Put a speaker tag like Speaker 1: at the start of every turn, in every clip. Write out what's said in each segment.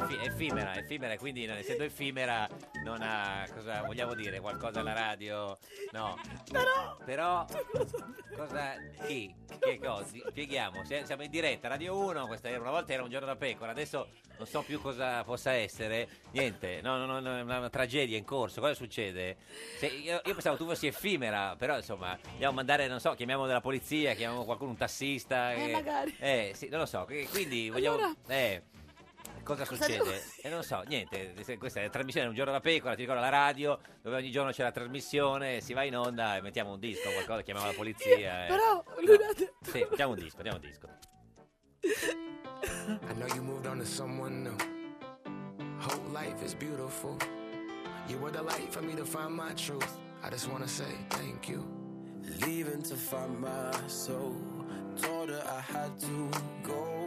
Speaker 1: Effi- effimera, effimera, quindi non- essendo effimera non ha, cosa vogliamo dire, qualcosa alla radio? No.
Speaker 2: Però...
Speaker 1: Però, cosa, chi, che cosa, spieghiamo, se- siamo in diretta, Radio 1, questa era- una volta era un giorno da pecora, adesso non so più cosa possa essere, niente, no, no, no, no, è una, una tragedia in corso, cosa succede? Se- io, io pensavo tu fossi effimera, però insomma, dobbiamo mandare, non so, chiamiamo della polizia, chiamiamo qualcuno, un tassista,
Speaker 2: Eh, magari.
Speaker 1: eh, sì, non lo so, che- quindi vogliamo,
Speaker 2: Allora-
Speaker 1: eh, Cosa
Speaker 2: Cosa
Speaker 1: succede?
Speaker 2: devo-
Speaker 1: Eh, non so, niente, se- questa è la trasmissione Un giorno da pecora, ti ricordo la radio, dove ogni giorno c'è la trasmissione, si va in onda e mettiamo un disco, qualcosa, chiamiamo la polizia. eh.
Speaker 2: Però
Speaker 3: oh.
Speaker 2: lui ha detto...
Speaker 1: Sì, mettiamo un disco, mettiamo un disco.
Speaker 4: I know you moved on to someone new. Whole life is beautiful. You were the light for me to find my truth. I just wanna say thank you.
Speaker 5: Leaving to find my soul. Told her I had to go.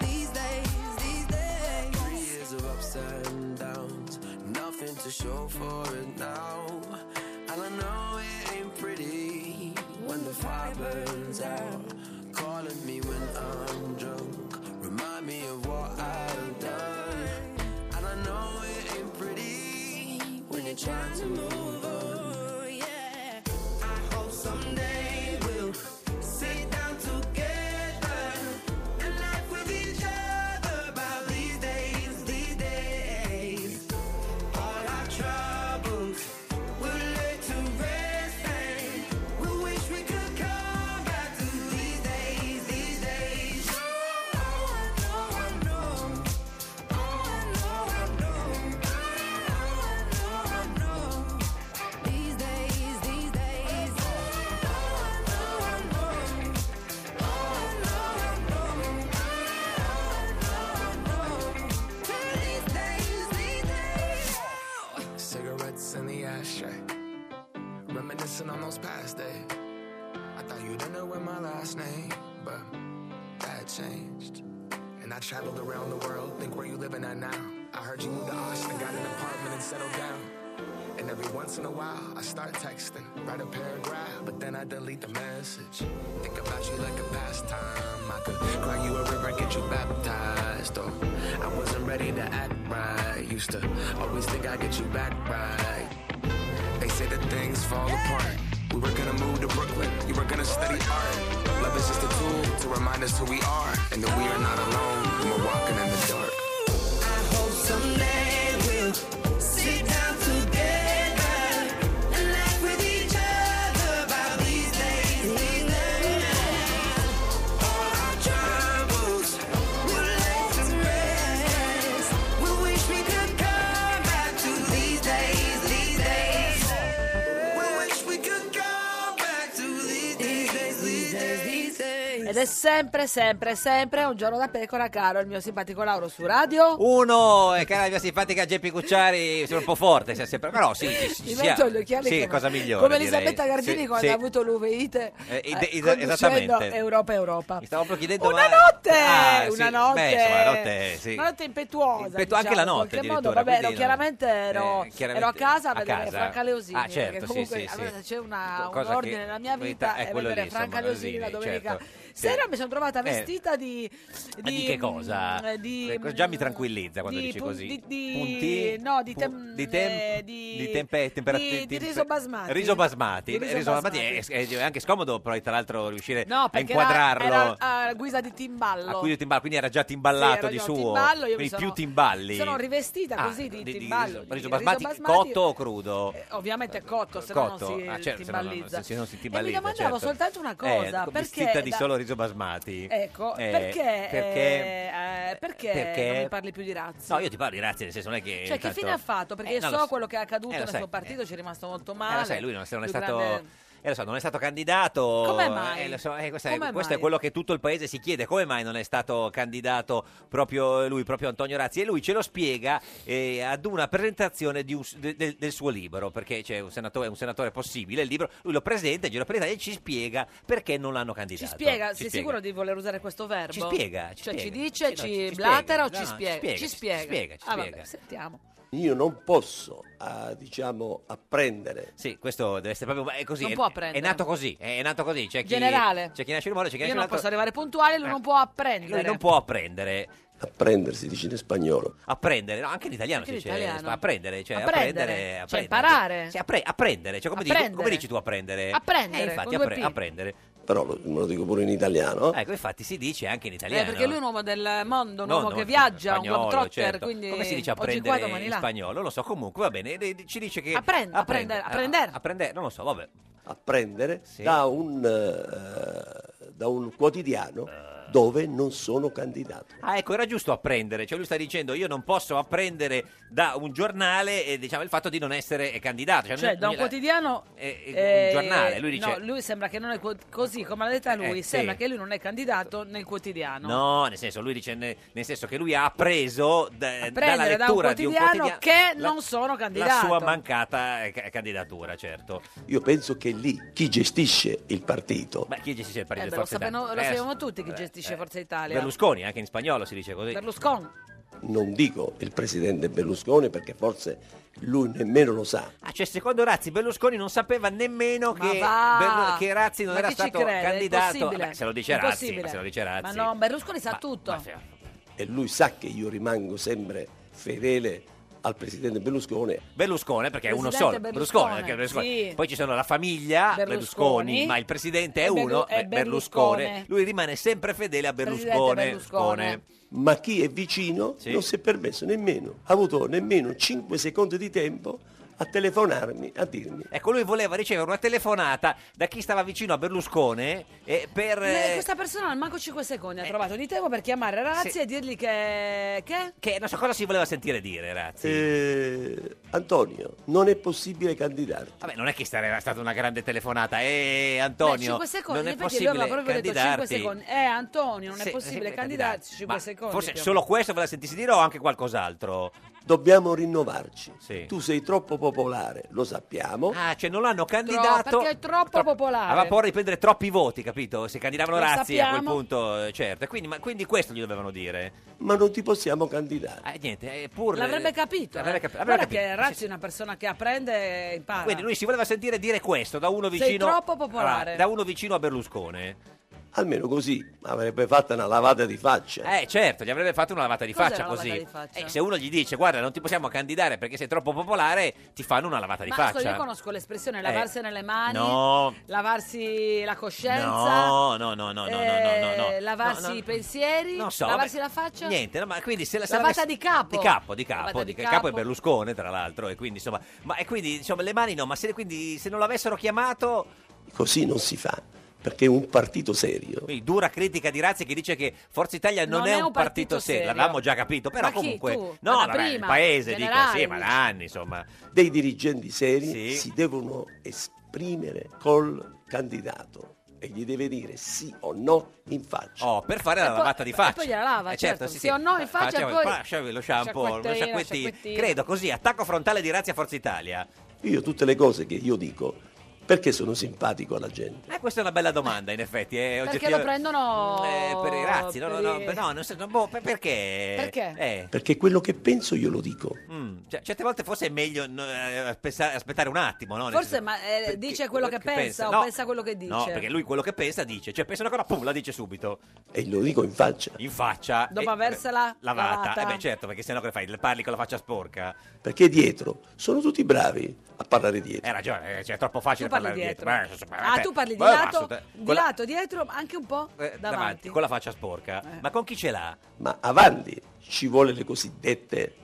Speaker 3: These days, these days.
Speaker 5: Three years of ups and downs, nothing to show for it now. And I know it ain't pretty when the fire burns out. Calling me when I'm drunk, remind me of what I've done. And I know it ain't pretty when you're trying to move on.
Speaker 3: Yeah.
Speaker 5: I hope someday we'll sit down together and laugh with each other about these days, these days. All our troubles we'll lay to rest and we wish we could come back to these days, these days. Oh, Oh,
Speaker 3: These days, these days.
Speaker 4: Cigarettes in the ashtray. Reminiscing on those past days. I thought you didn't know my last name, but that changed. And I traveled around the world, think where you living at now. I heard you moved to Austin, got an apartment and settled down. And every once in a while, I start texting, write a paragraph, but then I delete the message. Think about you like a pastime. I could cry you a river, get you baptized. Or I wasn't ready to act right. Used to always think I'd get you back right. They say that things fall apart. We were gonna move to Brooklyn, you were gonna study art. Love is just a tool to remind us who we are, and that we are not alone when we're walking in the dark.
Speaker 5: I hope someday we'll sit down together and laugh with each other about these days, these days. All our troubles we'll lay to rest. We wish we could come back to these days, these days. We wish we could come back to these days, these days.
Speaker 3: These days.
Speaker 2: Ed è Come sempre, sempre, sempre, un giorno da pecora, caro il mio simpatico Lauro su radio.
Speaker 1: Uno, e cara la mia simpatica Geppi Cucciari, sono un po' forte, sia sempre, però sì, sì, sì,
Speaker 2: Mi
Speaker 1: sia-
Speaker 2: metto gli occhiali
Speaker 1: sì,
Speaker 2: come-
Speaker 1: cosa migliore.
Speaker 2: Come
Speaker 1: direi.
Speaker 2: Elisabetta Gardini
Speaker 1: Sì,
Speaker 2: quando
Speaker 1: sì.
Speaker 2: ha avuto eh, l'uveite
Speaker 1: Eh, ed-
Speaker 2: eh,
Speaker 1: ed-
Speaker 2: conducendo
Speaker 1: esattamente.
Speaker 2: Europa Europa.
Speaker 1: Mi stavo proprio chiedendo
Speaker 2: Una
Speaker 1: ma-
Speaker 2: notte,
Speaker 1: Ah,
Speaker 2: una
Speaker 1: sì,
Speaker 2: notte,
Speaker 1: beh, insomma, la notte, sì.
Speaker 2: una notte impetuosa.
Speaker 1: Impetu- anche
Speaker 2: diciamo,
Speaker 1: la notte
Speaker 2: In qualche modo,
Speaker 1: addirittura,
Speaker 2: vabbè, ero-
Speaker 1: quindi, no.
Speaker 2: chiaramente, ero,
Speaker 1: Eh, chiaramente
Speaker 2: ero a casa a
Speaker 1: a
Speaker 2: vedere
Speaker 1: casa.
Speaker 2: Franca Leosini.
Speaker 1: Ah, certo,
Speaker 2: perché
Speaker 1: sì,
Speaker 2: comunque
Speaker 1: sì, sì.
Speaker 2: allora, c'è una- un
Speaker 1: Cosa che-
Speaker 2: ordine nella mia vita
Speaker 1: verità, è
Speaker 2: è
Speaker 1: quello
Speaker 2: vedere
Speaker 1: lì,
Speaker 2: Franca
Speaker 1: insomma,
Speaker 2: Leosini la
Speaker 1: Leosini,
Speaker 2: domenica.
Speaker 1: certo,
Speaker 2: Sera
Speaker 1: sì.
Speaker 2: mi sono trovata
Speaker 1: Eh.
Speaker 2: vestita di...
Speaker 1: Ma di che cosa?
Speaker 2: eh, di-
Speaker 1: Eh, Già mi tranquillizza quando
Speaker 2: di
Speaker 1: dici
Speaker 2: pun-
Speaker 1: così.
Speaker 2: di- di-
Speaker 1: Punti?
Speaker 2: no, di
Speaker 1: Pu-
Speaker 2: tem-
Speaker 1: di tem-
Speaker 2: eh, di-
Speaker 1: di tempe- tempera-
Speaker 2: di- di
Speaker 1: tempe-
Speaker 2: riso basmati.
Speaker 1: Riso basmati.
Speaker 2: Di riso
Speaker 1: Eh, riso basmati è,
Speaker 2: basmati.
Speaker 1: è- è anche scomodo, poi tra l'altro riuscire
Speaker 2: No,
Speaker 1: a
Speaker 2: perché era-
Speaker 1: inquadrarlo.
Speaker 2: era a guisa di timballo.
Speaker 1: a cui io timballo, quindi era già
Speaker 2: Sì,
Speaker 1: timballato
Speaker 2: era
Speaker 1: di
Speaker 2: già
Speaker 1: suo.
Speaker 2: timballo, io mi
Speaker 1: quindi
Speaker 2: sono-
Speaker 1: più timballi.
Speaker 2: Sono rivestita
Speaker 1: Ah,
Speaker 2: così di,
Speaker 1: di- di
Speaker 2: timballo.
Speaker 1: riso- riso
Speaker 2: di
Speaker 1: basmati, cotto o crudo?
Speaker 2: eh, Ovviamente cotto, se no non
Speaker 1: Cotto?
Speaker 2: si
Speaker 1: Ah, certo, se no non-
Speaker 2: timballizza.
Speaker 1: se non si
Speaker 2: e mi
Speaker 1: timballizza,
Speaker 2: domandavo
Speaker 1: certo.
Speaker 2: soltanto una
Speaker 1: Eh,
Speaker 2: cosa,
Speaker 1: come
Speaker 2: perché...
Speaker 1: vestita di
Speaker 2: da-
Speaker 1: solo riso basmati.
Speaker 2: Ecco,
Speaker 1: Eh,
Speaker 2: perché,
Speaker 1: Perché...
Speaker 2: eh, eh, perché
Speaker 1: perché-
Speaker 2: non mi parli più di razza?
Speaker 1: No, io ti parlo di razzi, nel senso non è che...
Speaker 2: Cioè, che
Speaker 1: tanto-
Speaker 2: fine ha fatto? Perché
Speaker 1: Eh, non
Speaker 2: so
Speaker 1: lo so.
Speaker 2: quello che è accaduto
Speaker 1: Eh, lo
Speaker 2: nel
Speaker 1: sai,
Speaker 2: suo partito, ci è rimasto molto male.
Speaker 1: Eh, lo sai, lui non, se non è
Speaker 2: più
Speaker 1: stato.
Speaker 2: grande-
Speaker 1: eh, lo so, non è stato candidato.
Speaker 2: Come mai?
Speaker 1: Eh, lo so, eh, questo,
Speaker 2: Come
Speaker 1: è, questo è
Speaker 2: mai?
Speaker 1: quello che tutto il paese si chiede: come mai non è stato candidato proprio lui, proprio Antonio Razzi? E lui ce lo spiega eh, ad una presentazione di un s- de- del- del suo libro, perché c'è un senatore, un senatore possibile. Il libro lui lo presenta in giro per l'Italia e ci spiega perché non l'hanno candidato.
Speaker 2: Ci spiega, sei sicuro di voler usare questo verbo?
Speaker 1: Ci spiega, ci
Speaker 2: cioè,
Speaker 1: spiega.
Speaker 2: ci dice,
Speaker 1: Sì, no,
Speaker 2: ci,
Speaker 1: ci
Speaker 2: blatera o
Speaker 1: spiega. No, no,
Speaker 2: ci
Speaker 1: ci
Speaker 2: spiega?
Speaker 1: spiega,
Speaker 2: Ci
Speaker 1: ci
Speaker 2: spiega.
Speaker 1: spiega, ci
Speaker 2: Ah, vabbè,
Speaker 1: spiega.
Speaker 2: sentiamo.
Speaker 6: Io non posso, ah, diciamo, apprendere.
Speaker 1: Sì, questo deve essere proprio. È così.
Speaker 2: Non
Speaker 1: è,
Speaker 2: può
Speaker 1: è
Speaker 2: apprendere.
Speaker 1: nato così. È nato così. C'è chi,
Speaker 2: Generale.
Speaker 1: C'è chi nasce rumore, c'è chi
Speaker 2: Io
Speaker 1: nasce
Speaker 2: non
Speaker 1: l'altro. Eh.
Speaker 2: posso arrivare puntuale, lui non può apprendere. Eh,
Speaker 1: Lui non può apprendere.
Speaker 6: Apprendere si dice in spagnolo.
Speaker 1: Apprendere, no, anche in italiano
Speaker 2: Anche
Speaker 1: si
Speaker 2: in
Speaker 1: dice
Speaker 2: italiano.
Speaker 1: ma apprendere, cioè
Speaker 2: Apprendere,
Speaker 1: apprendere, apprendere.
Speaker 2: cioè imparare.
Speaker 1: Sì, appre- apprendere, cioè come, Dici,
Speaker 2: Apprendere.
Speaker 1: come dici tu apprendere?
Speaker 2: Apprendere,
Speaker 1: Eh, infatti,
Speaker 2: con due
Speaker 1: appre-
Speaker 2: P.
Speaker 1: apprendere.
Speaker 6: Però lo, me lo dico pure in italiano.
Speaker 1: Ecco, infatti si dice anche in italiano.
Speaker 2: Eh, perché lui è un uomo del mondo, un
Speaker 1: No,
Speaker 2: uomo
Speaker 1: no,
Speaker 2: che viaggia,
Speaker 1: spagnolo,
Speaker 2: un globetrotter,
Speaker 1: certo.
Speaker 2: quindi
Speaker 1: Come si dice
Speaker 2: oggi
Speaker 1: apprendere
Speaker 2: qua, domani
Speaker 1: in
Speaker 2: là.
Speaker 1: spagnolo? Lo so, comunque va bene, eh, eh, ci dice che
Speaker 2: Apprende, apprendere,
Speaker 1: Ah,
Speaker 2: apprendere.
Speaker 1: apprendere, non lo so, vabbè.
Speaker 6: Apprendere
Speaker 1: Sì.
Speaker 6: da, un, eh, da un quotidiano dove non sono candidato.
Speaker 1: Ah, ecco, era giusto apprendere, cioè lui sta dicendo io non posso apprendere da un giornale eh, diciamo il fatto di non essere eh, candidato, cioè,
Speaker 2: Cioè,
Speaker 1: non-
Speaker 2: da un
Speaker 1: non-
Speaker 2: quotidiano...
Speaker 1: eh, eh,
Speaker 2: eh,
Speaker 1: un giornale, lui dice
Speaker 2: No, lui sembra che non è co- così, come l'ha detta lui,
Speaker 1: Eh,
Speaker 2: sembra
Speaker 1: sì.
Speaker 2: che lui non è candidato nel quotidiano.
Speaker 1: No, nel senso, lui dice ne- nel senso che lui ha appreso da- dalla
Speaker 2: Prendere da un
Speaker 1: lettura di un
Speaker 2: quotidiano
Speaker 1: quotidiano
Speaker 2: che
Speaker 1: la-
Speaker 2: non sono candidato.
Speaker 1: la sua mancata eh, ca- candidatura, certo.
Speaker 6: Io penso che lì chi gestisce il partito
Speaker 1: Ma chi gestisce il
Speaker 2: Eh,
Speaker 1: partito
Speaker 2: beh,
Speaker 1: di
Speaker 2: lo,
Speaker 1: Forza Italia?
Speaker 2: sapevano- lo
Speaker 1: Eh,
Speaker 2: sapevamo tutti che
Speaker 1: eh,
Speaker 2: gestisce
Speaker 1: eh,
Speaker 2: Forza Italia.
Speaker 1: Berlusconi, eh. anche in spagnolo si dice così.
Speaker 2: Berlusconi.
Speaker 6: non dico il presidente Berlusconi perché forse lui nemmeno lo sa.
Speaker 1: Ah, cioè, secondo Razzi, Berlusconi non sapeva nemmeno
Speaker 2: Ma
Speaker 1: che,
Speaker 2: va!
Speaker 1: Berlu- che Razzi non
Speaker 2: Ma
Speaker 1: era
Speaker 2: chi ci
Speaker 1: stato
Speaker 2: crede? È
Speaker 1: candidato.
Speaker 2: impossibile.
Speaker 1: Beh, se lo dice Razzi,
Speaker 2: Impossibile.
Speaker 1: ma se lo dice Razzi.
Speaker 2: Ma no, Berlusconi sa
Speaker 1: Ma-
Speaker 2: tutto.
Speaker 1: ma se-
Speaker 6: E lui sa che io rimango sempre fedele al presidente Berlusconi
Speaker 1: Berlusconi eh, perché è uno
Speaker 2: Presidente
Speaker 1: solo
Speaker 2: Berlusconi,
Speaker 1: Berlusconi, perché Berlusconi.
Speaker 2: sì.
Speaker 1: poi ci sono la famiglia Berlusconi,
Speaker 2: Berlusconi,
Speaker 1: ma il presidente è
Speaker 2: e Berlu-
Speaker 1: uno
Speaker 2: e
Speaker 1: Be- Berlusconi.
Speaker 2: Berluscone.
Speaker 1: lui rimane sempre fedele a
Speaker 2: Presidente
Speaker 1: Berlusconi
Speaker 2: Berluscone.
Speaker 1: Scone.
Speaker 6: ma chi è vicino
Speaker 1: Sì.
Speaker 6: non si è permesso nemmeno, ha avuto nemmeno 5 secondi di tempo a telefonarmi, a dirmi.
Speaker 1: ecco lui voleva ricevere una telefonata da chi stava vicino a Berlusconi e per
Speaker 2: Eh,
Speaker 1: eh,
Speaker 2: Questa persona al manco 5 secondi ha trovato di tempo per chiamare Razzi
Speaker 1: Sì.
Speaker 2: e dirgli che... che?
Speaker 1: che non so cosa si voleva sentire dire Razzi
Speaker 6: Eh, Antonio, non è possibile candidarti.
Speaker 1: Vabbè, non è che sarebbe stata una grande telefonata. Eh, Antonio,
Speaker 2: 5 secondi,
Speaker 1: non è
Speaker 2: infatti lui aveva
Speaker 1: possibile
Speaker 2: proprio detto 5
Speaker 1: candidarti.
Speaker 2: secondi. Eh Antonio, non
Speaker 1: Sì, eh,
Speaker 2: è possibile
Speaker 1: sì,
Speaker 2: candidarsi 5
Speaker 1: Ma
Speaker 2: secondi.
Speaker 1: Forse
Speaker 2: più o
Speaker 1: solo questo ve la sentissi dire o anche qualcos'altro?
Speaker 6: Dobbiamo rinnovarci.
Speaker 1: Sì.
Speaker 6: Tu sei troppo popolare, lo sappiamo.
Speaker 1: Ah, cioè non l'hanno
Speaker 2: meno.
Speaker 1: candidato
Speaker 2: Tro- perché è troppo
Speaker 1: Tro-
Speaker 2: popolare.
Speaker 1: Aveva paura di prendere troppi voti, capito? Se candidavano
Speaker 2: Lo
Speaker 1: Razzi a quel
Speaker 2: sappiamo.
Speaker 1: punto, eh, certo. E Quindi, ma, quindi questo gli dovevano dire.
Speaker 6: Ma non ti possiamo candidare.
Speaker 1: Eh, niente, eh, pur...
Speaker 2: L'avrebbe capito.
Speaker 1: L'avrebbe
Speaker 2: eh.
Speaker 1: capi- l'avrebbe
Speaker 2: Guarda che
Speaker 1: capito.
Speaker 2: Razzi
Speaker 1: Sì, sì.
Speaker 2: è una persona che apprende e impara.
Speaker 1: Quindi lui si voleva sentire dire questo da uno
Speaker 2: Sei
Speaker 1: vicino...
Speaker 2: troppo popolare.
Speaker 1: Ah, da uno vicino a Berlusconi.
Speaker 6: Almeno così avrebbe fatto una lavata di faccia.
Speaker 1: Eh, certo, gli avrebbe fatto una lavata di
Speaker 2: Cos'è
Speaker 1: faccia
Speaker 2: la lavata
Speaker 1: così.
Speaker 2: di faccia?
Speaker 1: Eh, se uno gli dice, guarda, non ti possiamo candidare perché sei troppo popolare, ti fanno una lavata di
Speaker 2: Ma ascolta,
Speaker 1: faccia. Eh.
Speaker 2: io conosco l'espressione lavarsi nelle mani,
Speaker 1: no.
Speaker 2: lavarsi la coscienza,
Speaker 1: No, no, no, no, no, no, no, no,
Speaker 2: eh,
Speaker 1: no.
Speaker 2: lavarsi
Speaker 1: No, no.
Speaker 2: i pensieri,
Speaker 1: Non so,
Speaker 2: lavarsi
Speaker 1: vabbè,
Speaker 2: la faccia.
Speaker 1: Niente, no, ma quindi se la se
Speaker 2: Lavata
Speaker 1: l'avesse-
Speaker 2: di capo.
Speaker 1: Di capo, di
Speaker 2: Lavata
Speaker 1: capo.
Speaker 2: di
Speaker 1: di- il capo è
Speaker 2: capo.
Speaker 1: Berlusconi, tra l'altro, e quindi insomma, ma e quindi insomma le mani no, ma se, quindi, se non l'avessero chiamato,
Speaker 6: Così non si fa, perché un partito serio
Speaker 1: quindi, dura critica di Razzi che dice che Forza Italia non,
Speaker 2: Non
Speaker 1: un partito, serio, l'avevamo già capito, però
Speaker 2: Ma chi,
Speaker 1: comunque
Speaker 2: tu?
Speaker 1: no,
Speaker 2: Ma da
Speaker 1: vabbè, il
Speaker 2: prima,
Speaker 1: paese dico,
Speaker 2: generale,
Speaker 1: sì, ma
Speaker 2: dici.
Speaker 1: da anni, insomma.
Speaker 6: dei dirigenti seri
Speaker 1: Sì.
Speaker 6: si devono esprimere col candidato. e gli deve dire sì o no in faccia.
Speaker 1: Oh, per fare la lavata di faccia.
Speaker 2: poi gliela lava,
Speaker 1: Eh,
Speaker 2: certo. Sì o no in faccia,
Speaker 1: Faccia-
Speaker 2: poi-
Speaker 1: pa- sciogli lo shampoo, lo
Speaker 2: Sciacquettino,
Speaker 1: sciacquettino.
Speaker 2: sciacquettino.
Speaker 1: Credo così, attacco frontale di Razia Forza Italia.
Speaker 6: Io tutte le cose che io dico, perché sono simpatico alla gente?
Speaker 1: Eh, questa è una bella domanda, in effetti. eh,
Speaker 2: Perché
Speaker 1: oggettiva-
Speaker 2: lo prendono
Speaker 1: Eh, per i razzi, no, no, no,
Speaker 2: per i-
Speaker 1: no, non so, no, boh, per- perché?
Speaker 2: Perché?
Speaker 1: Eh,
Speaker 6: Perché quello che penso io lo dico.
Speaker 1: mm, cioè, certe volte forse è meglio no, eh, pensa- aspettare un attimo, no? Nel
Speaker 2: Forse
Speaker 1: senso-
Speaker 2: ma, eh,
Speaker 1: perché-
Speaker 2: dice quello che pensa, o
Speaker 1: No,
Speaker 2: pensa quello che dice.
Speaker 1: No, perché lui quello che pensa dice, cioè pensa una cosa, pum, la dice subito,
Speaker 6: E lo dico in faccia,
Speaker 1: in faccia.
Speaker 2: Dopo
Speaker 1: e-
Speaker 2: aversela
Speaker 1: lavata.
Speaker 2: lavata.
Speaker 1: Eh beh, certo, perché sennò che fai? Le Parli con la faccia sporca.
Speaker 6: perché dietro sono tutti bravi a parlare dietro.
Speaker 1: Hai ragione, eh, cioè, è troppo facile
Speaker 2: Tu parli
Speaker 1: parlare
Speaker 2: dietro.
Speaker 1: dietro. Eh,
Speaker 2: ah,
Speaker 1: eh,
Speaker 2: tu parli di
Speaker 1: beh,
Speaker 2: lato,
Speaker 1: assoluta-
Speaker 2: di
Speaker 1: quella-
Speaker 2: lato, dietro, ma anche un po'
Speaker 1: eh,
Speaker 2: davanti. Eh.
Speaker 1: con la faccia sporca. Ma con chi ce l'ha?
Speaker 6: Ma avanti ci vuole le cosiddette...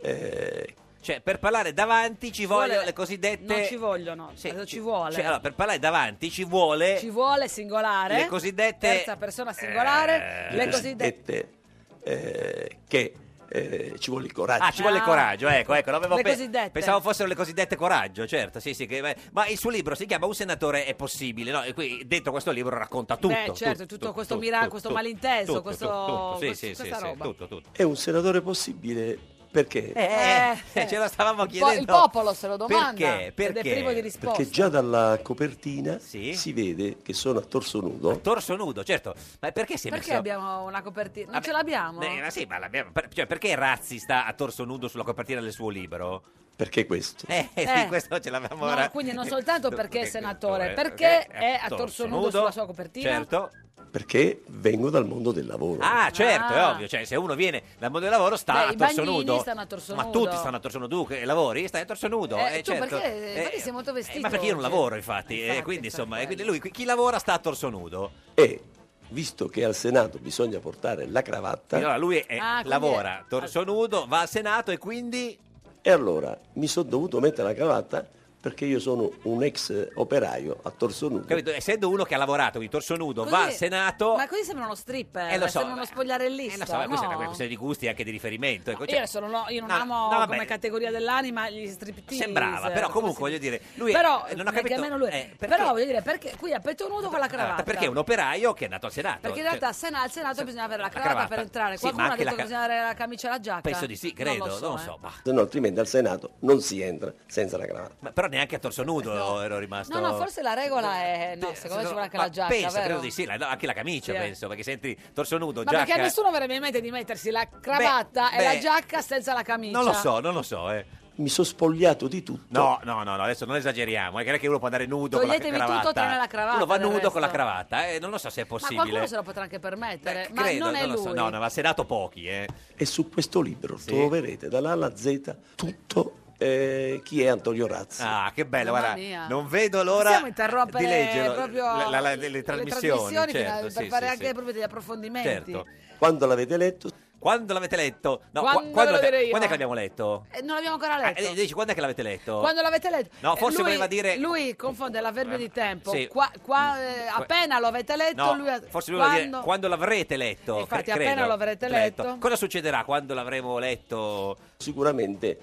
Speaker 6: eh,
Speaker 1: Cioè, per parlare davanti ci
Speaker 2: Vuole-
Speaker 1: vogliono le cosiddette...
Speaker 2: Non ci vogliono,
Speaker 1: Sì,
Speaker 2: allora ci
Speaker 1: ci-
Speaker 2: vuole.
Speaker 1: cioè, allora, per parlare davanti ci vuole...
Speaker 2: ci vuole singolare.
Speaker 1: Le cosiddette-
Speaker 2: Terza persona singolare.
Speaker 1: Eh,
Speaker 2: le
Speaker 6: le
Speaker 2: cosiddette...
Speaker 6: cosiddette eh, che eh, ci vuole il coraggio.
Speaker 1: Ah, ci vuole il
Speaker 2: Ah,
Speaker 1: coraggio, ecco, ecco. non avevo
Speaker 2: le cosiddette.
Speaker 1: Pensavo fossero le cosiddette coraggio, certo, sì, sì. che- beh, ma il suo libro si chiama Un senatore è possibile, no? E qui dentro questo libro racconta tutto.
Speaker 2: Beh, certo, tutto questo mira- questo malinteso, questo-
Speaker 1: tutto, Sì,
Speaker 2: questo-
Speaker 1: sì, sì,
Speaker 2: questa
Speaker 1: sì,
Speaker 2: roba.
Speaker 1: tutto, tutto.
Speaker 6: È un senatore possibile perché,
Speaker 1: Eh, eh, ce lo stavamo
Speaker 2: il po-
Speaker 1: chiedendo.
Speaker 2: Il popolo se lo domanda.
Speaker 1: Perché? Perché?
Speaker 2: Ed è privo di risposta.
Speaker 6: perché già dalla copertina
Speaker 1: Sì.
Speaker 6: si vede che sono a torso nudo.
Speaker 1: Torso nudo, certo. Ma perché si è
Speaker 2: Perché
Speaker 1: messo...
Speaker 2: abbiamo una copertina? Non
Speaker 1: Vabbè,
Speaker 2: ce l'abbiamo?
Speaker 1: eh, ma sì, ma l'abbiamo- per- cioè, perché Razzi sta a torso nudo sulla copertina del suo libro?
Speaker 6: Perché questo?
Speaker 1: Eh,
Speaker 2: Eh.
Speaker 1: sì, questo ce l'avevamo
Speaker 2: No,
Speaker 1: ora.
Speaker 2: quindi non soltanto perché è senatore,
Speaker 1: eh,
Speaker 2: perché
Speaker 1: ok,
Speaker 2: è a torso nudo sulla sua copertina?
Speaker 1: Certo.
Speaker 6: Perché vengo dal mondo del lavoro.
Speaker 1: Ah, certo, è
Speaker 2: Ah.
Speaker 1: ovvio. Cioè, se uno viene dal mondo del lavoro sta
Speaker 2: Beh,
Speaker 1: a
Speaker 2: i
Speaker 1: torso
Speaker 2: bagnini
Speaker 1: nudo.
Speaker 2: stanno a torso
Speaker 1: ma
Speaker 2: nudo.
Speaker 1: tutti stanno a torso nudo. Tu che lavori, stai a torso nudo.
Speaker 2: Eh,
Speaker 1: eh,
Speaker 2: tu
Speaker 1: certo.
Speaker 2: perché- perché sei molto vestito
Speaker 1: ma perché io non
Speaker 2: oggi?
Speaker 1: lavoro, infatti. eh,
Speaker 2: Infatti,
Speaker 1: quindi,
Speaker 2: infatti,
Speaker 1: insomma, eh,
Speaker 2: quello.
Speaker 1: quindi lui, chi lavora sta a torso nudo.
Speaker 6: E visto che al Senato bisogna portare la cravatta,
Speaker 1: Allora lui è-
Speaker 2: Ah, quindi
Speaker 1: lavora
Speaker 2: è-
Speaker 1: torso nudo, va al Senato e quindi...
Speaker 6: e allora mi sono dovuto mettere la cravatta perché io sono un ex operaio a torso nudo.
Speaker 1: Capito? Essendo uno che ha lavorato di torso nudo,
Speaker 2: Così-
Speaker 1: va al Senato...
Speaker 2: Ma così sembra uno stripper,
Speaker 1: Eh, lo so,
Speaker 2: sembra uno
Speaker 1: eh,
Speaker 2: spogliarellista.
Speaker 1: eh, lo so, ma questa è una
Speaker 2: no?
Speaker 1: questione di gusti e anche di riferimento. ecco,
Speaker 2: No,
Speaker 1: cioè-
Speaker 2: io adesso non ho- io non
Speaker 1: No,
Speaker 2: amo
Speaker 1: no, vabbè,
Speaker 2: come categoria dell'anima gli striptease.
Speaker 1: Sembrava, però
Speaker 2: come
Speaker 1: comunque
Speaker 2: si
Speaker 1: voglio
Speaker 2: dice.
Speaker 1: dire, lui
Speaker 2: però,
Speaker 1: eh, non ha
Speaker 2: neanche
Speaker 1: capito.
Speaker 2: almeno lui.
Speaker 1: eh, perché-
Speaker 2: però voglio dire, perché qui a petto nudo con la cravatta?
Speaker 1: Perché è un operaio che è andato al Senato.
Speaker 2: Perché in
Speaker 1: cioè-
Speaker 2: realtà al Sena- al Senato bisogna avere la
Speaker 1: la
Speaker 2: cravatta,
Speaker 1: cravatta.
Speaker 2: per entrare.
Speaker 1: Sì,
Speaker 2: Qualcuno
Speaker 1: ma
Speaker 2: ha
Speaker 1: anche
Speaker 2: detto che
Speaker 1: la
Speaker 2: bisogna avere la camicia e la giacca.
Speaker 1: Penso di sì, credo, non lo so.
Speaker 2: eh.
Speaker 1: ma-
Speaker 6: Se no, altrimenti al Senato non si entra senza la cravatta.
Speaker 1: ma però neanche a torso nudo ero rimasto.
Speaker 2: Eh, No, no, forse la regola è no,
Speaker 1: Beh,
Speaker 2: secondo me
Speaker 1: se-
Speaker 2: ci vuole anche
Speaker 1: Eh, ma
Speaker 2: la giacca,
Speaker 1: Penso,
Speaker 2: vero?
Speaker 1: credo di sì, la- no, anche la camicia,
Speaker 2: Sì, eh.
Speaker 1: penso, perché senti torso nudo,
Speaker 2: Ma
Speaker 1: giacca.
Speaker 2: perché a nessuno verrebbe in mente di mettersi la cravatta e
Speaker 1: Beh,
Speaker 2: la
Speaker 1: beh,
Speaker 2: giacca senza la camicia?
Speaker 1: Non lo so, non lo so, eh.
Speaker 6: Mi sono spogliato di tutto.
Speaker 1: No, no, no, no, adesso non esageriamo, eh, che non è che uno può andare nudo con
Speaker 2: Toglietevi
Speaker 1: la
Speaker 2: tutto
Speaker 1: cravatta.
Speaker 2: tranne la cravatta,
Speaker 1: Uno va
Speaker 2: del
Speaker 1: nudo
Speaker 2: resto.
Speaker 1: con la cravatta, eh, non lo so se è
Speaker 2: Ma
Speaker 1: possibile.
Speaker 2: qualcuno se lo potrà anche permettere,
Speaker 1: Eh,
Speaker 2: ma
Speaker 1: credo,
Speaker 2: non è
Speaker 1: lo
Speaker 2: lui.
Speaker 1: so, no, no, ma al Senato pochi, eh.
Speaker 6: E su questo libro
Speaker 1: Sì.
Speaker 6: troverete dall'A alla Z tutto eh, chi è Antonio Razzi.
Speaker 1: Ah, che bello,
Speaker 2: Mamma
Speaker 1: guarda,
Speaker 2: mia.
Speaker 1: non vedo l'ora
Speaker 2: Possiamo interrompere
Speaker 1: di leggerlo.
Speaker 2: proprio
Speaker 1: la- la- la- le,
Speaker 2: le
Speaker 1: trasmissioni,
Speaker 2: trasmissioni fino a-
Speaker 1: certo,
Speaker 2: per
Speaker 1: sì,
Speaker 2: fare
Speaker 1: sì,
Speaker 2: anche
Speaker 1: sì.
Speaker 2: proprio degli approfondimenti.
Speaker 1: Certo.
Speaker 6: Quando l'avete letto,
Speaker 1: Quando l'avete letto? No, qua-
Speaker 2: Quando
Speaker 1: quando,
Speaker 2: lo
Speaker 1: l'avete-
Speaker 2: direi io.
Speaker 1: quando è che l'abbiamo letto?
Speaker 2: Eh, non l'abbiamo ancora
Speaker 1: Ah,
Speaker 2: letto.
Speaker 1: eh, dici, quando è che l'avete letto?
Speaker 2: Quando l'avete letto? Eh,
Speaker 1: No, forse
Speaker 2: lui,
Speaker 1: voleva dire- Eh,
Speaker 2: Lui confonde l'avverbio di tempo.
Speaker 1: Sì.
Speaker 2: Qua- qua, eh,
Speaker 1: Qua-
Speaker 2: appena lo avete letto,
Speaker 1: No,
Speaker 2: lui ha-
Speaker 1: forse lui vuole dire
Speaker 2: quando-
Speaker 1: quando l'avrete letto. cre-
Speaker 2: Infatti,
Speaker 1: credo.
Speaker 2: appena lo avrete letto.
Speaker 1: Cosa succederà quando l'avremo letto?
Speaker 6: sicuramente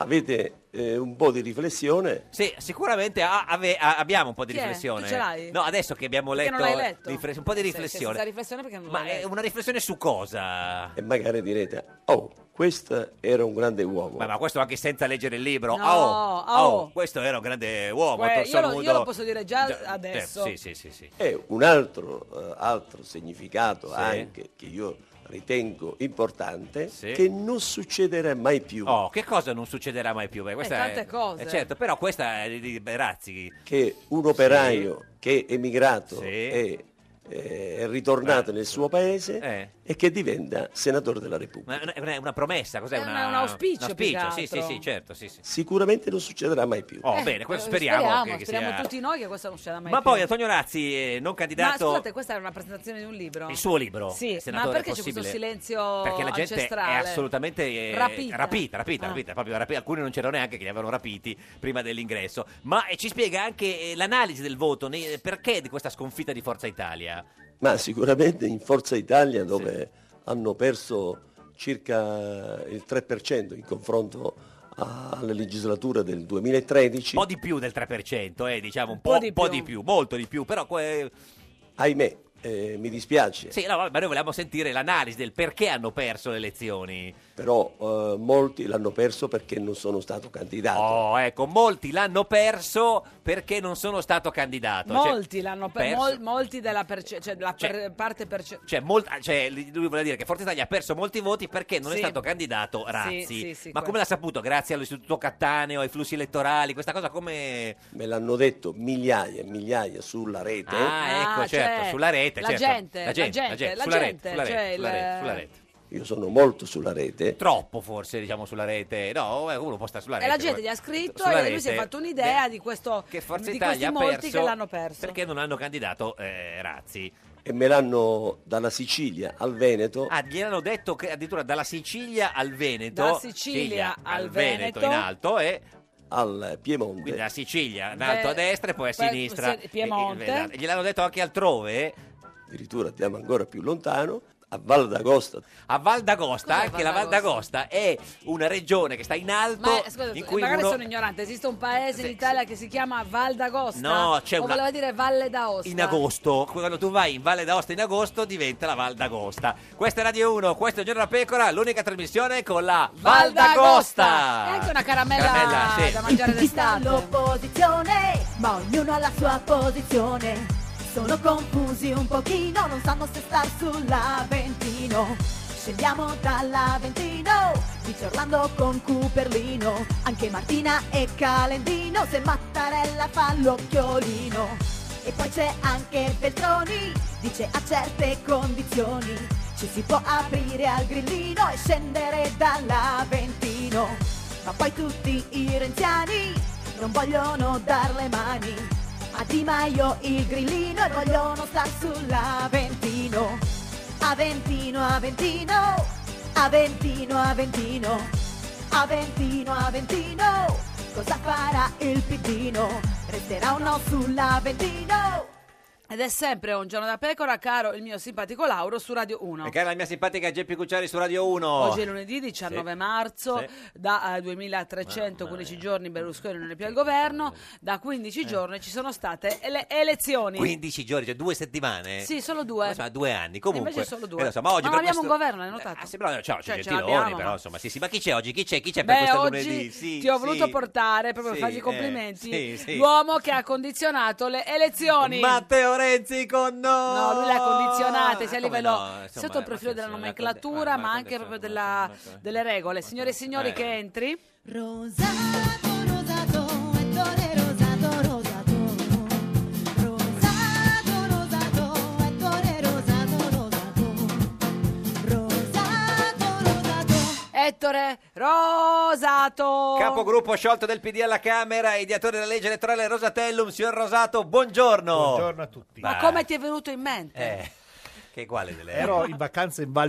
Speaker 6: avete eh, un po' di riflessione.
Speaker 1: Sì, sicuramente a- ave- a- abbiamo un po' di
Speaker 2: Chi è?
Speaker 1: riflessione.
Speaker 2: Tu ce l'hai?
Speaker 1: No, adesso che abbiamo
Speaker 2: Perché
Speaker 1: letto,
Speaker 2: non l'hai letto?
Speaker 1: rifle- un po' di
Speaker 2: Sì, sì,
Speaker 1: riflessione.
Speaker 2: senza riflessione perché non
Speaker 1: Ma
Speaker 2: l'hai
Speaker 1: è
Speaker 2: letto.
Speaker 1: una riflessione su cosa?
Speaker 6: E magari direte, oh, questo era un grande uomo.
Speaker 1: Ma, ma questo anche senza leggere il libro.
Speaker 2: No,
Speaker 1: oh,
Speaker 2: ah, oh.
Speaker 1: oh, questo era un grande uomo.
Speaker 2: Beh,
Speaker 1: torso
Speaker 2: Eh, io lo- io
Speaker 1: nudo.
Speaker 2: lo posso dire già adesso.
Speaker 1: certo, sì, sì, sì, sì.
Speaker 6: E un altro, eh, altro significato
Speaker 1: Sì.
Speaker 6: anche che io ritengo importante,
Speaker 1: Sì.
Speaker 6: che non succederà mai più,
Speaker 1: Oh, che cosa non succederà mai più? Beh, questa
Speaker 2: tante
Speaker 1: è,
Speaker 2: cose.
Speaker 1: eh, certo, però questa è di- di Berazzi.
Speaker 6: che un operaio che è emigrato
Speaker 1: Sì.
Speaker 6: e eh, è ritornato
Speaker 1: Eh.
Speaker 6: nel suo paese
Speaker 1: Eh.
Speaker 6: e che diventa senatore della Repubblica.
Speaker 1: Ma è una- è una, promessa, cos'è?
Speaker 2: È
Speaker 1: Una-
Speaker 2: una- un auspicio,
Speaker 1: un
Speaker 2: più che
Speaker 1: sì, sì,
Speaker 2: altro.
Speaker 1: sì, certo, sì, sì.
Speaker 6: Sicuramente non succederà mai più.
Speaker 1: Oh,
Speaker 2: Eh,
Speaker 1: bene, questo
Speaker 2: eh,
Speaker 1: speriamo,
Speaker 2: Speriamo,
Speaker 1: che, che
Speaker 2: speriamo
Speaker 1: sia-
Speaker 2: tutti noi che questa non uscirà mai
Speaker 1: Ma
Speaker 2: più.
Speaker 1: poi Antonio Razzi, eh, non candidato...
Speaker 2: Ma scusate, questa era una presentazione di un libro.
Speaker 1: Il suo libro,
Speaker 2: Sì, ma
Speaker 1: senatore,
Speaker 2: perché
Speaker 1: è
Speaker 2: c'è questo
Speaker 1: possibile?
Speaker 2: silenzio
Speaker 1: Perché la gente
Speaker 2: ancestrale?
Speaker 1: è assolutamente eh,
Speaker 2: Rapita.
Speaker 1: rapita, rapita, rapita,
Speaker 2: Ah.
Speaker 1: proprio rapi- Alcuni non c'erano neanche che li avevano rapiti prima dell'ingresso. Ma eh, ci spiega anche eh, l'analisi del voto, ne- perché di questa sconfitta di Forza Italia?
Speaker 6: Ma sicuramente in Forza Italia dove hanno perso circa il 3% in confronto alla legislatura del
Speaker 1: Un
Speaker 6: 2013,
Speaker 1: po' di più del 3%, eh, diciamo, un
Speaker 2: po'
Speaker 1: po',
Speaker 2: di
Speaker 1: un po'
Speaker 2: più.
Speaker 1: di più, molto di più, però... que-
Speaker 6: ahimè, eh, mi dispiace,
Speaker 1: Sì, no, vabbè, ma noi volevamo sentire l'analisi del perché hanno perso le elezioni.
Speaker 6: però eh, molti l'hanno perso perché non sono stato candidato.
Speaker 1: Oh, ecco, molti l'hanno perso perché non sono stato candidato. Cioè-
Speaker 2: Molti l'hanno per,
Speaker 1: perso.
Speaker 2: mol- molti della perce- cioè della per- parte perce-
Speaker 1: Cioè, molt- cioè, li- lui vuole dire che Forza Italia ha perso molti voti perché non è
Speaker 2: Sì.
Speaker 1: stato candidato Razzi.
Speaker 2: Sì, sì, sì,
Speaker 1: Ma come
Speaker 2: questo.
Speaker 1: l'ha saputo? Grazie all'Istituto Cattaneo, ai flussi elettorali, questa cosa come...
Speaker 6: Me l'hanno detto migliaia e migliaia sulla rete.
Speaker 1: Ah, ecco, certo, sulla rete.
Speaker 2: cioè, la
Speaker 1: certo.
Speaker 2: gente, la gente, la
Speaker 1: sulla
Speaker 2: gente,
Speaker 1: rete, sulla
Speaker 2: cioè
Speaker 1: rete, sulla
Speaker 2: il-
Speaker 1: rete, sulla rete.
Speaker 6: Io sono molto sulla rete.
Speaker 1: Troppo forse, diciamo, sulla rete. No, eh, uno può stare sulla
Speaker 2: e
Speaker 1: rete.
Speaker 2: la gente
Speaker 1: come-
Speaker 2: gli ha scritto
Speaker 1: sulla
Speaker 2: e lui si è
Speaker 1: rete.
Speaker 2: fatto un'idea di, questo, che
Speaker 1: Forza
Speaker 2: di questi
Speaker 1: Italia ha
Speaker 2: molti
Speaker 1: perso
Speaker 2: che l'hanno perso.
Speaker 1: Perché non hanno candidato eh, Razzi.
Speaker 6: E me l'hanno dalla Sicilia al Veneto.
Speaker 1: Ah, gliel'hanno detto che addirittura dalla Sicilia al Veneto.
Speaker 6: Dalla
Speaker 2: Sicilia al
Speaker 1: Veneto. in
Speaker 2: Veneto.
Speaker 1: alto e...
Speaker 6: Al Piemonte.
Speaker 1: Quindi da Sicilia, in alto a destra e poi a
Speaker 2: Beh,
Speaker 1: sinistra.
Speaker 2: sì, Piemonte.
Speaker 1: E- e- e- Gliel'hanno detto anche altrove.
Speaker 6: Addirittura andiamo ancora più lontano, a Val d'Agosta.
Speaker 1: A Val d'Agosta,
Speaker 2: Cos'è
Speaker 1: anche la Val d'Agosta è una regione che sta in alto
Speaker 2: Ma eh, scusa,
Speaker 1: Boh, in cui
Speaker 2: magari
Speaker 1: uno...
Speaker 2: sono ignorante, esiste un paese in Italia che si chiama Val d'Agosta?
Speaker 1: No, c'è
Speaker 2: o
Speaker 1: una-
Speaker 2: voleva dire Valle d'Aosta.
Speaker 1: in agosto, quando tu vai in Valle d'Aosta in agosto diventa la Val d'Agosta. Questa è Radio 1, questo è Giorno da Pecora, l'unica trasmissione con la Val d'Agosta.
Speaker 2: È anche una caramella,
Speaker 1: Caramella, sì.
Speaker 2: da mangiare
Speaker 7: Ci sta
Speaker 2: d'estate.
Speaker 7: l'opposizione, ma ognuno ha la sua posizione. Sono confusi un pochino, non sanno se star sull'Aventino. Scendiamo dall'Aventino, dice Orlando con Cuperlino. Anche Martina e Calendino, se Mattarella fa l'occhiolino. E poi c'è anche Veltroni, dice a certe condizioni ci si può aprire al grillino e scendere dall'Aventino. Ma poi tutti i renziani non vogliono dar le mani a Di Maio il grillino e vogliono star sull'Aventino. Aventino, Aventino, Aventino, Aventino, Aventino, Aventino, cosa farà il pittino? Resterà o no sull'Aventino?
Speaker 2: Ed è sempre un giorno da pecora, caro il mio simpatico Lauro su Radio 1.
Speaker 1: E cara la mia simpatica Geppi Cucciari su Radio 1.
Speaker 2: Oggi è lunedì 19 marzo,
Speaker 1: Sì.
Speaker 2: da eh, 2315 giorni Berlusconi non è più al governo, da
Speaker 1: Eh.
Speaker 2: 15 giorni ci sono state le elezioni.
Speaker 1: 15 giorni, cioè due settimane.
Speaker 2: Sì, solo due.
Speaker 1: Insomma, due anni, comunque.
Speaker 2: Invece solo due.
Speaker 1: Eh, insomma, oggi
Speaker 2: ma
Speaker 1: per
Speaker 2: non abbiamo
Speaker 1: questo-
Speaker 2: un governo, l'hai notato?
Speaker 1: Ah, sì, però, no, c'è
Speaker 2: Cioè, ce
Speaker 1: Gentiloni,
Speaker 2: l'abbiamo,
Speaker 1: eh, però
Speaker 2: ma-
Speaker 1: insomma, sì, sì, ma chi c'è oggi? Chi c'è? Chi c'è per
Speaker 2: Beh,
Speaker 1: questo
Speaker 2: oggi
Speaker 1: lunedì? Sì,
Speaker 2: ti ho
Speaker 1: sì.
Speaker 2: voluto portare proprio
Speaker 1: Sì,
Speaker 2: per fargli
Speaker 1: eh,
Speaker 2: complimenti
Speaker 1: sì, sì.
Speaker 2: l'uomo che ha condizionato le elezioni.
Speaker 1: Matteo Renzi con noi.
Speaker 2: No, lui le ha condizionate sia
Speaker 1: Come
Speaker 2: a livello
Speaker 1: no, insomma,
Speaker 2: sotto il profilo della
Speaker 1: attenzione,
Speaker 2: nomenclatura,
Speaker 1: ma-
Speaker 2: ma anche proprio della- delle regole. Signore e signori,
Speaker 1: eh.
Speaker 2: che entri. Ettore Rosato.
Speaker 1: Capogruppo sciolto del PD alla Camera, ideatore della legge elettorale Rosatellum, signor Rosato, buongiorno.
Speaker 8: Buongiorno
Speaker 1: a tutti.
Speaker 2: Ma come ti è venuto in mente?
Speaker 1: Eh, che quale delle
Speaker 8: Ero in Eh, vacanza in Val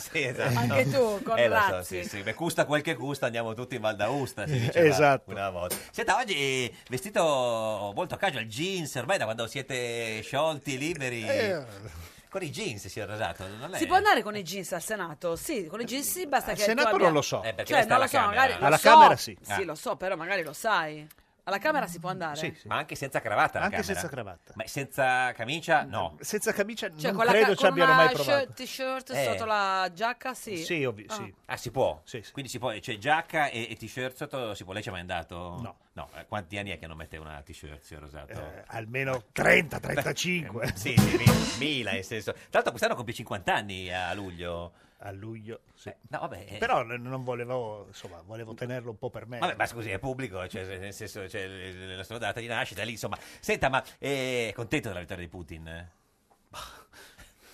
Speaker 1: Sì, esatto.
Speaker 2: Anche tu, con
Speaker 1: Eh, lo so,
Speaker 2: Razzi.
Speaker 1: sì, sì. Beh, custa quel che custa, andiamo tutti in Val d'Austa, si diceva
Speaker 8: Esatto.
Speaker 1: una volta. Senta, oggi eh, vestito molto casual, jeans, ormai da quando siete sciolti, liberi.
Speaker 8: Eh.
Speaker 1: Con i jeans, signor Rosato, non è...
Speaker 2: Si può andare con i jeans al Senato? Sì, con i jeans sì, basta che tu
Speaker 8: Senato
Speaker 2: abbia-
Speaker 8: non lo so.
Speaker 1: Eh, perché
Speaker 2: Cioè,
Speaker 1: lei sta
Speaker 2: non lo
Speaker 1: alla
Speaker 2: so,
Speaker 1: Camera.
Speaker 2: magari lo
Speaker 8: Alla
Speaker 2: so.
Speaker 8: Camera sì. Eh. Mm.
Speaker 2: Sì,
Speaker 1: Ah.
Speaker 2: lo so, però magari lo sai. Alla Camera si può andare?
Speaker 8: Sì, sì.
Speaker 1: Ma anche senza cravatta alla
Speaker 8: Anche
Speaker 1: Camera?
Speaker 8: senza cravatta.
Speaker 1: Ma senza camicia? No.
Speaker 8: Senza camicia
Speaker 2: Cioè,
Speaker 8: non
Speaker 2: con la
Speaker 8: credo
Speaker 2: ca-
Speaker 8: ci abbiano
Speaker 2: con una
Speaker 8: mai provato.
Speaker 2: shirt- t-shirt
Speaker 1: Eh.
Speaker 2: sotto la giacca, sì.
Speaker 8: Sì, ovvi-
Speaker 2: Ah.
Speaker 8: sì.
Speaker 1: Ah, si può?
Speaker 8: Sì, sì.
Speaker 1: Quindi si può, c'è giacca e, e t-shirt sotto, si può, lei ci ha mai andato?
Speaker 8: No.
Speaker 1: eh, quanti anni è che non mette una t-shirt, signor Rosato?
Speaker 8: Eh, almeno 30, 35.
Speaker 1: Sì, sì, mi- mila, nel senso. Tra l'altro quest'anno compie 50 anni a luglio.
Speaker 8: A luglio, sì.
Speaker 1: Eh, no, vabbè. eh,
Speaker 8: Però eh. n- non volevo, insomma, volevo tenerlo un po' per me.
Speaker 1: Vabbè, ma scusi, è pubblico, cioè, nel senso, cioè, l- l- la sua data di nascita, lì, insomma. Senta, ma eh, è contento della vittoria di Putin?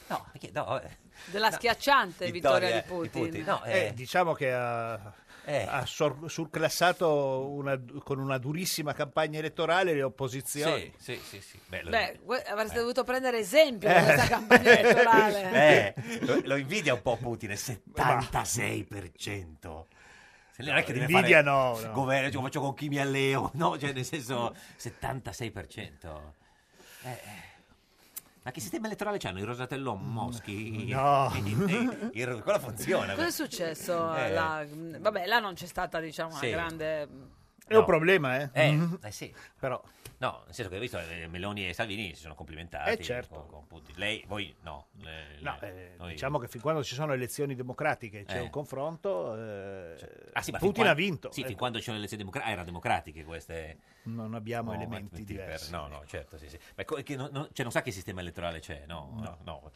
Speaker 1: No, perché no. eh.
Speaker 2: Della
Speaker 1: No.
Speaker 2: schiacciante vittoria, di Putin.
Speaker 1: No,
Speaker 8: Eh,
Speaker 1: eh,
Speaker 8: diciamo che ha,
Speaker 1: Eh.
Speaker 8: ha sor- surclassato una- con una durissima campagna elettorale le opposizioni.
Speaker 1: sì, sì, sì, sì. Beh, lo-
Speaker 2: Beh, que- avreste dovuto prendere esempio da questa campagna elettorale.
Speaker 1: Eh, lo, lo invidia un po' Putin, è 76%. Se lei non è che deve fare
Speaker 8: Invidia no, no.
Speaker 1: governo, cioè, lo faccio con Kimi Alleo, no? Cioè, nel senso, 76%. Eh, eh. Ma che sistema elettorale c'hanno? Il Rosatellon Moschi?
Speaker 8: Mm. No.
Speaker 1: Il- il- quello funziona.
Speaker 2: Cosa è successo?
Speaker 1: Eh.
Speaker 2: alla- Vabbè, là non c'è stata, diciamo, una
Speaker 1: Sì.
Speaker 2: grande...
Speaker 8: È un problema, eh?
Speaker 1: Eh,
Speaker 8: Mhm.
Speaker 1: eh sì.
Speaker 8: Però...
Speaker 1: No, nel senso che hai visto eh, Meloni e Salvini si sono complimentati.
Speaker 8: Eh, certo.
Speaker 1: con- con Putin. Lei, voi no. Le-
Speaker 8: No,
Speaker 1: le-
Speaker 8: eh,
Speaker 1: noi-
Speaker 8: diciamo che fin quando ci sono elezioni democratiche c'è
Speaker 1: Eh.
Speaker 8: un confronto, eh,
Speaker 1: Ah, sì, ma fin
Speaker 8: Putin
Speaker 1: quan-
Speaker 8: ha vinto.
Speaker 1: Sì, fin
Speaker 8: Ecco,
Speaker 1: quando c'erano le elezioni democratiche, erano democratiche queste.
Speaker 8: non abbiamo
Speaker 1: No,
Speaker 8: elementi
Speaker 1: altrimenti per-
Speaker 8: diversi.
Speaker 1: no, no, certo, sì, sì. Ma co- che non, non- cioè, non sa che sistema elettorale c'è, no? No. no.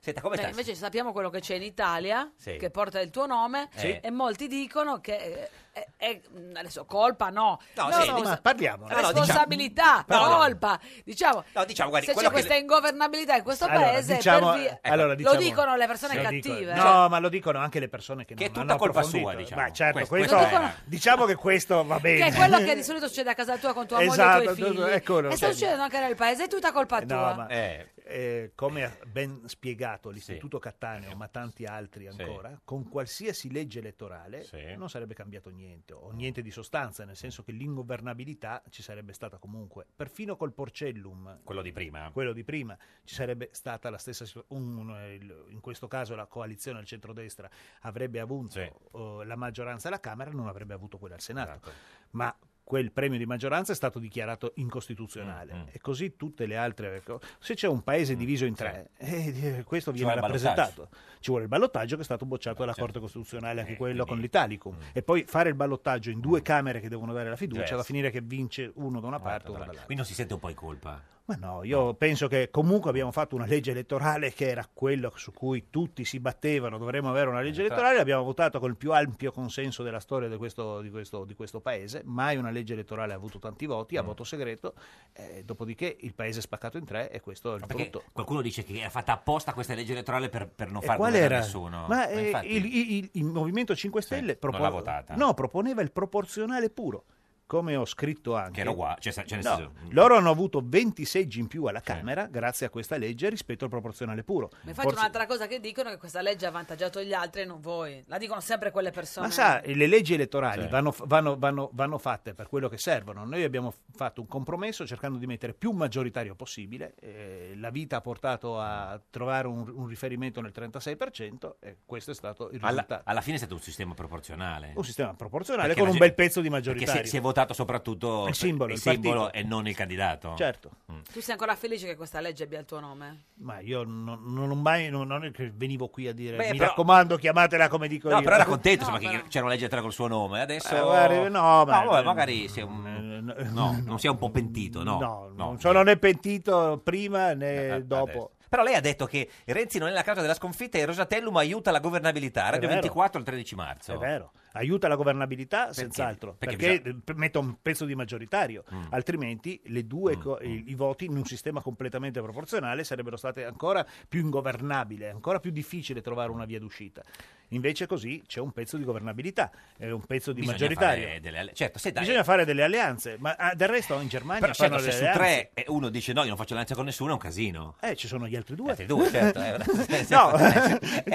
Speaker 1: Senta, come
Speaker 2: Beh,
Speaker 1: sta?
Speaker 2: invece sappiamo quello che c'è in Italia,
Speaker 1: Sì. Eh.
Speaker 2: che porta il tuo nome,
Speaker 1: Sì.
Speaker 2: e molti dicono che eh, è, è- mh, adesso colpa no,
Speaker 1: No,
Speaker 2: Però
Speaker 1: sì,
Speaker 2: scusa,
Speaker 1: ma
Speaker 8: parliamo.
Speaker 1: No, no, diciamo-
Speaker 2: responsabilità,
Speaker 1: No, no.
Speaker 2: colpa, diciamo,
Speaker 1: No, diciamo, guardi,
Speaker 2: se
Speaker 1: quello
Speaker 2: c'è
Speaker 1: che-
Speaker 2: questa ingovernabilità in questo
Speaker 8: Allora,
Speaker 2: paese, è
Speaker 8: diciamo-
Speaker 2: per via-
Speaker 8: eh, allora,
Speaker 2: lo
Speaker 8: diciamo-
Speaker 2: dicono le persone
Speaker 8: Sì, lo dicono-
Speaker 2: cattive. eh. Cioè
Speaker 8: No, ma lo dicono anche le persone
Speaker 1: Che
Speaker 8: che,
Speaker 1: è
Speaker 8: non
Speaker 1: tutta
Speaker 8: hanno
Speaker 1: colpa
Speaker 8: approfondito.
Speaker 1: sua, diciamo.
Speaker 8: Ma certo,
Speaker 1: Questo-
Speaker 8: questo,
Speaker 1: questo era.
Speaker 8: diciamo che questo va bene.
Speaker 2: Che è quello che di solito succede a casa tua con tua moglie e
Speaker 8: Eh. Esatto,
Speaker 2: i tuoi figli.
Speaker 8: ecco,
Speaker 2: e sta
Speaker 8: cioè-
Speaker 2: succedendo anche nel paese, è tutta colpa
Speaker 8: No,
Speaker 2: tua.
Speaker 8: ma, eh, come ha ben spiegato l'Istituto Cattaneo, ma tanti altri ancora, con qualsiasi legge elettorale non sarebbe cambiato niente, o niente di sostanza, nel senso che l'ingovernabilità ci sarebbe stata comunque. Perfino col Porcellum,
Speaker 1: Quello di prima.
Speaker 8: quello di prima, ci sarebbe stata la stessa situazione. in questo caso la coalizione al centrodestra avrebbe avuto eh, la maggioranza alla Camera, non avrebbe avuto quella al Senato.
Speaker 1: Esatto.
Speaker 8: Ma quel premio di maggioranza è stato dichiarato
Speaker 1: Mm,
Speaker 8: incostituzionale e così tutte le altre co- se c'è un paese diviso in tre eh, eh, questo
Speaker 1: Ci
Speaker 8: viene
Speaker 1: vuole il ballottaggio.
Speaker 8: rappresentato ci vuole il ballottaggio che è stato bocciato dalla Corte Costituzionale anche quello con l'Italicum e poi fare il ballottaggio in due Camere che devono dare la fiducia
Speaker 1: Diverso.
Speaker 8: va a finire che vince uno da una parte uno dall'altra
Speaker 1: Quindi non si sente un po' in colpa.
Speaker 8: ma no, io penso che comunque abbiamo fatto una legge elettorale che era quello su cui tutti si battevano, dovremmo avere una
Speaker 1: Eh,
Speaker 8: legge
Speaker 1: esatto.
Speaker 8: elettorale, abbiamo votato col più ampio consenso della storia di questo, di questo- di questo paese, mai una legge elettorale ha avuto tanti voti, a voto segreto, eh, dopodiché il paese è spaccato in tre e questo è il
Speaker 1: Perché
Speaker 8: brutto.
Speaker 1: qualcuno dice che è fatta apposta questa legge elettorale per, per non
Speaker 8: E
Speaker 1: far
Speaker 8: qual
Speaker 1: guardare
Speaker 8: era?
Speaker 1: nessuno.
Speaker 8: Ma, eh,
Speaker 1: infatti-
Speaker 8: il, il- il Movimento 5 Stelle propo-
Speaker 1: l'ha votata.
Speaker 8: no, proponeva il proporzionale puro, come ho scritto anche.
Speaker 1: Che era uguale, cioè, sa- cioè, nel
Speaker 8: No,
Speaker 1: senso-
Speaker 8: loro hanno avuto 20 seggi in più alla Camera grazie a questa legge rispetto al proporzionale puro.
Speaker 2: Ma infatti
Speaker 8: Forse-
Speaker 2: un'altra cosa che dicono è che questa legge ha avvantaggiato gli altri e non voi. La dicono sempre quelle persone.
Speaker 8: Ma sa, le leggi elettorali vanno, vanno- vanno- vanno fatte per quello che servono. Noi abbiamo f- fatto un compromesso cercando di mettere più maggioritario possibile. eh, la vita ha portato a trovare un, un riferimento nel 36% e questo è stato il risultato.
Speaker 1: alla, alla fine è stato un sistema proporzionale.
Speaker 8: Un sistema proporzionale
Speaker 1: Perché
Speaker 8: con
Speaker 1: la
Speaker 8: un
Speaker 1: gen-
Speaker 8: bel pezzo di maggioritario.
Speaker 1: Perché si, si è votato soprattutto
Speaker 8: Il simbolo, il
Speaker 1: simbolo
Speaker 8: partito.
Speaker 1: e non il candidato. Mm.
Speaker 8: Certo.
Speaker 2: Tu sei ancora felice che questa legge abbia il tuo nome?
Speaker 8: Ma io non, non ho mai, non, non è che venivo qui a dire
Speaker 2: Beh,
Speaker 8: mi
Speaker 2: però-
Speaker 8: raccomando, chiamatela come dico
Speaker 1: No,
Speaker 8: io.
Speaker 1: però era contento insomma, che c'era una legge elettorale col suo nome. Adesso.
Speaker 8: Eh, guardi, no, eh, ma-
Speaker 1: vabbè, magari si è
Speaker 8: eh,
Speaker 1: un- no, non si è un po' pentito, no?
Speaker 8: No,
Speaker 1: No. Eh,
Speaker 8: non sono né pentito prima né dopo.
Speaker 1: Però lei ha detto che Renzi non è la causa della sconfitta e Rosatellum aiuta la governabilità. Radio
Speaker 8: vero.
Speaker 1: 24 il 13 marzo.
Speaker 8: È vero. Aiuta la governabilità, senz'altro,
Speaker 1: Certo. Perché Mm.
Speaker 8: perché, eh, mette un pezzo di maggioritario, altrimenti le due co- i, i voti in un sistema completamente proporzionale sarebbero state ancora più ingovernabili, ancora più difficile trovare una via d'uscita. Invece così c'è un pezzo di governabilità, è un pezzo di
Speaker 1: Bisogna
Speaker 8: maggioritario.
Speaker 1: fare delle alle- certo, se dai-
Speaker 8: Bisogna fare delle alleanze, ma ah, del resto in Germania
Speaker 1: Però
Speaker 8: fanno
Speaker 1: certo, se
Speaker 8: delle
Speaker 1: su
Speaker 8: alleanze.
Speaker 1: tre e uno dice no, io non faccio alleanza con nessuno, è un casino.
Speaker 8: Eh, ci sono gli altri due.
Speaker 1: Gli altri due, certo, eh.
Speaker 8: no,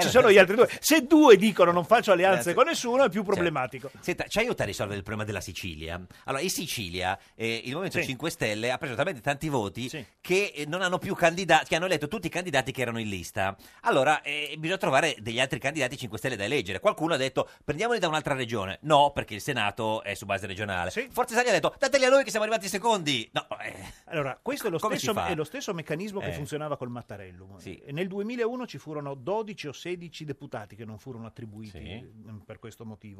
Speaker 8: ci sono gli altri due. Se due dicono non
Speaker 1: Eh,
Speaker 8: faccio alleanze con nessuno è più problematico.
Speaker 1: Certo. Senta, ci aiuta a risolvere il problema della Sicilia. Allora, in Sicilia eh, il Movimento
Speaker 8: Sì.
Speaker 1: 5 Stelle ha preso talmente tanti voti che eh, non hanno più candidati, che hanno eletto tutti i candidati che erano in lista. Allora, eh, bisogna trovare degli altri candidati 5 Stelle da eleggere. Qualcuno ha detto prendiamoli da un'altra regione. No, perché il Senato è su base regionale. Forza Italia ha detto dateli a noi che siamo arrivati secondi. No, eh,
Speaker 8: Allora, questo è lo,
Speaker 1: Come
Speaker 8: stesso,
Speaker 1: si fa?
Speaker 8: è lo stesso meccanismo che
Speaker 1: Eh.
Speaker 8: funzionava col Mattarellum.
Speaker 1: Sì.
Speaker 8: E Nel 2001 ci furono 12 o 16 deputati che non furono attribuiti
Speaker 1: Sì.
Speaker 8: eh, per questo motivo.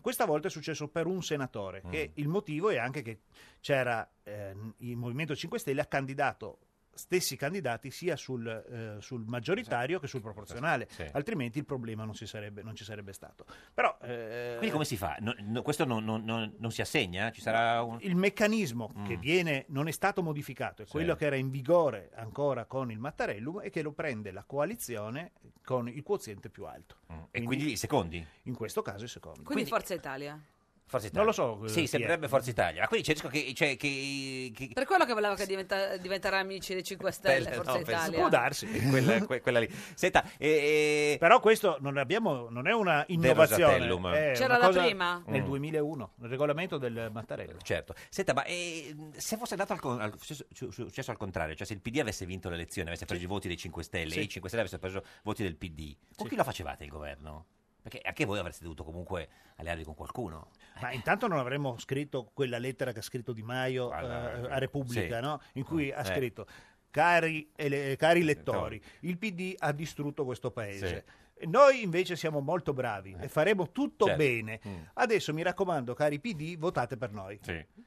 Speaker 8: Questa volta è successo per un
Speaker 1: Mm.
Speaker 8: senatore, che il motivo è anche che c'era eh, il Movimento 5 Stelle ha candidato stessi candidati sia sul, eh, sul maggioritario che sul proporzionale,
Speaker 1: Esatto. Sì.
Speaker 8: altrimenti il problema non, si sarebbe, non ci sarebbe stato. Però, eh,
Speaker 1: Quindi come si fa? No- no, questo non, non- non- non si assegna? Ci sarà un...
Speaker 8: il meccanismo
Speaker 1: Mm.
Speaker 8: che viene non è stato modificato, è quello che era in vigore ancora con il Mattarellum e che lo prende la coalizione con il quoziente più alto.
Speaker 1: Mm. E quindi i secondi?
Speaker 8: In questo caso i secondi.
Speaker 2: Quindi, Forza Italia.
Speaker 1: Forza
Speaker 8: Non
Speaker 1: Italia.
Speaker 8: lo so, eh, chi
Speaker 1: Sì,
Speaker 8: è.
Speaker 1: sembrerebbe Forza Italia. Ma quindi c'è il rischio che... cioè, che- che-
Speaker 2: Per quello che voleva che diventa- diventare amici dei 5 Stelle,
Speaker 1: Bella,
Speaker 2: Forza
Speaker 1: no, penso-
Speaker 2: Italia.
Speaker 8: Può darsi.
Speaker 1: quella, que- quella lì. Senta, eh, e,
Speaker 8: Però questo non, abbiamo, non è una innovazione.
Speaker 1: Rosatellum.
Speaker 8: è
Speaker 2: C'era
Speaker 8: una
Speaker 2: la
Speaker 8: cosa
Speaker 2: prima?
Speaker 8: Nel
Speaker 1: Mm.
Speaker 8: 2001, nel regolamento del Mattarellum.
Speaker 1: Certo. Senta, ma eh, se fosse andato al, con- al- successo- su- successo al contrario, cioè se il PD avesse vinto le elezioni, avesse preso i voti dei 5 Stelle
Speaker 8: Sì.
Speaker 1: e i 5 Stelle avessero preso i voti del PD, con
Speaker 8: Sì.
Speaker 1: chi lo facevate il governo? Perché anche voi avreste dovuto comunque allearvi con qualcuno.
Speaker 8: Ma intanto non avremmo scritto quella lettera che ha scritto Di Maio
Speaker 1: Guarda,
Speaker 8: eh, a Repubblica,
Speaker 1: sì.
Speaker 8: no? in cui ha
Speaker 1: Eh.
Speaker 8: scritto cari, ele- cari lettori, il PD ha distrutto questo paese. Noi invece siamo molto bravi e faremo tutto
Speaker 1: Eh. Certo.
Speaker 8: bene.
Speaker 1: Mm.
Speaker 8: Adesso mi raccomando, cari PD, votate per noi.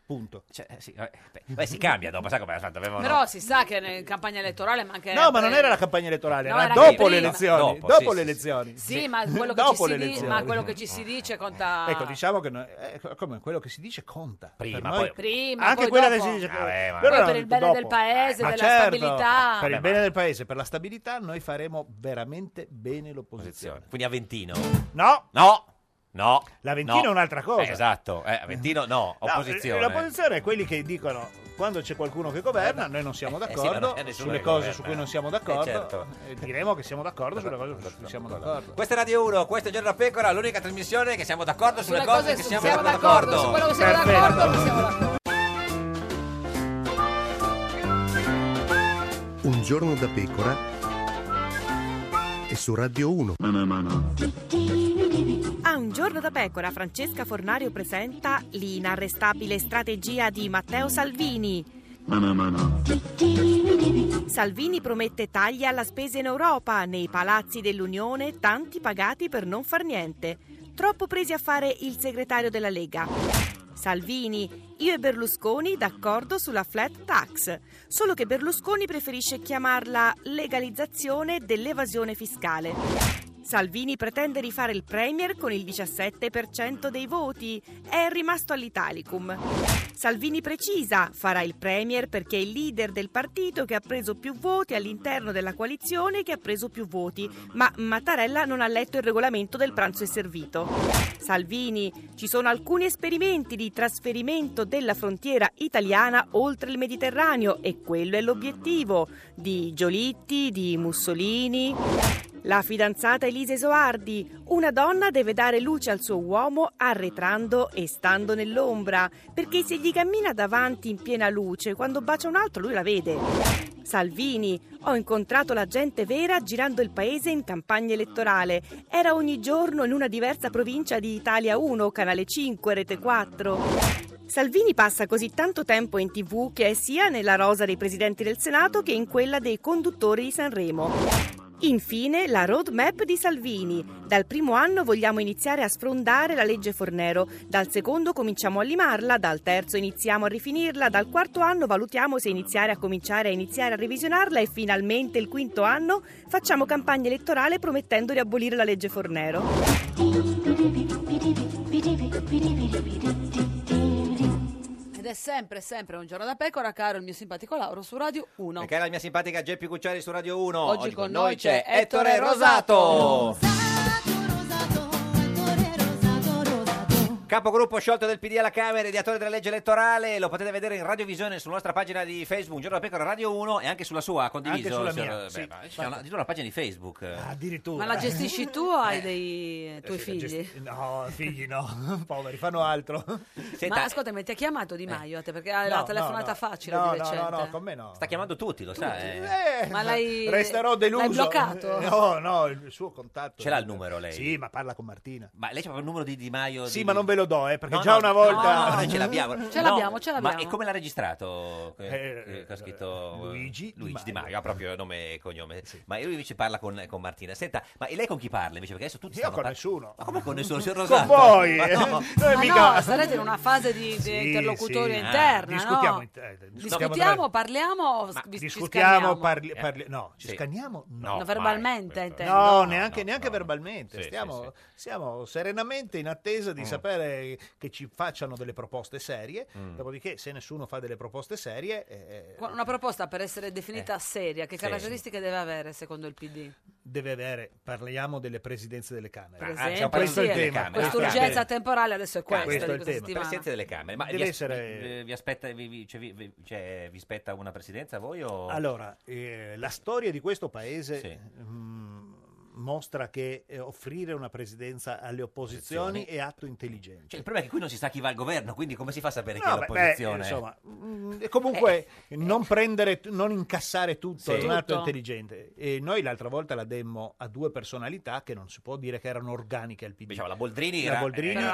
Speaker 8: Punto.
Speaker 1: Cioè, eh, Beh, si cambia dopo, sai come avevano...
Speaker 2: Però si sa che in campagna elettorale manca
Speaker 8: No, ma non era la campagna elettorale,
Speaker 2: No,
Speaker 8: era,
Speaker 2: era anche
Speaker 8: dopo
Speaker 2: prima.
Speaker 8: le elezioni.
Speaker 1: Dopo,
Speaker 8: Dopo,
Speaker 1: sì,
Speaker 8: le
Speaker 1: sì,
Speaker 8: elezioni.
Speaker 2: Sì, ma quello, che ci
Speaker 8: dopo
Speaker 2: si
Speaker 8: le
Speaker 2: di-
Speaker 8: elezioni.
Speaker 2: ma quello che ci si dice conta...
Speaker 8: Ecco, diciamo che no- eh, come quello che si dice conta.
Speaker 1: Prima,
Speaker 8: Per noi-
Speaker 1: poi-
Speaker 2: Prima,
Speaker 8: anche
Speaker 2: poi
Speaker 8: quella
Speaker 2: dopo.
Speaker 8: che si dice
Speaker 1: Vabbè, ma-
Speaker 8: Loro
Speaker 2: Poi per
Speaker 8: hanno
Speaker 2: il
Speaker 8: detto
Speaker 2: bene del
Speaker 8: dopo.
Speaker 2: paese,
Speaker 8: Ma
Speaker 2: della
Speaker 8: certo,
Speaker 2: stabilità.
Speaker 8: Per il
Speaker 1: Vabbè,
Speaker 8: bene del paese, per la stabilità, noi faremo veramente bene l'opposizione.
Speaker 1: Quindi Aventino.
Speaker 8: No,
Speaker 1: No, no.
Speaker 8: L'Aventino
Speaker 1: no.
Speaker 8: è un'altra cosa.
Speaker 1: Eh, esatto, eh, Aventino no,
Speaker 8: No, eh,
Speaker 1: opposizione.
Speaker 8: l'opposizione è quelli che dicono quando c'è qualcuno che governa, noi non siamo
Speaker 1: eh, sì, ma
Speaker 8: d'accordo
Speaker 1: non c'è nessuno
Speaker 8: sulle
Speaker 1: che
Speaker 8: cose
Speaker 1: governa.
Speaker 8: su cui non siamo
Speaker 1: Eh, certo.
Speaker 8: d'accordo. e diremo che siamo d'accordo sulle cose su cui siamo d'accordo.
Speaker 1: Questa è Radio 1, questa è Giorno da Pecora, l'unica trasmissione che siamo d'accordo sulle,
Speaker 2: Sulle
Speaker 1: cose,
Speaker 2: cose
Speaker 1: che
Speaker 2: su-
Speaker 1: siamo,
Speaker 2: siamo
Speaker 1: d'accordo.
Speaker 2: d'accordo, su quello che siamo d'accordo non siamo d'accordo.
Speaker 9: Un giorno da pecora e su Radio 1.
Speaker 10: A un giorno da pecora, Francesca Fornario presenta l'inarrestabile strategia di Matteo Salvini. Salvini promette tagli alla spesa in Europa, nei palazzi dell'Unione tanti pagati per non far niente. Troppo presi a fare il segretario della Lega. Salvini, io e Berlusconi d'accordo sulla flat tax, solo che Berlusconi preferisce chiamarla legalizzazione dell'evasione fiscale. Salvini pretende di fare il Premier con il 17% dei voti, è rimasto all'Italicum. Salvini precisa, farà il Premier perché è il leader del partito che ha preso più voti all'interno della coalizione che ha preso più voti, ma Mattarella non ha letto il regolamento del pranzo e servito. Salvini, ci sono alcuni esperimenti di trasferimento della frontiera italiana oltre il Mediterraneo e quello è l'obiettivo di Giolitti, di Mussolini. La fidanzata Elisa Esoardi. Una donna deve dare luce al suo uomo arretrando e stando nell'ombra, perché se gli cammina davanti in piena luce, quando bacia un altro lui la vede. Salvini. Ho incontrato la gente vera girando il paese in campagna elettorale. Era ogni giorno in una diversa provincia di Italia 1, Canale 5, Rete 4. Salvini passa così tanto tempo in tv che è sia nella rosa dei presidenti del Senato che in quella dei conduttori di Sanremo. Infine la roadmap di Salvini. Dal primo anno vogliamo iniziare a sfrondare la legge Fornero, dal secondo cominciamo a limarla, dal terzo iniziamo a rifinirla, dal quarto anno valutiamo se iniziare a cominciare a iniziare a revisionarla e finalmente il quinto anno facciamo campagna elettorale promettendo di abolire la legge Fornero.
Speaker 2: Ed è sempre, sempre un giorno da pecora, caro il mio simpatico Lauro su Radio 1.
Speaker 1: Perché era la mia simpatica Geppi Cucciari su Radio 1.
Speaker 2: Oggi con noi c'è
Speaker 1: Ettore
Speaker 2: Ettore
Speaker 1: Rosato. Capogruppo sciolto del PD alla Camera, ideatore della legge elettorale, lo potete vedere in radiovisione sulla nostra pagina di Facebook, Giorno da Pecora Radio 1 e anche sulla sua, ha condiviso.
Speaker 8: Anche sulla
Speaker 1: signor-
Speaker 8: mia,
Speaker 1: beh,
Speaker 8: sì. Ah,
Speaker 1: ma c'è una, addirittura una pagina di Facebook.
Speaker 8: Addirittura.
Speaker 2: Ma la gestisci tu o hai dei tuoi
Speaker 8: Eh. Sì,
Speaker 2: figli?
Speaker 8: la gest- No, figli no, poveri, fanno altro.
Speaker 2: Ma ascoltami, ti ha chiamato Di Maio a te perché hai la
Speaker 8: No, no,
Speaker 2: telefonata
Speaker 8: no.
Speaker 2: facile
Speaker 8: No,
Speaker 2: di
Speaker 8: no, no,
Speaker 2: recente.
Speaker 8: no, con me no.
Speaker 1: Sta chiamando tutti, lo sa. eh.
Speaker 8: Eh,
Speaker 2: Ma l'hai-
Speaker 8: resterò deluso. Eh,
Speaker 2: l'hai bloccato?
Speaker 8: No, no, il suo contatto.
Speaker 1: Ce l'ha il numero lei?
Speaker 8: Sì, ma parla con Martina.
Speaker 1: Ma lei c'ha proprio il numero di Di Maio?
Speaker 8: Sì,
Speaker 1: di-
Speaker 8: ma non ve lo do, eh, perché
Speaker 1: No,
Speaker 8: già
Speaker 1: no,
Speaker 8: una
Speaker 1: no,
Speaker 8: volta
Speaker 1: no, no, noi ce l'abbiamo.
Speaker 2: Ce l'abbiamo, ce
Speaker 1: Ma
Speaker 2: l'abbiamo.
Speaker 1: e come l'ha registrato? Que-
Speaker 8: Eh,
Speaker 1: eh, che ha scritto eh,
Speaker 8: Luigi Di
Speaker 1: Luigi Di
Speaker 8: Maio.
Speaker 1: Maio, ha proprio nome e cognome. Ma lui invece parla con, con Martina. Senta, ma e lei con chi parla invece? Perché adesso tutti
Speaker 8: Io
Speaker 1: stanno
Speaker 8: con
Speaker 1: par-
Speaker 8: nessuno.
Speaker 1: Ma come con nessuno? Signor
Speaker 8: con
Speaker 1: Rosato?
Speaker 8: voi.
Speaker 1: Ma no.
Speaker 8: eh. Noi
Speaker 2: Ma
Speaker 8: mica-
Speaker 2: no, sarete in una fase di, di
Speaker 8: Sì,
Speaker 2: interlocutori
Speaker 8: sì.
Speaker 2: interna,
Speaker 8: Ah, discutiamo
Speaker 2: no?
Speaker 8: in- eh, discutiamo
Speaker 2: discutiamo
Speaker 8: tra-
Speaker 2: parliamo, s- vi- ci
Speaker 8: Discutiamo,
Speaker 2: scanniamo.
Speaker 8: parli- parli- no, ci
Speaker 1: Sì.
Speaker 8: scanniamo? No.
Speaker 2: No, verbalmente,
Speaker 1: mai, questo-
Speaker 2: intendo.
Speaker 8: Eh. No,
Speaker 1: no,
Speaker 8: neanche,
Speaker 1: no,
Speaker 8: neanche
Speaker 1: no.
Speaker 8: verbalmente.
Speaker 1: Sì, sì,
Speaker 8: Stiamo,
Speaker 1: sì. Mm.
Speaker 8: siamo serenamente in attesa di sapere che ci facciano delle proposte serie.
Speaker 1: Mm.
Speaker 8: Dopodiché, se nessuno fa delle proposte serie, eh,
Speaker 2: Una proposta per essere definita seria, che
Speaker 1: sì.
Speaker 2: caratteristiche deve avere secondo il PD?
Speaker 8: deve avere. Parliamo delle presidenze delle Camere.
Speaker 2: Per
Speaker 1: Ah,
Speaker 2: esempio,
Speaker 1: stiamo
Speaker 8: questo è il
Speaker 2: sì,
Speaker 8: tema,
Speaker 2: eh,
Speaker 8: questo
Speaker 2: Questa
Speaker 8: è il
Speaker 2: urgenza
Speaker 8: tema.
Speaker 2: temporale adesso è questa
Speaker 8: Questo è
Speaker 2: di
Speaker 8: il
Speaker 2: questa
Speaker 8: tema.
Speaker 2: settimana.
Speaker 1: Presidente delle Camere, ma
Speaker 8: Deve
Speaker 1: vi, as-
Speaker 8: essere-
Speaker 1: vi- vi aspetta, vi- vi- cioè, vi- vi- cioè, vi aspetta una presidenza a voi o...
Speaker 8: Allora, eh, la storia di questo paese
Speaker 1: Sì.
Speaker 8: mm, mostra che eh, offrire una presidenza alle opposizioni
Speaker 1: Opposizioni.
Speaker 8: è atto intelligente.
Speaker 1: Cioè, il problema è che qui non si sa chi va al governo, quindi come si fa a sapere chi
Speaker 8: No,
Speaker 1: è
Speaker 8: beh, beh,
Speaker 1: l'opposizione?
Speaker 8: insomma, Mm, E comunque non prendere, non incassare tutto
Speaker 1: Sì.
Speaker 8: è un atto
Speaker 1: Eh, Tutto.
Speaker 8: intelligente. E noi l'altra volta la demmo a due personalità che non si può dire che erano organiche al PD.
Speaker 1: Diciamo, la Boldrini era- era
Speaker 8: era
Speaker 1: Però la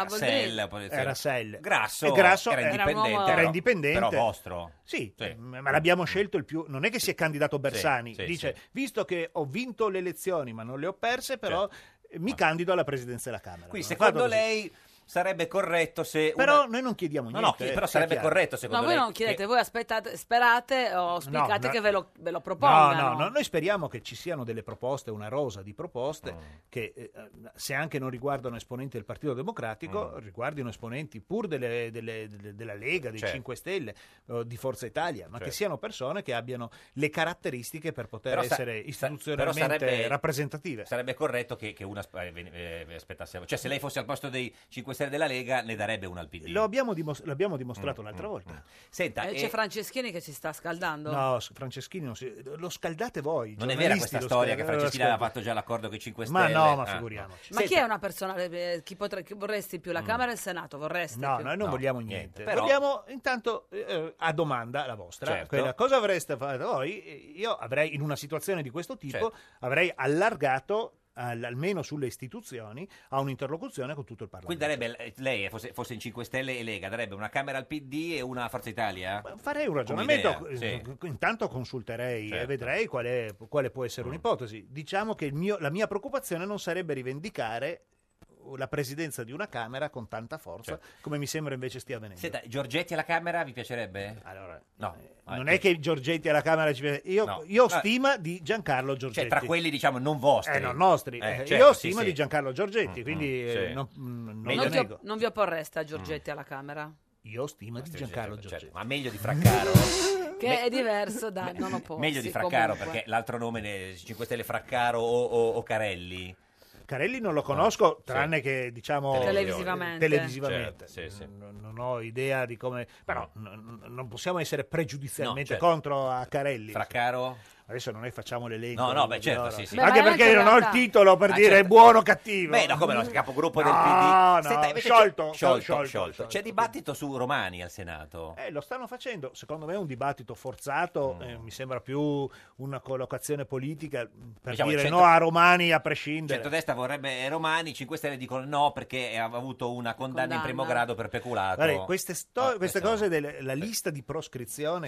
Speaker 1: Boldrini- Sell, la posizione.
Speaker 8: era Sell.
Speaker 1: Grasso
Speaker 8: E Grasso
Speaker 1: era
Speaker 8: era
Speaker 1: indipendente,
Speaker 8: era
Speaker 1: però-
Speaker 8: indipendente.
Speaker 1: però vostro.
Speaker 8: Sì,
Speaker 1: Sì.
Speaker 8: eh, ma l'abbiamo scelto il più... Non è che si è candidato Bersani.
Speaker 1: sì,
Speaker 8: Dice, visto che ho vinto le elezioni ma non le ho perse, però
Speaker 1: Certo.
Speaker 8: eh, mi candido alla presidenza della Camera.
Speaker 1: Quindi
Speaker 8: Non ho fatto
Speaker 1: secondo
Speaker 8: così.
Speaker 1: lei sarebbe corretto se... una-
Speaker 8: Però noi non chiediamo
Speaker 1: No,
Speaker 8: niente.
Speaker 1: no, chi- però
Speaker 8: eh,
Speaker 1: sarebbe
Speaker 8: sia chiaro.
Speaker 1: corretto
Speaker 2: No,
Speaker 1: secondo
Speaker 2: voi
Speaker 1: lei...
Speaker 2: non chiedete, voi aspettate, sperate o spiegate
Speaker 8: no.
Speaker 2: che ve lo, ve lo
Speaker 8: No,
Speaker 2: propongano.
Speaker 8: no, no, noi speriamo che ci siano delle proposte, una rosa di
Speaker 1: Mm.
Speaker 8: proposte che eh, se anche non riguardano esponenti del Partito
Speaker 1: Mm.
Speaker 8: Democratico, riguardino esponenti pur delle- delle- delle- della Lega, dei
Speaker 1: Certo.
Speaker 8: 5 Stelle, o di Forza Italia, ma che
Speaker 1: Certo.
Speaker 8: siano persone che abbiano le caratteristiche per poter
Speaker 1: Però sa-
Speaker 8: essere
Speaker 1: sa-
Speaker 8: istituzionalmente
Speaker 1: però sarebbe-
Speaker 8: rappresentative.
Speaker 1: Sarebbe corretto che, che una sp- eh, ven- eh, aspettasse... Cioè, se lei fosse al posto dei 5 Stelle della Lega, ne darebbe una al PD.
Speaker 8: Lo abbiamo dimos- l'abbiamo
Speaker 1: Mm,
Speaker 8: dimostrato l'altra volta.
Speaker 1: Senta,
Speaker 2: Eh,
Speaker 1: e-
Speaker 2: C'è Franceschini che si sta scaldando.
Speaker 8: No, s- Franceschini, non si- lo scaldate voi.
Speaker 1: non è
Speaker 8: giornalisti,
Speaker 1: vera questa
Speaker 8: lo
Speaker 1: storia che
Speaker 8: scaldate- lo
Speaker 1: Franceschini aveva
Speaker 8: scaldate.
Speaker 1: fatto già l'accordo con i 5
Speaker 8: Ma
Speaker 1: Stelle?
Speaker 8: no, ma
Speaker 1: Ah.
Speaker 8: figuriamoci.
Speaker 2: Ma chi è una persona eh, chi, potre- chi vorresti più, la
Speaker 8: Mm.
Speaker 2: Camera e il Senato? Vorresti
Speaker 8: No,
Speaker 2: più?
Speaker 8: noi non vogliamo niente.
Speaker 2: Però-
Speaker 8: Vogliamo intanto eh, a domanda la vostra.
Speaker 1: Certo.
Speaker 8: quella, cosa avreste fatto voi? Io avrei in una situazione di questo tipo
Speaker 1: Certo.
Speaker 8: avrei allargato al- almeno sulle istituzioni a un'interlocuzione con tutto il Parlamento.
Speaker 1: Quindi darebbe, eh, lei fosse, fosse in 5 Stelle e Lega, darebbe una Camera al PD e una a Forza Italia?
Speaker 8: Farei un ragionamento, eh, intanto consulterei e
Speaker 1: Certo. Mm.
Speaker 8: vedrei qual è- quale può essere un'ipotesi. Diciamo che il mio- la mia preoccupazione non sarebbe rivendicare la presidenza di una Camera con tanta forza,
Speaker 1: Certo.
Speaker 8: come mi sembra invece stia avvenendo.
Speaker 1: Senta, Giorgetti alla Camera vi piacerebbe?
Speaker 8: Allora, eh,
Speaker 1: no.
Speaker 8: non è che Giorgetti alla Camera ci Io,
Speaker 1: No.
Speaker 8: io ho
Speaker 1: Ah.
Speaker 8: stima di Giancarlo Giorgetti.
Speaker 1: Cioè, tra quelli, diciamo, non vostri.
Speaker 8: Eh, non nostri.
Speaker 1: Eh,
Speaker 8: Eh,
Speaker 1: certo,
Speaker 8: io ho
Speaker 1: sì,
Speaker 8: stima
Speaker 1: sì.
Speaker 8: di Giancarlo Giorgetti, quindi eh,
Speaker 1: sì.
Speaker 8: non, mm, non
Speaker 1: Meglio
Speaker 8: lo
Speaker 2: Non vi,
Speaker 8: nego.
Speaker 2: op- non vi opporreste a Giorgetti
Speaker 8: Mm.
Speaker 2: alla Camera?
Speaker 8: Io ho stima di Giancarlo Giorgetti.
Speaker 1: ma meglio di Fraccaro.
Speaker 2: Che è diverso da non opporsi.
Speaker 1: meglio di Fraccaro,
Speaker 2: Oh, comunque.
Speaker 1: perché l'altro nome ne- 5 Stelle Fraccaro o, o- o Carelli.
Speaker 8: Carelli non lo conosco, tranne che diciamo
Speaker 2: Televisivamente.
Speaker 8: televisivamente.
Speaker 1: Certo, sì, sì.
Speaker 8: Non- Non ho idea di come. Però n- n- non possiamo essere pregiudizialmente
Speaker 1: No, certo.
Speaker 8: contro a Carelli.
Speaker 1: Fraccaro?
Speaker 8: Adesso non noi facciamo l'elenco.
Speaker 1: No, no, beh, certo,
Speaker 8: allora.
Speaker 1: sì, sì.
Speaker 8: Anche
Speaker 1: Beh, ma
Speaker 8: perché
Speaker 1: anche
Speaker 8: non
Speaker 1: in
Speaker 8: ho il
Speaker 1: realtà-
Speaker 8: titolo per
Speaker 1: Ah,
Speaker 8: dire
Speaker 1: certo.
Speaker 8: buono o cattivo.
Speaker 1: Beh, no, come no, il capogruppo del
Speaker 8: No,
Speaker 1: PD.
Speaker 8: no,
Speaker 1: invece
Speaker 8: sciolto,
Speaker 1: c'è- sciolto,
Speaker 8: sciolto,
Speaker 1: sciolto. Cioè,
Speaker 8: sciolto.
Speaker 1: C'è dibattito su Romani al Senato.
Speaker 8: Eh, lo stanno facendo, secondo me è un dibattito forzato,
Speaker 1: Mm.
Speaker 8: eh, mi sembra più una collocazione politica mh, per
Speaker 1: Diciamo, il
Speaker 8: dire
Speaker 1: centro-
Speaker 8: no a Romani a
Speaker 1: Il
Speaker 8: prescindere.
Speaker 1: centrodestra Certo, vorrebbe eh, Romani, 5 Stelle dicono no perché ha avuto una condanna, in
Speaker 8: Condanna.
Speaker 1: primo grado per peculato.
Speaker 8: Guarda, queste, sto-
Speaker 1: questa
Speaker 8: queste cose, delle- la lista di proscrizione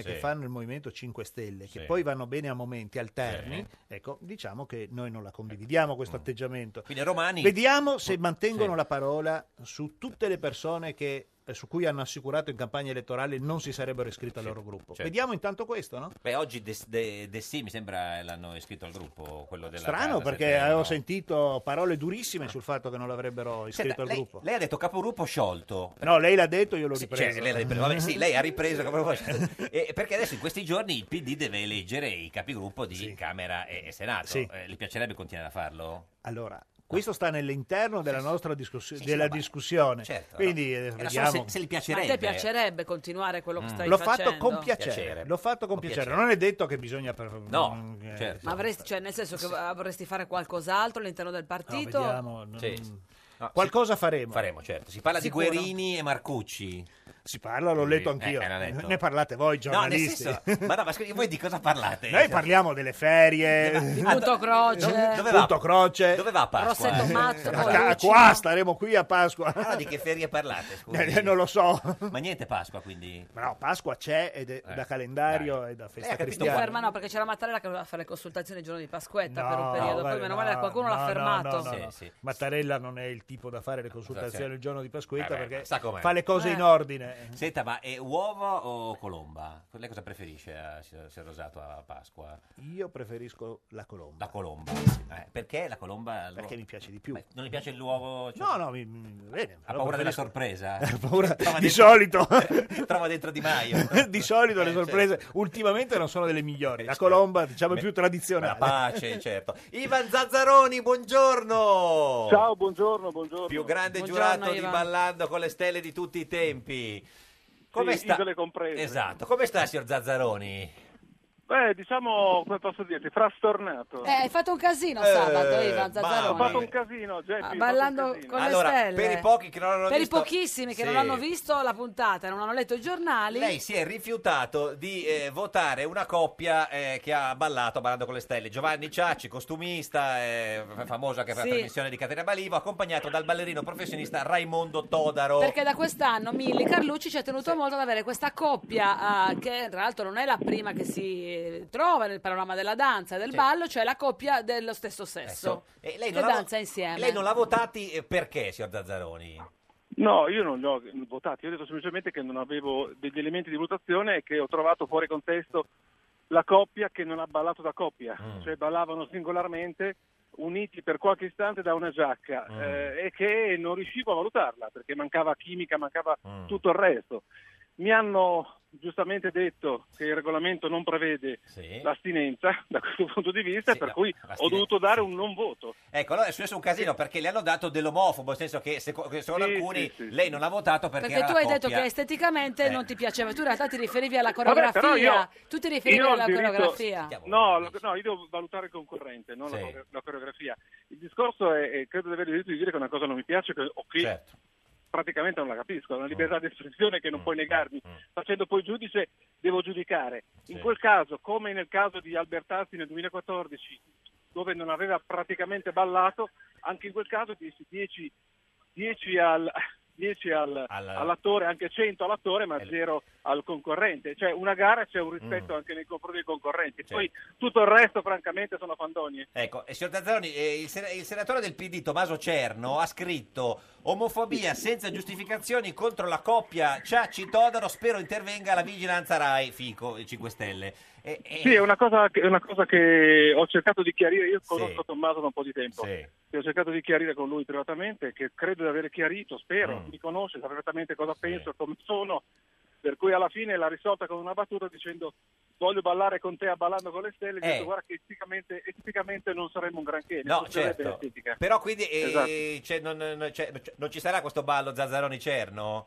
Speaker 1: Ah, esatto. Eh. Sì.
Speaker 8: che fanno il Movimento 5 Stelle,
Speaker 1: Sì.
Speaker 8: che poi vanno bene a momenti alterni,
Speaker 1: Sì. Mm.
Speaker 8: ecco, diciamo che noi non la condividiamo questo atteggiamento.
Speaker 1: Quindi Romani-
Speaker 8: Vediamo se mantengono
Speaker 1: Sì.
Speaker 8: la parola su tutte le persone che eh, su cui hanno assicurato in campagna elettorale non si sarebbero iscritte al loro gruppo.
Speaker 1: certo.
Speaker 8: Vediamo intanto questo, no?
Speaker 1: Beh, oggi De, De- De Sì mi sembra eh, l'hanno iscritto al gruppo, quello della
Speaker 8: Strano
Speaker 1: casa, cioè,
Speaker 8: perché
Speaker 1: sette-
Speaker 8: avevo
Speaker 1: no.
Speaker 8: sentito parole durissime sul fatto che non l'avrebbero iscritto
Speaker 1: Senta,
Speaker 8: al
Speaker 1: lei,
Speaker 8: gruppo.
Speaker 1: lei ha detto capogruppo sciolto.
Speaker 8: No, lei l'ha detto, io l'ho
Speaker 1: Sì,
Speaker 8: ripreso.
Speaker 1: cioè, lei, l'ha ripreso. Vabbè, sì, lei ha ripreso capogruppo sciolto. Eh, perché adesso in questi giorni il PD deve eleggere i capigruppo di Camera e, e Senato.
Speaker 8: Sì.
Speaker 1: Eh, le piacerebbe continuare a farlo?
Speaker 8: Allora, questo sta nell'interno della nostra discussio-
Speaker 1: sì,
Speaker 8: della
Speaker 1: no, ma-
Speaker 8: discussione.
Speaker 1: certo,
Speaker 8: Quindi eh,
Speaker 1: Era solo
Speaker 8: vediamo.
Speaker 1: se, se le piacerebbe. Mm.
Speaker 2: Ma a te piacerebbe continuare quello che stai
Speaker 8: Mm. L'ho
Speaker 2: facendo?
Speaker 8: fatto con piacere.
Speaker 1: Piacere.
Speaker 8: L'ho fatto con
Speaker 1: Con
Speaker 8: piacere.
Speaker 1: piacere.
Speaker 8: Non è detto che bisogna per-
Speaker 1: No,
Speaker 8: eh,
Speaker 1: certo.
Speaker 2: Ma avresti, cioè, nel senso che vorresti fare qualcos'altro all'interno del partito?
Speaker 8: vediamo, non-
Speaker 1: Sì. No,
Speaker 8: Qualcosa faremo.
Speaker 1: Faremo, certo. Si parla
Speaker 2: Sicuro?
Speaker 1: di Guerini e Marcucci.
Speaker 8: Si parla, l'ho letto anch'io.
Speaker 1: Eh, l'ha letto.
Speaker 8: Ne parlate voi
Speaker 1: No, nel
Speaker 8: giornalisti.
Speaker 1: senso, Esatto. ma no, ma scusi, voi di cosa parlate?
Speaker 8: Noi parliamo delle ferie.
Speaker 2: Punto croce.
Speaker 8: Dove-
Speaker 1: Ah, Dove va?
Speaker 8: Punto croce.
Speaker 1: Dove va a Pasqua?
Speaker 2: Rossetto Mazzo,
Speaker 8: A-
Speaker 2: Colucci,
Speaker 8: a- Eh, qua staremo qui a Pasqua.
Speaker 1: Allora di che ferie parlate,
Speaker 8: Eh,
Speaker 1: scusi?
Speaker 8: non lo so.
Speaker 1: Ma niente Pasqua, quindi...
Speaker 8: Ma no, Pasqua c'è ed è
Speaker 1: Eh,
Speaker 8: da calendario e da festa
Speaker 1: Lei ha capito
Speaker 2: Tu
Speaker 8: cristiana.
Speaker 2: Eh, ferma no, perché c'era Mattarella che doveva fare le consultazioni il giorno di Pasquetta per un
Speaker 8: No,
Speaker 2: periodo. Poi
Speaker 8: guarda,
Speaker 2: meno male
Speaker 8: no,
Speaker 2: qualcuno l'ha
Speaker 8: no, no,
Speaker 2: fermato.
Speaker 8: no, no, no.
Speaker 1: Sì, sì.
Speaker 8: Mattarella non è il tipo da fare le consultazioni il giorno di Pasquetta
Speaker 1: Eh beh,
Speaker 8: perché
Speaker 1: sa com'è.
Speaker 8: fa le cose
Speaker 1: Eh.
Speaker 8: in ordine.
Speaker 1: Senta, ma è uova o colomba? Lei cosa preferisce eh, a signor signor Rosato a Pasqua?
Speaker 8: Io preferisco la colomba
Speaker 1: La colomba. Eh, perché la colomba...
Speaker 8: perché mi piace di più.
Speaker 1: Non le piace l'uovo? cioè,
Speaker 8: No, no, mi, mi- va bene.
Speaker 1: Ha
Speaker 8: però
Speaker 1: paura della
Speaker 8: preferisco-
Speaker 1: sorpresa?
Speaker 8: Ha paura-
Speaker 1: Trova
Speaker 8: di
Speaker 1: dentro-
Speaker 8: solito.
Speaker 1: Trova dentro Di Maio.
Speaker 8: di solito le
Speaker 1: Eh, certo.
Speaker 8: sorprese ultimamente non sono delle migliori. La colomba, diciamo, è più
Speaker 1: La
Speaker 8: tradizionale.
Speaker 1: pace, certo. Ivan Zazzaroni, buongiorno!
Speaker 11: Ciao, buongiorno, buongiorno.
Speaker 1: Più grande
Speaker 11: Buongiorno,
Speaker 1: giurato di
Speaker 11: Ivan.
Speaker 1: Ballando con le stelle di tutti i tempi. Come
Speaker 11: Sì,
Speaker 1: sta?
Speaker 11: isole comprese.
Speaker 1: Esatto. Come sta, signor Zazzaroni?
Speaker 11: Beh, diciamo, come posso dirti, frastornato.
Speaker 2: Eh, hai fatto un casino sabato,
Speaker 1: Eh,
Speaker 2: Ivan Zazzaroni.
Speaker 11: ho fatto un casino, Geppi.
Speaker 2: Ah, ballando con le
Speaker 1: allora,
Speaker 2: stelle.
Speaker 1: per i pochi che non hanno
Speaker 2: Per i
Speaker 1: visto...
Speaker 2: pochissimi che non
Speaker 1: Sì.
Speaker 2: hanno visto la puntata, non hanno letto i giornali.
Speaker 1: Lei si è rifiutato di eh, votare una coppia eh, che ha ballato Ballando con le Stelle. Giovanni Ciacci, costumista, eh, f- famoso anche per
Speaker 2: Sì.
Speaker 1: la trasmissione di Catena Balivo, accompagnato dal ballerino professionista Raimondo Todaro.
Speaker 2: Perché da quest'anno Milli Carlucci ci ha tenuto molto ad avere questa coppia, eh, che tra l'altro non è la prima che si eh, trova nel panorama della danza e del
Speaker 1: Sì.
Speaker 2: ballo, cioè la coppia dello stesso sesso.
Speaker 1: E lei
Speaker 2: che
Speaker 1: non l'ha vo-
Speaker 2: danza insieme.
Speaker 1: Lei non l'ha votati eh, perché, signor Zazzaroni?
Speaker 11: No, io non li ho votati, io ho detto semplicemente che non avevo degli elementi di votazione e che ho trovato fuori contesto la coppia che non ha ballato da coppia,
Speaker 12: Mm.
Speaker 11: cioè ballavano singolarmente uniti per qualche istante da una giacca
Speaker 12: Mm.
Speaker 11: eh, e che non riuscivo a valutarla perché mancava chimica, mancava
Speaker 12: Mm.
Speaker 11: tutto il resto. Mi hanno giustamente detto che il regolamento non prevede
Speaker 1: Sì.
Speaker 11: l'astinenza da questo punto di vista, per cui ho
Speaker 1: l'astinenza,
Speaker 11: dovuto dare un non voto.
Speaker 1: Ecco, allora è successo un casino perché le hanno dato dell'omofobo, nel senso che seco- che secondo alcuni lei non l'ha votato perché,
Speaker 2: Perché
Speaker 1: era
Speaker 2: tu
Speaker 1: la
Speaker 2: hai detto
Speaker 1: coppia.
Speaker 2: che esteticamente
Speaker 1: Eh.
Speaker 2: non ti piaceva, tu in realtà ti riferivi alla
Speaker 11: Vabbè,
Speaker 2: coreografia.
Speaker 11: però io-
Speaker 2: tu ti riferivi
Speaker 11: io ho
Speaker 2: alla
Speaker 11: il diritto-
Speaker 2: coreografia.
Speaker 11: No, la- no, io devo valutare il concorrente, non la
Speaker 1: Sì.
Speaker 11: core- la coreografia. Il discorso è, è- credo di avere il diritto di dire che una cosa non mi piace che- o che
Speaker 1: Certo.
Speaker 11: praticamente non la capisco, è una libertà di espressione che non puoi negarmi. Facendo poi giudice devo giudicare. In
Speaker 12: Sì.
Speaker 11: quel caso, come nel caso di Albertazzi nel 2014, dove non aveva praticamente ballato, anche in quel caso 10, 10, 10 al... 10 al-
Speaker 1: Eh.
Speaker 11: all'attore, anche 100 all'attore, ma 0 al concorrente. Cioè, una gara c'è un rispetto
Speaker 1: Mm.
Speaker 11: anche nei confronti dei concorrenti. Poi tutto il resto, francamente, sono fandonie.
Speaker 1: Ecco, e signor Tazzaroni, eh, il, sena- il senatore del PD Tommaso Cerno ha scritto omofobia senza giustificazioni contro la coppia Ciacci-Todaro, spero intervenga la vigilanza RAI, Fico, il 5 Stelle. E- e-
Speaker 11: Sì, è una cosa, che, è una cosa che ho cercato di chiarire. Io conosco Tommaso da un po' di tempo.
Speaker 1: Sì.
Speaker 11: Che ho cercato di chiarire con lui privatamente, che credo di aver chiarito, spero,
Speaker 1: Mm.
Speaker 11: mi conosce, sa perfettamente cosa penso, come sono. Per cui alla fine l'ha risolta con una battuta dicendo voglio ballare con te a Ballando con le Stelle,
Speaker 1: Eh.
Speaker 11: Ho detto, guarda che esteticamente, esteticamente non saremmo un granché.
Speaker 1: No,
Speaker 11: non sarebbe
Speaker 1: certo.
Speaker 11: l'estetica.
Speaker 1: Però quindi eh,
Speaker 11: Esatto.
Speaker 1: c'è- non, non- c'è- non ci sarà questo ballo Zazzaroni-Cerno?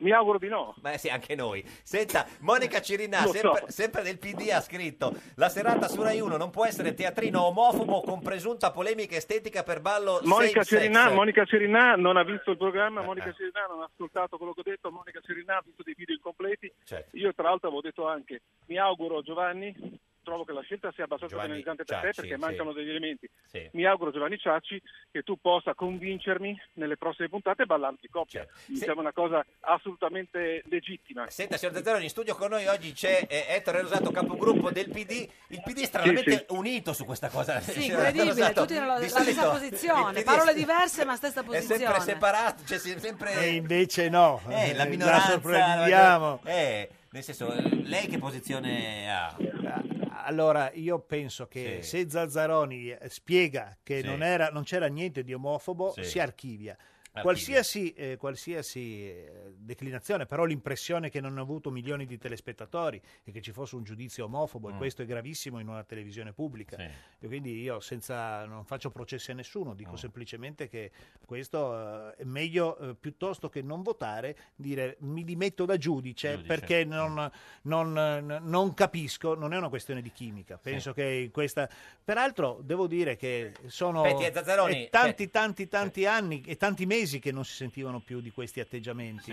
Speaker 11: Mi auguro di no.
Speaker 1: Beh sì, anche noi. Senta, Monica Cirinà,
Speaker 11: Lo
Speaker 1: sempre,
Speaker 11: so.
Speaker 1: sempre del PD, ha scritto La serata su Rai 1 non può essere teatrino omofobo con presunta polemica estetica per ballo
Speaker 11: Monica
Speaker 1: same-sex."
Speaker 11: Cirinà, Monica Cirinà non ha visto il programma,
Speaker 1: Eh,
Speaker 11: Monica Cirinà non ha ascoltato quello che ho detto, Monica Cirinà ha visto dei video incompleti.
Speaker 1: Certo.
Speaker 11: Io tra l'altro avevo detto anche, mi auguro Giovanni, trovo che la scelta sia abbastanza
Speaker 1: Giovanni
Speaker 11: penalizzante per
Speaker 1: Ciacci,
Speaker 11: te perché
Speaker 1: sì.
Speaker 11: mancano degli elementi.
Speaker 1: Sì.
Speaker 11: Mi auguro Giovanni Ciacci che tu possa convincermi nelle prossime puntate ballando di coppia. Mi
Speaker 1: Certo. Se-
Speaker 11: sembra una cosa assolutamente legittima.
Speaker 1: Senta, signor Zazzaroni, in studio con noi oggi c'è eh, Ettore Rosato, capogruppo del PD. Il PD è stranamente
Speaker 11: Sì,
Speaker 1: unito su questa cosa.
Speaker 2: Sì,
Speaker 1: signor
Speaker 2: incredibile,
Speaker 1: Rosato.
Speaker 2: tutti nella la
Speaker 1: esatto. Di
Speaker 2: stessa
Speaker 1: solito il
Speaker 2: posizione,
Speaker 1: PD
Speaker 2: parole diverse ma stessa
Speaker 1: È
Speaker 2: posizione.
Speaker 1: sempre separato, cioè se- sempre...
Speaker 8: E invece no,
Speaker 1: Eh, la
Speaker 8: eh,
Speaker 1: minoranza...
Speaker 8: sorprendiamo.
Speaker 1: Eh, nel senso, eh, lei che posizione ha?
Speaker 8: Allora, io penso che
Speaker 1: Sì.
Speaker 8: se Zazzaroni eh, spiega che
Speaker 1: Sì.
Speaker 8: non, era- non c'era niente di omofobo,
Speaker 1: Sì.
Speaker 8: si archivia.
Speaker 1: Archivia.
Speaker 8: Qualsiasi, eh, qualsiasi, eh, declinazione, però l'impressione che non hanno avuto milioni di telespettatori e che ci fosse un giudizio omofobo, e
Speaker 13: Mm.
Speaker 8: questo è gravissimo in una televisione pubblica. E quindi io senza, non faccio processi a nessuno,
Speaker 1: Mm.
Speaker 8: dico semplicemente che questo eh, è meglio eh, piuttosto che non votare, dire mi dimetto da giudice,
Speaker 13: Giudice.
Speaker 8: perché non, non, eh, non capisco, non è una questione di chimica. Penso che questa... Peraltro devo dire che sono
Speaker 1: Aspetti, eh, Zazzaroni,
Speaker 8: è tanti, tanti, tanti anni e tanti mesi che non si sentivano più di questi atteggiamenti,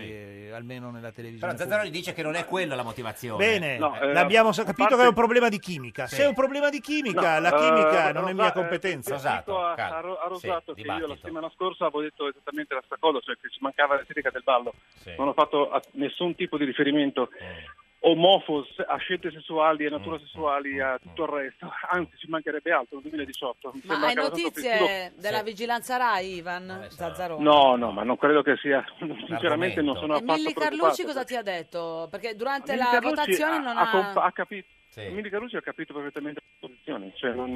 Speaker 1: Sì.
Speaker 8: eh, almeno nella televisione.
Speaker 1: Però Zazzaroni dice che non è quella la motivazione.
Speaker 8: Bene,
Speaker 1: No, eh,
Speaker 8: l'abbiamo
Speaker 1: a
Speaker 8: capito
Speaker 1: parte-
Speaker 8: che è un problema di chimica.
Speaker 1: Sì.
Speaker 8: Se è un problema di chimica,
Speaker 11: No,
Speaker 8: la chimica
Speaker 11: eh,
Speaker 8: non è
Speaker 11: Rosa-
Speaker 8: mia
Speaker 11: eh,
Speaker 8: competenza.
Speaker 11: dico a, a Ro- a Rosato che io la settimana scorsa avevo detto esattamente la stessa cosa, cioè che ci mancava l'estetica del ballo. Non ho fatto a- nessun tipo di riferimento
Speaker 8: Mm.
Speaker 11: omofos a scelte sessuali e natura sessuali a
Speaker 8: mm,
Speaker 11: tutto il resto. Anzi, ci mancherebbe altro nel 2018. Mi
Speaker 2: Ma
Speaker 11: sembra
Speaker 2: hai
Speaker 11: che abbastanza
Speaker 2: notizie
Speaker 11: offensivo.
Speaker 2: della vigilanza Rai, Ivan Zazzaroni?
Speaker 11: No, no, ma non credo che sia. Sinceramente, non sono
Speaker 2: E
Speaker 11: affatto
Speaker 2: Milli Carlucci
Speaker 11: preoccupato.
Speaker 2: cosa ti ha detto? Perché durante
Speaker 11: Milli
Speaker 2: la
Speaker 11: Carlucci
Speaker 2: votazione
Speaker 11: ha-
Speaker 2: non
Speaker 11: ha comp-
Speaker 2: ha...
Speaker 11: ha capito. Milli Carlucci ha capito perfettamente la posizione, cioè non,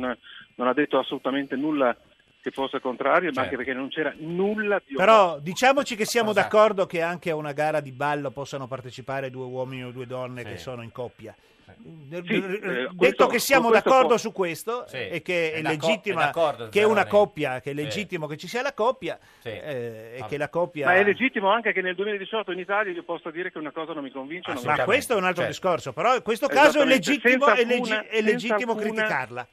Speaker 11: non ha detto assolutamente nulla che fosse contrario, ma anche
Speaker 8: Certo.
Speaker 11: perché non c'era nulla di
Speaker 8: Però diciamoci che siamo
Speaker 11: Esatto.
Speaker 8: d'accordo che anche a una gara di ballo possano partecipare due uomini o due donne che
Speaker 11: Sì.
Speaker 8: sono in coppia.
Speaker 11: eh,
Speaker 8: Detto
Speaker 11: questo-
Speaker 8: che siamo
Speaker 11: questo
Speaker 8: d'accordo
Speaker 11: può-
Speaker 8: su questo eh,
Speaker 11: Sì,
Speaker 8: e che
Speaker 11: è
Speaker 8: è,
Speaker 11: d'acco- è
Speaker 8: legittima
Speaker 11: d'accordo,
Speaker 8: che è una
Speaker 11: Zanoni.
Speaker 8: coppia, che è
Speaker 11: Sì.
Speaker 8: legittimo che ci sia la coppia
Speaker 11: Sì.
Speaker 8: eh, e
Speaker 11: Vabbè.
Speaker 8: che la coppia
Speaker 11: Ma è legittimo anche che nel 2018 in Italia io possa dire che una cosa non mi convince. non mi
Speaker 8: Ma
Speaker 11: convince.
Speaker 8: questo è un altro
Speaker 11: Cioè,
Speaker 8: discorso, però in questo caso è
Speaker 11: Esattamente,
Speaker 8: legittimo,
Speaker 11: senza
Speaker 8: è legi-
Speaker 11: alcuna-
Speaker 8: è legittimo
Speaker 11: senza alcuna-
Speaker 8: criticarla.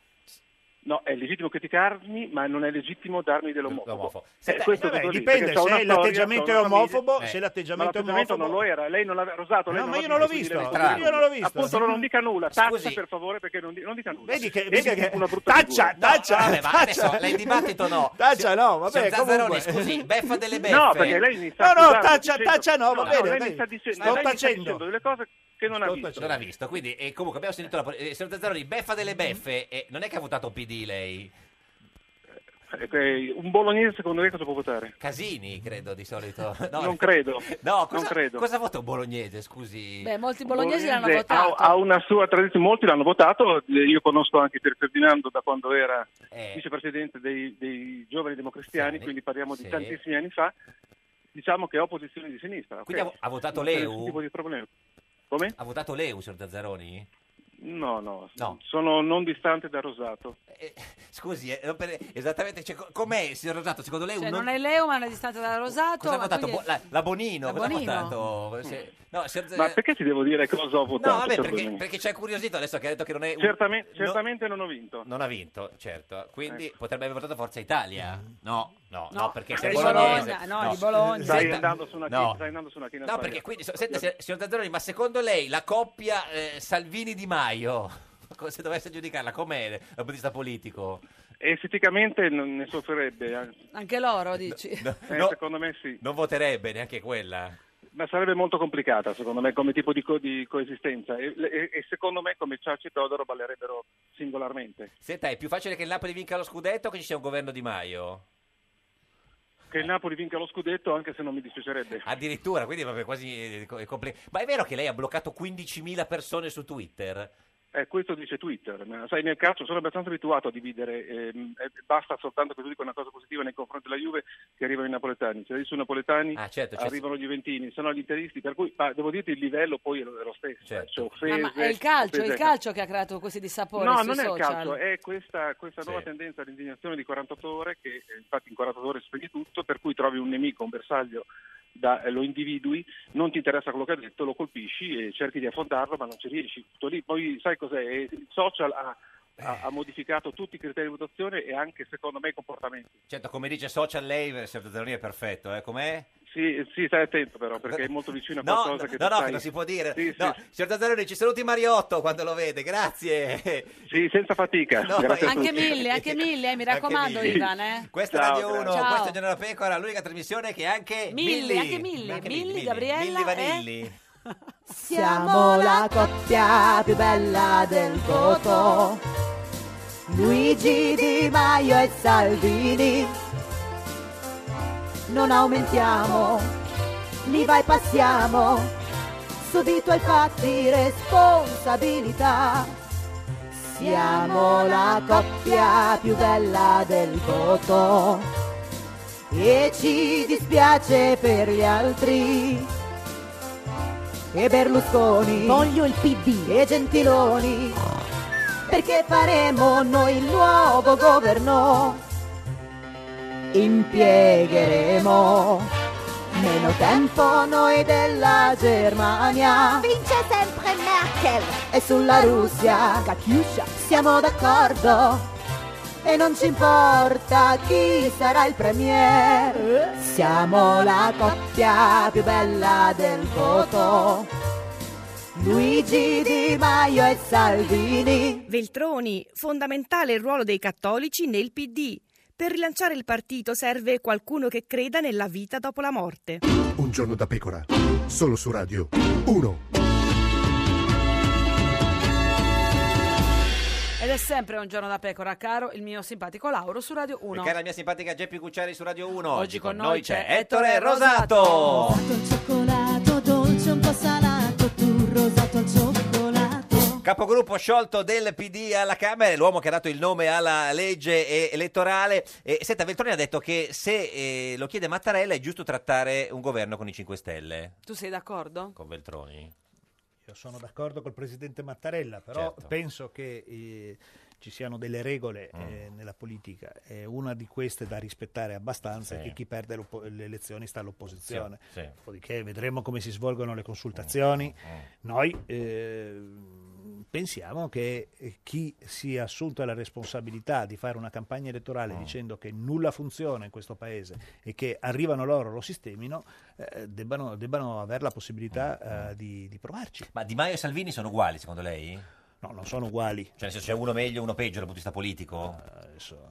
Speaker 11: No, è legittimo criticarmi, ma non è legittimo darmi dell'omofobo. Eh,
Speaker 8: Senta,
Speaker 11: questo
Speaker 8: vabbè,
Speaker 11: tutto lì,
Speaker 8: dipende,
Speaker 11: perché c'ho
Speaker 8: se
Speaker 11: una storia,
Speaker 8: l'atteggiamento
Speaker 11: c'ho
Speaker 8: è
Speaker 11: una famiglia. Eh,
Speaker 8: omofobo, se l'atteggiamento
Speaker 11: ma
Speaker 8: è
Speaker 11: l'atteggiamento
Speaker 8: omofobo-
Speaker 11: non lo era, lei non l'aveva rosato. lei
Speaker 8: No, ma
Speaker 11: l'ha
Speaker 8: io non l'ho
Speaker 11: visto,
Speaker 8: visto,
Speaker 11: quindi lei non
Speaker 8: io non l'ho visto.
Speaker 11: Appunto, non dica nulla, taccia
Speaker 8: mm, Scusi.
Speaker 11: per favore, perché non, di- non dica nulla.
Speaker 8: Vedi che,
Speaker 11: E
Speaker 8: vedi che
Speaker 11: dico una brutta
Speaker 8: taccia,
Speaker 11: figura.
Speaker 8: taccia,
Speaker 1: vabbè, ma adesso
Speaker 8: taccia.
Speaker 1: lei dibattito no.
Speaker 8: Taccia no, vabbè,
Speaker 1: Signor Zazzaroni,
Speaker 8: comunque.
Speaker 1: scusi, beffa delle beffe.
Speaker 11: No, perché lei mi sta
Speaker 8: No, no,
Speaker 11: accusando,
Speaker 8: taccia,
Speaker 11: dicendo-
Speaker 8: taccia no, va bene,
Speaker 11: lei
Speaker 8: dai.
Speaker 11: mi sta dicendo, lei
Speaker 8: Sto
Speaker 11: mi sta
Speaker 8: tacendo.
Speaker 11: dicendo delle cose che non ha visto.
Speaker 1: Non ha visto, quindi e comunque abbiamo sentito la... po- eh, Signor Zazzaroni, beffa delle beffe, eh, non è che ha votato PD lei?
Speaker 11: Eh, Un bolognese secondo lei cosa può votare?
Speaker 1: Casini, credo, di solito. No.
Speaker 11: Non credo.
Speaker 1: No, cosa,
Speaker 11: Non credo.
Speaker 1: cosa vota un bolognese, scusi?
Speaker 2: Beh, molti bolognesi
Speaker 11: Bolognese
Speaker 2: l'hanno votato.
Speaker 11: Ha, ha una sua tradizione, molti l'hanno votato, eh, io conosco anche Pier Ferdinando da quando era vicepresidente dei, dei giovani democristiani, quindi parliamo di
Speaker 1: Eh. sì.
Speaker 11: tantissimi anni fa, diciamo che è opposizione di sinistra.
Speaker 1: Quindi
Speaker 11: ok?
Speaker 1: ha, ha votato
Speaker 11: Non c'è
Speaker 1: Leu?
Speaker 11: nessun tipo di problema. Come?
Speaker 1: Ha votato Leu, signor Zazzaroni?
Speaker 11: No, no,
Speaker 1: No.
Speaker 11: sono non distante da Rosato.
Speaker 1: Scusi, eh, non per- esattamente, cioè, co- com'è, signor Rosato? Secondo lei
Speaker 2: Cioè,
Speaker 1: un...
Speaker 2: non è Leo, ma è una distanza da Rosato.
Speaker 1: Cosa ha
Speaker 2: ma
Speaker 1: votato?
Speaker 2: quindi-
Speaker 1: Bo- La, la Bonino?
Speaker 2: La
Speaker 1: cosa
Speaker 2: Bonino?
Speaker 1: ha votato? Se- No, signor Z-
Speaker 11: Ma perché ti devo dire cosa ho
Speaker 1: No,
Speaker 11: votato?
Speaker 1: vabbè,
Speaker 11: secondo
Speaker 1: perché,
Speaker 11: me?
Speaker 1: perché ci ha incuriosito adesso che ha detto che non è... un-
Speaker 11: Certamen- Ecco.
Speaker 1: no-
Speaker 11: certamente non ho vinto.
Speaker 1: Non ha vinto, certo. Quindi potrebbe aver votato Forza Italia? No, no, no,
Speaker 11: No,
Speaker 1: perché
Speaker 11: ma
Speaker 1: se è
Speaker 11: di
Speaker 1: bolognese...
Speaker 11: Bologna, no, di Bologna. Stai andando su una chi-
Speaker 1: no.
Speaker 11: stai andando su una china
Speaker 1: No,
Speaker 11: sbagliata.
Speaker 1: perché quindi... so- Senta, signor signor Zazzaroni, ma secondo lei la coppia eh, Salvini-Di Maio, se dovesse giudicarla, com'è dal punto di vista politico?
Speaker 11: Esteticamente non ne soffrirebbe, eh.
Speaker 2: Anche loro, dici?
Speaker 11: Eh, secondo me sì.
Speaker 1: Non voterebbe neanche quella?
Speaker 11: Ma sarebbe molto complicata, secondo me, come tipo di, co- di coesistenza. E, e- e secondo me, come Ciacci e Teodoro, ballerebbero singolarmente.
Speaker 1: Senta, è più facile che il Napoli vinca lo scudetto o che ci sia un governo Di Maio?
Speaker 11: Che il Napoli vinca lo scudetto, anche se non mi dispiacerebbe.
Speaker 1: Addirittura, quindi vabbè, quasi eh, co- è compli- Ma è vero che lei ha bloccato 15.000 persone su Twitter?
Speaker 11: Eh, questo dice Twitter. ma Sai, nel calcio sono abbastanza abituato a dividere. ehm, e basta soltanto che tu dica una cosa positiva nei confronti della Juve che arrivano i napoletani. Se adesso i napoletani
Speaker 1: certo, certo.
Speaker 11: arrivano gli juventini, sono gli interisti. Per cui, ma devo dirti, il livello poi è lo, è lo stesso.
Speaker 1: Certo.
Speaker 11: Cioè,
Speaker 2: Ah,
Speaker 11: offese,
Speaker 2: ma è il calcio, è il
Speaker 11: offese-
Speaker 2: calcio che ha creato questi dissapori
Speaker 11: No,
Speaker 2: sui
Speaker 11: non è il
Speaker 2: social.
Speaker 11: calcio, è questa, questa nuova
Speaker 2: Sì.
Speaker 11: tendenza all'indignazione di 48 ore, che eh, infatti in 48 ore spieghi tutto, per cui trovi un nemico, un bersaglio, da- eh, lo individui, non ti interessa quello che ha detto, lo colpisci e cerchi di affondarlo, ma non ci riesci. Tutto lì. Poi sai cos'è? Eh, Il social ha, ha- ha modificato tutti i criteri di votazione e anche, secondo me, i comportamenti.
Speaker 1: Certo, come dice social lei, eh, signor Zazzaroni è perfetto, eh? com'è?
Speaker 11: Sì, eh, sì, stai attento però, perché è molto vicino a
Speaker 1: No, no,
Speaker 11: qualcosa che
Speaker 1: no,
Speaker 11: tu
Speaker 1: no,
Speaker 11: sai.
Speaker 1: che non si può dire.
Speaker 11: Sì,
Speaker 1: No, signor Zazzaroni, ci saluti Mariotto quando lo vede, grazie.
Speaker 11: Sì, senza fatica.
Speaker 1: No,
Speaker 11: grazie a
Speaker 2: Anche
Speaker 11: tutti.
Speaker 2: mille, anche mille, eh, mi raccomando,
Speaker 1: mille.
Speaker 2: Ivan. Eh.
Speaker 1: Questa
Speaker 11: Ciao,
Speaker 1: è Radio 1,
Speaker 2: grazie.
Speaker 1: questa
Speaker 2: Ciao.
Speaker 1: è Genera Pecora, l'unica trasmissione che è anche
Speaker 2: Milli,
Speaker 1: Milli.
Speaker 2: anche Milli, Milli, Gabriella eh.
Speaker 1: Milli
Speaker 2: e-
Speaker 1: Vanilli.
Speaker 7: Siamo la coppia più bella del voto. Luigi Di Maio e Salvini. Non aumentiamo, li bypassiamo. Subito ai fatti responsabilità. Siamo la coppia più bella del voto. E ci dispiace per gli altri e Berlusconi. Voglio il PD e Gentiloni. Perché faremo noi il nuovo governo. Impiegheremo meno tempo noi della Germania. Vince sempre Merkel. E sulla Russia. Katyusha. Siamo d'accordo. E non ci importa chi sarà il premier. Siamo la coppia più bella del voto. Luigi Di Maio e Salvini.
Speaker 10: Veltroni, fondamentale il ruolo dei cattolici nel PD. Per rilanciare il partito serve qualcuno che creda nella vita dopo la morte.
Speaker 9: Un giorno da pecora, solo su Radio 1.
Speaker 2: Ed è sempre un giorno da pecora, caro il mio simpatico Lauro su Radio 1.
Speaker 1: E cara la mia simpatica Geppi Cucciari su Radio 1.
Speaker 2: Oggi con noi c'è
Speaker 1: Ettore
Speaker 2: Ettore
Speaker 1: Rosato.
Speaker 7: Cioccolato dolce, un po' salato, tu rosato al cioccolato.
Speaker 1: Capogruppo capogruppo sciolto del PD alla Camera, è l'uomo che ha dato il nome alla legge eh, elettorale. E, senta, Veltroni ha detto che se eh, lo chiede Mattarella è giusto trattare un governo con i 5 Stelle.
Speaker 2: Tu sei d'accordo?
Speaker 1: Con Veltroni?
Speaker 8: Io sono d'accordo col presidente Mattarella, però
Speaker 1: Certo.
Speaker 8: penso che eh, ci siano delle regole
Speaker 14: Mm.
Speaker 8: eh, nella politica e una di queste da rispettare abbastanza è
Speaker 14: Sì.
Speaker 8: che chi perde l'oppo- le elezioni sta all'opposizione.
Speaker 14: Sì, Mm, sì.
Speaker 8: Dopodiché vedremo come si svolgono le consultazioni. Noi eh, pensiamo che eh, chi si è assunto la responsabilità di fare una campagna
Speaker 14: Mm.
Speaker 8: elettorale dicendo che nulla funziona in questo paese e che arrivano loro, lo sistemino, eh, debbano, debbano avere la
Speaker 14: Mm,
Speaker 8: possibilità eh, di, di provarci.
Speaker 1: Ma Di Maio e Salvini sono uguali, secondo lei?
Speaker 8: No, non sono uguali. Eh,
Speaker 1: Cioè, nel senso, c'è uno meglio e uno peggio dal punto di vista politico?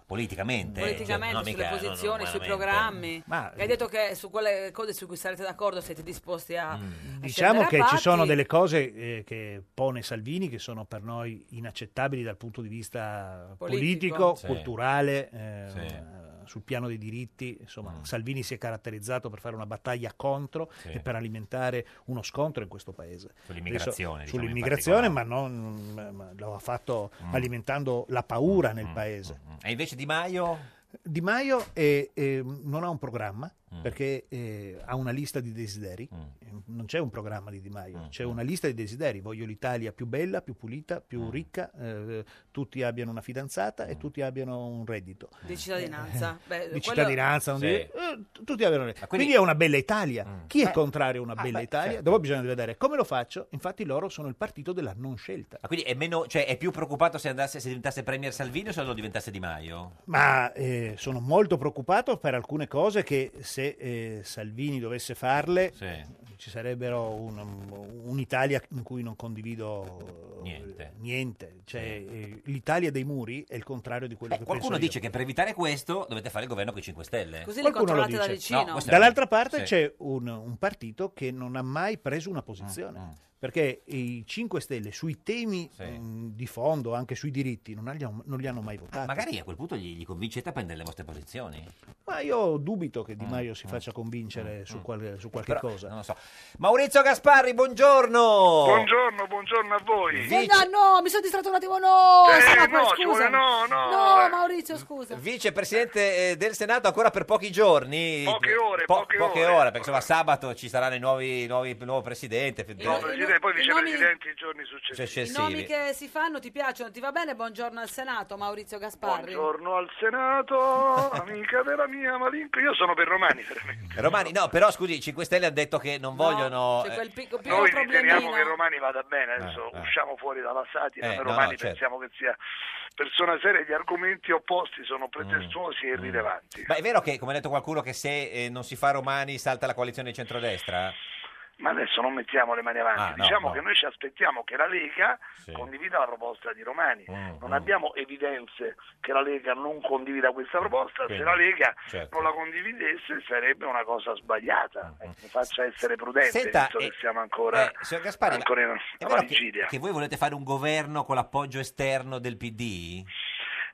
Speaker 1: Politicamente?
Speaker 2: Politicamente,
Speaker 1: Cioè, no,
Speaker 2: sulle
Speaker 1: mica- no, no,
Speaker 2: posizioni, sui
Speaker 1: umanamente.
Speaker 2: programmi.
Speaker 8: Ma-
Speaker 2: E hai detto che su quelle cose su cui sarete d'accordo siete disposti a. a
Speaker 8: Diciamo
Speaker 2: scendere a
Speaker 8: che ci
Speaker 2: patti.
Speaker 8: sono delle cose eh, che pone Salvini che sono per noi inaccettabili dal punto di vista
Speaker 14: Politico.
Speaker 8: politico,
Speaker 14: Sì.
Speaker 8: culturale, eh,
Speaker 14: Sì. Mm.
Speaker 8: eh, sul piano dei diritti. Insomma, Salvini si è caratterizzato per fare una battaglia contro
Speaker 14: Sì.
Speaker 8: e per alimentare uno scontro in questo paese.
Speaker 14: Sull'immigrazione,
Speaker 8: Adesso-
Speaker 14: diciamo, in
Speaker 8: sull'immigrazione, ma non ma- ma lo ha fatto
Speaker 14: Mm.
Speaker 8: alimentando la paura nel paese.
Speaker 1: E invece Di Maio?
Speaker 8: Di Maio eh, eh, non ha un programma
Speaker 1: Mm.
Speaker 8: perché eh, ha una lista di desideri. Non c'è un programma di Di Maio,
Speaker 1: Mm.
Speaker 8: c'è una lista di desideri. Voglio l'Italia più bella, più pulita, più
Speaker 1: Mm.
Speaker 8: ricca, eh, tutti abbiano una fidanzata e tutti abbiano un reddito.
Speaker 2: Di cittadinanza. Beh,
Speaker 8: Eh, Di
Speaker 2: quello-
Speaker 8: cittadinanza, non
Speaker 14: Sì.
Speaker 8: di- eh, t- tutti abbiano un reddito.
Speaker 14: quindi-
Speaker 8: Quindi... è una bella Italia.
Speaker 1: Mm.
Speaker 8: Chi
Speaker 14: Beh.
Speaker 8: è contrario a una
Speaker 14: Ah,
Speaker 8: bella
Speaker 14: beh,
Speaker 8: Italia?
Speaker 14: certo.
Speaker 8: Dopo bisogna vedere come lo faccio. Infatti loro sono il partito della non scelta.
Speaker 1: Ma quindi è, meno, cioè, è più preoccupato se, andasse, se diventasse Premier Salvini o se lo diventasse Di Maio?
Speaker 8: Ma eh, sono molto preoccupato per alcune cose che se eh, Salvini dovesse farle
Speaker 1: Sì.
Speaker 8: ci sarebbero un- un'Italia in cui non condivido eh,
Speaker 1: Niente.
Speaker 8: niente. Cioè, eh, L'Italia dei muri è il contrario di quello che
Speaker 1: Qualcuno
Speaker 8: penso io.
Speaker 1: dice che per evitare questo dovete fare il governo con i 5 Stelle.
Speaker 2: Così
Speaker 8: Qualcuno lo
Speaker 2: controllate da
Speaker 8: dice.
Speaker 2: vicino. No, questa è-
Speaker 8: Dall'altra parte
Speaker 1: Sì.
Speaker 8: c'è un, un partito che non ha mai preso una posizione.
Speaker 1: Mm.
Speaker 8: Perché i 5 Stelle sui temi mh, di fondo, anche sui diritti, non, li hanno- non li hanno mai votati.
Speaker 1: Magari a quel punto gli, gli convincete a prendere le vostre posizioni.
Speaker 8: Ma io dubito che Di
Speaker 1: Mm,
Speaker 8: Maio si faccia convincere su, qual- su qualche
Speaker 1: Però,
Speaker 8: cosa.
Speaker 1: Non lo so. Maurizio Gasparri, buongiorno!
Speaker 2: Buongiorno,
Speaker 12: buongiorno a voi.
Speaker 2: Eh, no, no, mi sono distratto un attimo. No,
Speaker 1: Eh,
Speaker 2: Sì, ma
Speaker 1: no,
Speaker 2: poi,
Speaker 1: ci vuole-
Speaker 2: scusa.
Speaker 1: no, no,
Speaker 2: No,
Speaker 1: eh.
Speaker 2: Maurizio, scusa.
Speaker 1: Vicepresidente eh, del Senato ancora per pochi giorni. Poche ore, poche, ore. Perché insomma sabato ci saranno i nuovi, nuovi- il nuovo presidente.
Speaker 12: No, Presidente,
Speaker 1: eh,
Speaker 12: poi
Speaker 2: i nomi-
Speaker 12: vicepresidenti i giorni successivi.
Speaker 2: I nomi che si fanno ti piacciono, ti va bene? Buongiorno al Senato, Maurizio Gasparri.
Speaker 12: Buongiorno al Senato, amica della mia malinconia. Io sono per Romani, veramente.
Speaker 1: Romani, no, però scusi, i 5 Stelle hanno detto che non vogliono...
Speaker 2: c'è
Speaker 1: eh,
Speaker 2: quel picco- piccolo
Speaker 12: Noi riteniamo
Speaker 2: problemino.
Speaker 12: che Romani vada bene, adesso usciamo fuori dalla satira,
Speaker 1: Eh,
Speaker 12: ma
Speaker 1: no, no,
Speaker 12: Romani
Speaker 1: certo.
Speaker 12: pensiamo che sia persona seria, gli argomenti opposti
Speaker 1: Mm,
Speaker 12: sono pretestuosi e irrilevanti.
Speaker 1: Ma è vero che, come ha detto qualcuno, che se eh, non si fa Romani salta la coalizione di centrodestra?
Speaker 12: Ma adesso non mettiamo le mani avanti,
Speaker 1: Ah, no,
Speaker 12: diciamo
Speaker 1: no.
Speaker 12: che noi ci aspettiamo che la Lega condivida la proposta di Romani.
Speaker 1: Mm,
Speaker 12: non abbiamo evidenze che la Lega non condivida questa proposta,
Speaker 1: Quindi,
Speaker 12: se la Lega
Speaker 1: certo. Mm,
Speaker 12: non la condividesse sarebbe una cosa sbagliata. Mi faccia essere prudente,
Speaker 1: Senta,
Speaker 12: visto
Speaker 1: eh,
Speaker 12: che siamo ancora,
Speaker 1: signor Gasparri, ma
Speaker 12: ancora in-
Speaker 1: È
Speaker 12: alla
Speaker 1: vero che,
Speaker 12: vigilia.
Speaker 1: che voi volete fare un governo con l'appoggio esterno del PD?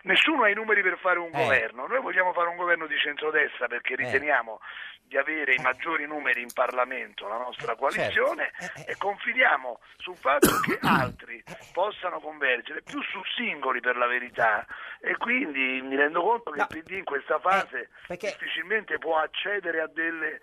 Speaker 12: Nessuno ha i numeri per fare un
Speaker 1: Eh.
Speaker 12: governo, noi vogliamo fare un governo di centrodestra perché riteniamo di
Speaker 1: Eh.
Speaker 12: avere i maggiori numeri in Parlamento, la nostra coalizione,
Speaker 1: certo. Eh,
Speaker 12: e confidiamo sul fatto che altri possano convergere, più su singoli per la verità, e quindi mi rendo conto che il PD in questa fase
Speaker 1: Eh,
Speaker 12: difficilmente può accedere a delle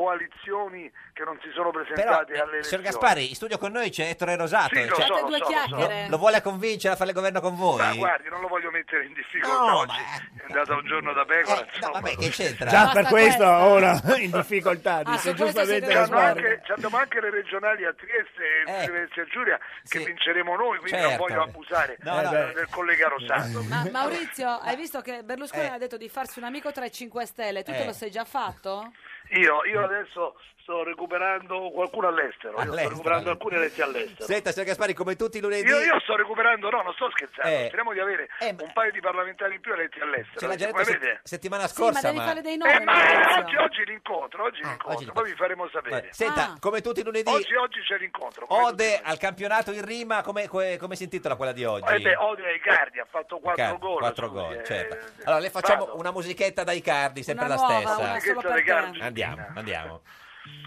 Speaker 12: coalizioni che non si sono
Speaker 1: Però,
Speaker 12: presentate
Speaker 1: eh,
Speaker 12: alle
Speaker 1: signor
Speaker 12: elezioni.
Speaker 1: Gasparri, in studio con noi c'è Ettore Rosato.
Speaker 12: Sì, lo
Speaker 1: cioè-
Speaker 12: so, lo Fate due so, lo so. chiacchiere.
Speaker 1: Lo vuole convincere a fare il governo con voi?
Speaker 12: Ma guardi, non lo voglio mettere in difficoltà
Speaker 1: No,
Speaker 12: oggi. È andato un giorno da pecora. insomma.
Speaker 1: che c'entra?
Speaker 8: Già per questo Ah, ora in
Speaker 12: Ah,
Speaker 8: difficoltà, dice giustamente
Speaker 12: Ci hanno
Speaker 8: Gasparri.
Speaker 12: anche, ci hanno anche le regionali a Trieste e Venezia Giulia che vinceremo noi, quindi
Speaker 8: Certo.
Speaker 12: non voglio abusare
Speaker 8: No, no.
Speaker 12: del, del collega Rosato.
Speaker 2: Ma Maurizio, hai visto che Berlusconi
Speaker 12: Eh.
Speaker 2: ha detto di farsi un amico tra i 5 Stelle, tu
Speaker 12: Eh.
Speaker 2: te lo sei già fatto?
Speaker 12: Io, io adesso sto recuperando qualcuno all'estero, io sto
Speaker 1: All'estero,
Speaker 12: recuperando alcuni eletti all'estero.
Speaker 1: Senta, signor Gasparri, come tutti i lunedì...
Speaker 12: Io, io sto recuperando, no, non sto scherzando,
Speaker 1: Eh.
Speaker 12: speriamo di avere un paio di parlamentari in più eletti all'estero.
Speaker 1: Ce l'ha già
Speaker 12: perché
Speaker 1: detto se-
Speaker 12: come vede-
Speaker 1: settimana scorsa, ma... Ah,
Speaker 2: dei
Speaker 12: Eh, ma oggi, oggi l'incontro, oggi l'incontro, poi vi faremo sapere.
Speaker 1: Senta, come tutti i lunedì...
Speaker 12: Oggi, oggi c'è l'incontro. come tutti
Speaker 1: Ode al campionato in rima, come, come- come si intitola quella di oggi?
Speaker 12: Eh beh, odio Icardi, ha fatto 4
Speaker 1: Ca-
Speaker 12: gol.
Speaker 1: quattro
Speaker 12: scusi,
Speaker 1: gol,
Speaker 12: eh.
Speaker 1: certo. Allora, le facciamo una musichetta da Icardi, sempre
Speaker 12: Una
Speaker 1: la
Speaker 12: nuova,
Speaker 1: stessa.
Speaker 12: una solo per te.
Speaker 1: Andiamo, andiamo.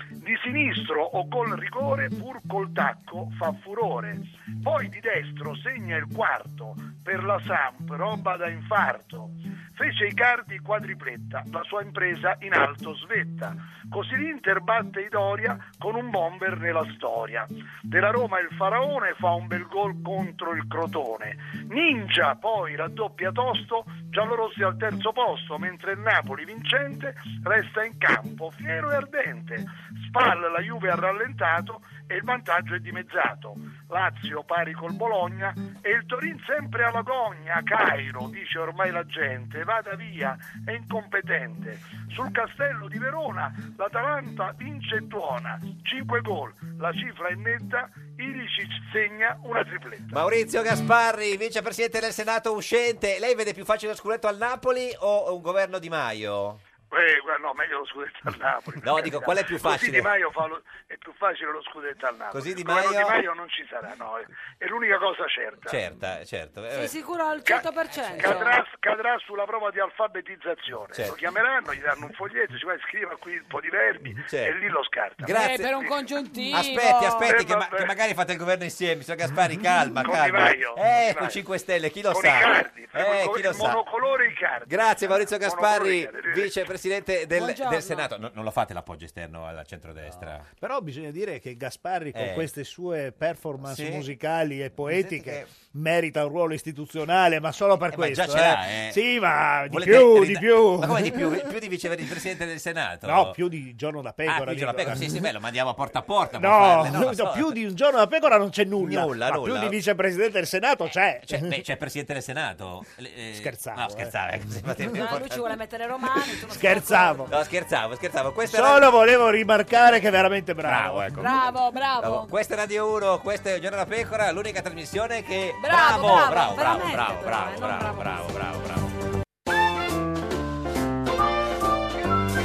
Speaker 12: Di sinistro o col rigore pur col tacco fa furore. Poi di destro segna il quarto per la Samp, roba da infarto. Fece i cardi quadripletta, la sua impresa in alto svetta. Così l'Inter batte i Doria con un bomber nella storia. Della Roma il Faraone fa un bel gol contro il Crotone. Ninja poi raddoppia tosto, giallorossi al terzo posto, mentre il Napoli vincente resta in campo, fiero e ardente. Spal la Juve ha rallentato e il vantaggio è dimezzato. Lazio pari col Bologna e il Torin sempre alla gogna. Cairo, dice ormai la gente, vada via, è incompetente. Sul castello di Verona l'Atalanta vince e tuona. 5 gol, la cifra è netta, Ilicic segna una tripletta.
Speaker 1: Maurizio Gasparri, vicepresidente del Senato uscente. Lei vede più facile lo scudetto al Napoli o un governo Di Maio?
Speaker 12: Eh, guarda, no, meglio lo scudetto al Napoli.
Speaker 1: No,
Speaker 12: per
Speaker 1: dico,
Speaker 12: carità.
Speaker 1: qual è più
Speaker 12: Così
Speaker 1: facile?
Speaker 12: Di Maio fa lo- è più facile lo scudetto al Napoli.
Speaker 1: Così Di
Speaker 12: Il governo
Speaker 1: Maio-
Speaker 12: Di Maio non ci sarà, no. è- È l'unica cosa certa.
Speaker 1: Certo, certo. Eh,
Speaker 2: Sei sicuro al 100%?
Speaker 12: Cadrà, cadrà sulla prova di alfabetizzazione.
Speaker 1: Certo.
Speaker 12: Lo chiameranno, gli danno un foglietto, ci vai, scriva qui un po' di verbi
Speaker 1: Certo.
Speaker 12: e lì lo scarta.
Speaker 1: Grazie. Eh, per
Speaker 2: un congiuntivo.
Speaker 1: Aspetti, aspetti,
Speaker 12: Eh,
Speaker 1: che, ma-
Speaker 12: vabbè.
Speaker 1: che magari fate il governo insieme. Signor Gasparri, calma,
Speaker 12: Con Di
Speaker 1: calma.
Speaker 12: Maio, con
Speaker 1: eh,
Speaker 12: Di
Speaker 1: con
Speaker 12: Maio.
Speaker 1: 5 Stelle, chi lo
Speaker 12: Con
Speaker 1: sa?
Speaker 12: i cardi,
Speaker 1: eh,
Speaker 12: con
Speaker 1: chi
Speaker 12: i-
Speaker 1: lo sa?
Speaker 12: monocolore i cardi.
Speaker 1: Grazie Maurizio
Speaker 12: Monocolore i
Speaker 1: Gasparri,
Speaker 12: cardi, arrivederci.
Speaker 1: vicepresidente del,
Speaker 8: Buongiorno.
Speaker 1: del Senato. No, non lo fate l'appoggio esterno al centrodestra.
Speaker 8: Però bisogna dire che Gasparri con
Speaker 1: Eh.
Speaker 8: queste sue performance
Speaker 1: Sì.
Speaker 8: musicali e poetiche merita un ruolo istituzionale, ma solo per
Speaker 1: Eh, ma
Speaker 8: questo.
Speaker 1: già ce l'ha,
Speaker 8: eh.
Speaker 1: eh.
Speaker 8: Sì, ma di
Speaker 1: Volete
Speaker 8: più,
Speaker 1: rida-
Speaker 8: di più.
Speaker 1: Ma come di più? Più di vicepresidente del Senato?
Speaker 8: No, più di giorno da pecora.
Speaker 1: Ah, qui c'è la
Speaker 8: dico.
Speaker 1: pecora, sì, sì, beh, lo mandiamo a porta a porta. può
Speaker 8: No,
Speaker 1: farle, lo
Speaker 8: no,
Speaker 1: so.
Speaker 8: più di un giorno da pecora non c'è nulla.
Speaker 1: Nulla,
Speaker 8: ma
Speaker 1: nulla.
Speaker 8: più di vicepresidente del Senato c'è.
Speaker 1: Cioè, beh, c'è il presidente del Senato. Eh,
Speaker 8: Scherzavo,
Speaker 1: No, scherzavo. eh, così fate-
Speaker 2: No, lui ci vuole mettere Romani. tu non
Speaker 8: Scherzavo.
Speaker 1: No, scherzavo, scherzavo. Questa era-
Speaker 8: Solo volevo rimarcare che è veramente bravo.
Speaker 1: Bravo, ecco.
Speaker 2: sei- Bravo, bravo.
Speaker 1: Bravo. Questa è Radio 1, questa è Giorno della Pecora, l'unica trasmissione che...
Speaker 2: Bravo, bravo,
Speaker 1: bravo, bravo,
Speaker 2: veramente, eh,
Speaker 1: bravo,
Speaker 2: però,
Speaker 1: bravo, bravo, bravo, bravo, bravo.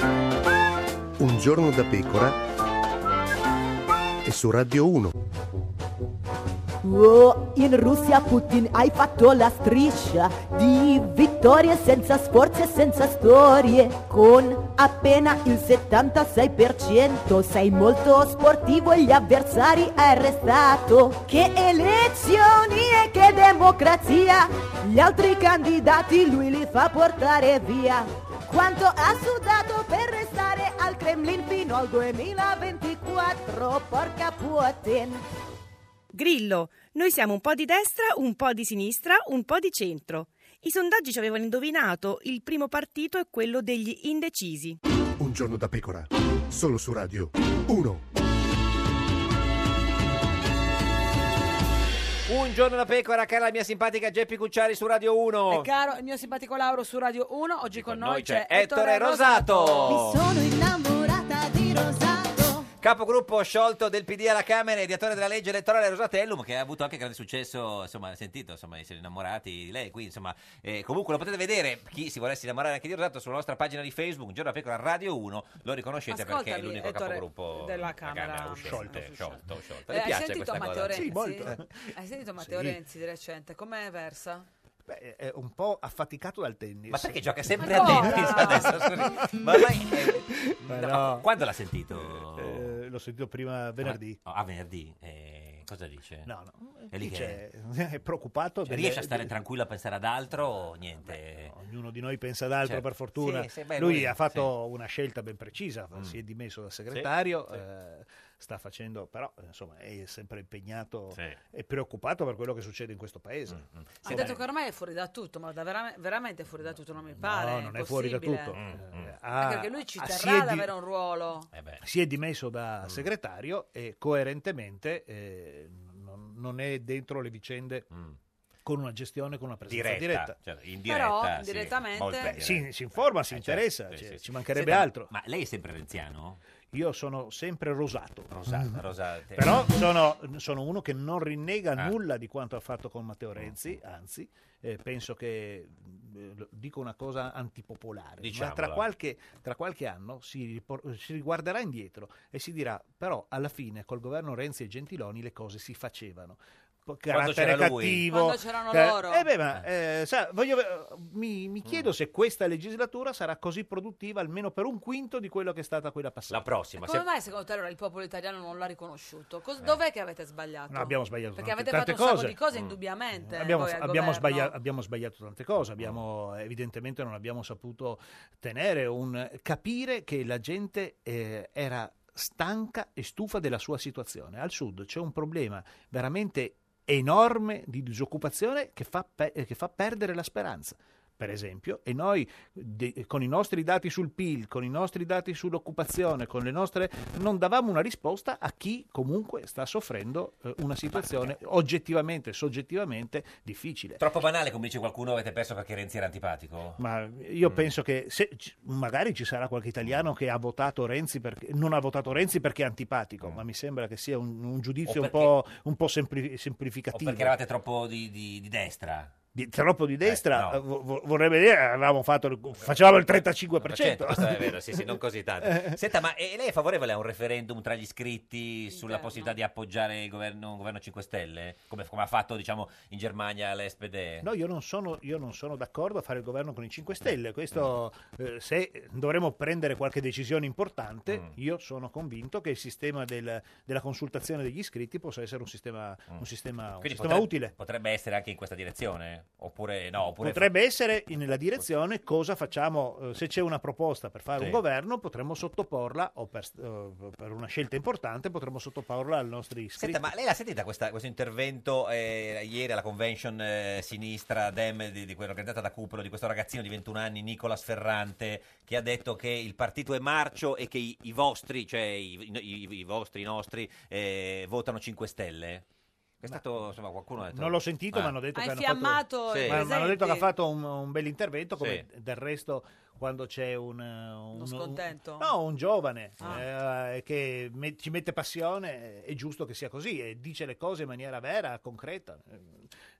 Speaker 9: Un giorno da pecora e su Radio 1.
Speaker 7: Oh, in Russia Putin hai fatto la striscia di vittorie senza sforzi e senza storie. Con appena il 76% sei molto sportivo e gli avversari hai arrestato. Che elezioni e che democrazia! Gli altri candidati lui li fa portare via. Quanto ha sudato per restare al Kremlin fino al 2024, porca Putin.
Speaker 10: Grillo, noi siamo un po' di destra, un po' di sinistra, un po' di centro. I sondaggi ci avevano indovinato, il primo partito è quello degli indecisi.
Speaker 9: Un giorno da pecora, solo su Radio 1.
Speaker 1: Un giorno da Pecora, cara la mia simpatica Geppi Cucciari su Radio
Speaker 2: E
Speaker 8: Oh.
Speaker 1: 1.
Speaker 2: caro il mio simpatico Lauro su Radio 1, oggi con,
Speaker 1: Noi c'è
Speaker 2: Ettore
Speaker 1: Ettore Rosato. Capogruppo sciolto del PD alla Camera, ideatore della legge elettorale Rosatellum, che ha avuto anche grande successo, insomma, sentito, insomma, essere innamorati di lei qui, insomma. Eh, comunque lo potete vedere, chi si volesse innamorare anche di Rosato, sulla nostra pagina di Facebook, Giorno da Pecora Radio 1, lo riconoscete perché è
Speaker 2: Ascoltami,
Speaker 1: l'unico
Speaker 2: Ettore
Speaker 1: capogruppo
Speaker 2: della
Speaker 1: alla
Speaker 2: Camera.
Speaker 1: uscente. Sciolto, sciolto, sciolto.
Speaker 2: Eh,
Speaker 1: Le
Speaker 2: hai
Speaker 1: piace
Speaker 2: sentito
Speaker 1: questa
Speaker 2: Matteo
Speaker 1: cosa?
Speaker 2: Renzi? Eh, Hai sentito Matteo
Speaker 8: Sì.
Speaker 2: Renzi di recente? Com'è versa?
Speaker 8: Beh, è un po' affaticato dal tennis.
Speaker 1: Ma perché gioca sempre
Speaker 2: Ma
Speaker 1: a
Speaker 2: cosa?
Speaker 1: tennis adesso? Scusi. Ma ormai, eh,
Speaker 8: Ma
Speaker 1: no,
Speaker 8: no.
Speaker 1: quando l'ha sentito?
Speaker 8: Eh, l'ho sentito prima venerdì.
Speaker 1: Ah, ah, venerdì. Eh, cosa dice?
Speaker 8: No, no.
Speaker 1: È lì
Speaker 8: Dice-
Speaker 1: che
Speaker 8: è preoccupato.
Speaker 1: cioè,
Speaker 8: delle-
Speaker 1: riesce a stare tranquillo a pensare ad altro o niente?
Speaker 8: Ognuno di noi pensa ad altro,
Speaker 1: Certo.
Speaker 8: per fortuna.
Speaker 1: Sì, sì, beh,
Speaker 8: lui,
Speaker 1: lui,
Speaker 8: ha fatto una scelta ben precisa, si è dimesso da segretario,
Speaker 1: sì.
Speaker 8: eh, sta facendo, però insomma è sempre impegnato
Speaker 1: Sì. Mm,
Speaker 8: e preoccupato per quello che succede in questo paese.
Speaker 2: Ha detto che ormai è fuori da tutto, ma da vera- veramente è fuori da tutto, non mi pare.
Speaker 8: no, non è fuori da
Speaker 2: impossibile.
Speaker 1: Mm,
Speaker 8: tutto. Eh, ha-
Speaker 2: eh, Anche perché lui ci
Speaker 8: ha-
Speaker 2: terrà
Speaker 8: si è
Speaker 2: ad
Speaker 8: di-
Speaker 2: avere un ruolo.
Speaker 8: si è dimesso
Speaker 1: Mm.
Speaker 8: da segretario e coerentemente eh, non, non è dentro le vicende con una gestione, con una presenza
Speaker 1: Mm. Diretta,
Speaker 8: diretta.
Speaker 1: cioè, in diretta,
Speaker 2: Però, sì, direttamente- molto
Speaker 8: Eh,
Speaker 2: diretta.
Speaker 8: si, si informa, si interessa,
Speaker 1: Sì,
Speaker 8: cioè,
Speaker 1: certo, sì, sì.
Speaker 8: ci mancherebbe
Speaker 1: Senta,
Speaker 8: altro.
Speaker 1: Ma lei è sempre renziano? Mm.
Speaker 8: Io sono sempre rosato. Mm.
Speaker 1: Rosato, rosate.
Speaker 8: Però sono, sono uno che non rinnega
Speaker 1: Ah.
Speaker 8: nulla di quanto ha fatto con Matteo Renzi, anzi eh, penso che, eh, lo- dico una cosa antipopolare, ma tra
Speaker 1: Diciamola.
Speaker 8: qualche, tra qualche anno si, ripor- si riguarderà indietro e si dirà però alla fine col governo Renzi e Gentiloni le cose si facevano. po-
Speaker 1: Quando
Speaker 8: carattere
Speaker 1: c'era lui.
Speaker 8: cattivo.
Speaker 2: Quando c'erano
Speaker 8: Ca-
Speaker 2: loro.
Speaker 8: Eh beh, ma, eh, sa, voglio ve- mi,
Speaker 1: Mm.
Speaker 8: mi chiedo se questa legislatura sarà così produttiva almeno per un quinto di quello che è stata quella passata.
Speaker 1: La prossima.
Speaker 2: Come mai secondo te allora il popolo italiano non l'ha riconosciuto? Cos- Dov'è che avete sbagliato?
Speaker 8: Eh. No, abbiamo sbagliato
Speaker 2: Perché
Speaker 8: tante-
Speaker 2: avete fatto un
Speaker 8: tante
Speaker 2: sacco
Speaker 8: cose.
Speaker 2: di cose
Speaker 8: Mm.
Speaker 2: indubbiamente.
Speaker 8: Abbiamo,
Speaker 2: voi al
Speaker 8: abbiamo
Speaker 2: governo.
Speaker 8: sbaglia- abbiamo sbagliato tante cose, abbiamo, evidentemente non abbiamo saputo tenere un, capire che la gente eh, era stanca e stufa della sua situazione. Al sud c'è un problema veramente enorme di disoccupazione che fa, pe- eh, che fa perdere la speranza. Per esempio, e noi de- con i nostri dati sul PIL, con i nostri dati sull'occupazione, con le nostre. non davamo una risposta a chi comunque sta soffrendo eh, una situazione oggettivamente, soggettivamente difficile.
Speaker 1: Troppo banale, come dice qualcuno, avete perso perché Renzi era antipatico?
Speaker 8: Eh. Ma
Speaker 1: Mm.
Speaker 8: io penso che se, c- magari ci sarà qualche italiano che ha votato Renzi perché, non ha votato Renzi perché è antipatico, ma mi sembra che sia un, un giudizio
Speaker 1: Mm. O
Speaker 8: un po', un po' sempli-
Speaker 1: O
Speaker 8: semplificativo.
Speaker 1: perché eravate troppo di, di- di destra?
Speaker 8: Di- troppo di destra eh, vo- vo- vorrebbe dire avevamo fatto il- facevamo il 35%.
Speaker 1: certo, questo è vero, sì, sì, non così
Speaker 8: Eh.
Speaker 1: tanto. Senta, ma e lei è favorevole a un referendum tra gli iscritti sulla possibilità di appoggiare il governo, un governo 5 Stelle? Come, come ha fatto, diciamo, in Germania l'SPD?
Speaker 8: No, io non, sono, io non sono d'accordo a fare il governo con i 5 Stelle. Questo, eh, se dovremo prendere qualche decisione importante,
Speaker 1: Mm.
Speaker 8: io sono convinto che il sistema del- della consultazione degli iscritti possa essere un sistema, un sistema, un
Speaker 1: Mm. Quindi
Speaker 8: sistema
Speaker 1: potre-
Speaker 8: utile.
Speaker 1: Potrebbe essere anche in questa direzione? Oppure no? Oppure
Speaker 8: Potrebbe essere in- nella direzione cosa facciamo, eh, se c'è una proposta per fare
Speaker 1: Sì.
Speaker 8: un governo potremmo sottoporla o per, eh, per una scelta importante potremmo sottoporla ai nostri iscritti.
Speaker 1: Senta, ma lei l'ha sentita questa- questo intervento eh, ieri alla convention eh, sinistra Dem di, di quella organizzata da Cupolo di questo ragazzino di 21 anni, Nicolas Ferrante, che ha detto che il partito è marcio e che i, i vostri, cioè i, i- i vostri, i nostri, eh, votano 5 Stelle? È stato, insomma, qualcuno ha detto...
Speaker 8: Non l'ho sentito,
Speaker 1: Ah.
Speaker 8: ma hanno detto, che hanno,
Speaker 2: infiammato
Speaker 8: fatto,
Speaker 1: i Sì.
Speaker 8: ma- ma hanno
Speaker 1: presenti.
Speaker 8: detto che ha fatto un, un bel intervento, come
Speaker 1: Sì.
Speaker 8: del resto quando c'è un, eh, un-
Speaker 2: Uno scontento?
Speaker 8: un- no, un giovane
Speaker 2: Ah.
Speaker 8: eh, che me- ci mette passione, eh, è giusto che sia così e dice le cose in maniera vera, concreta.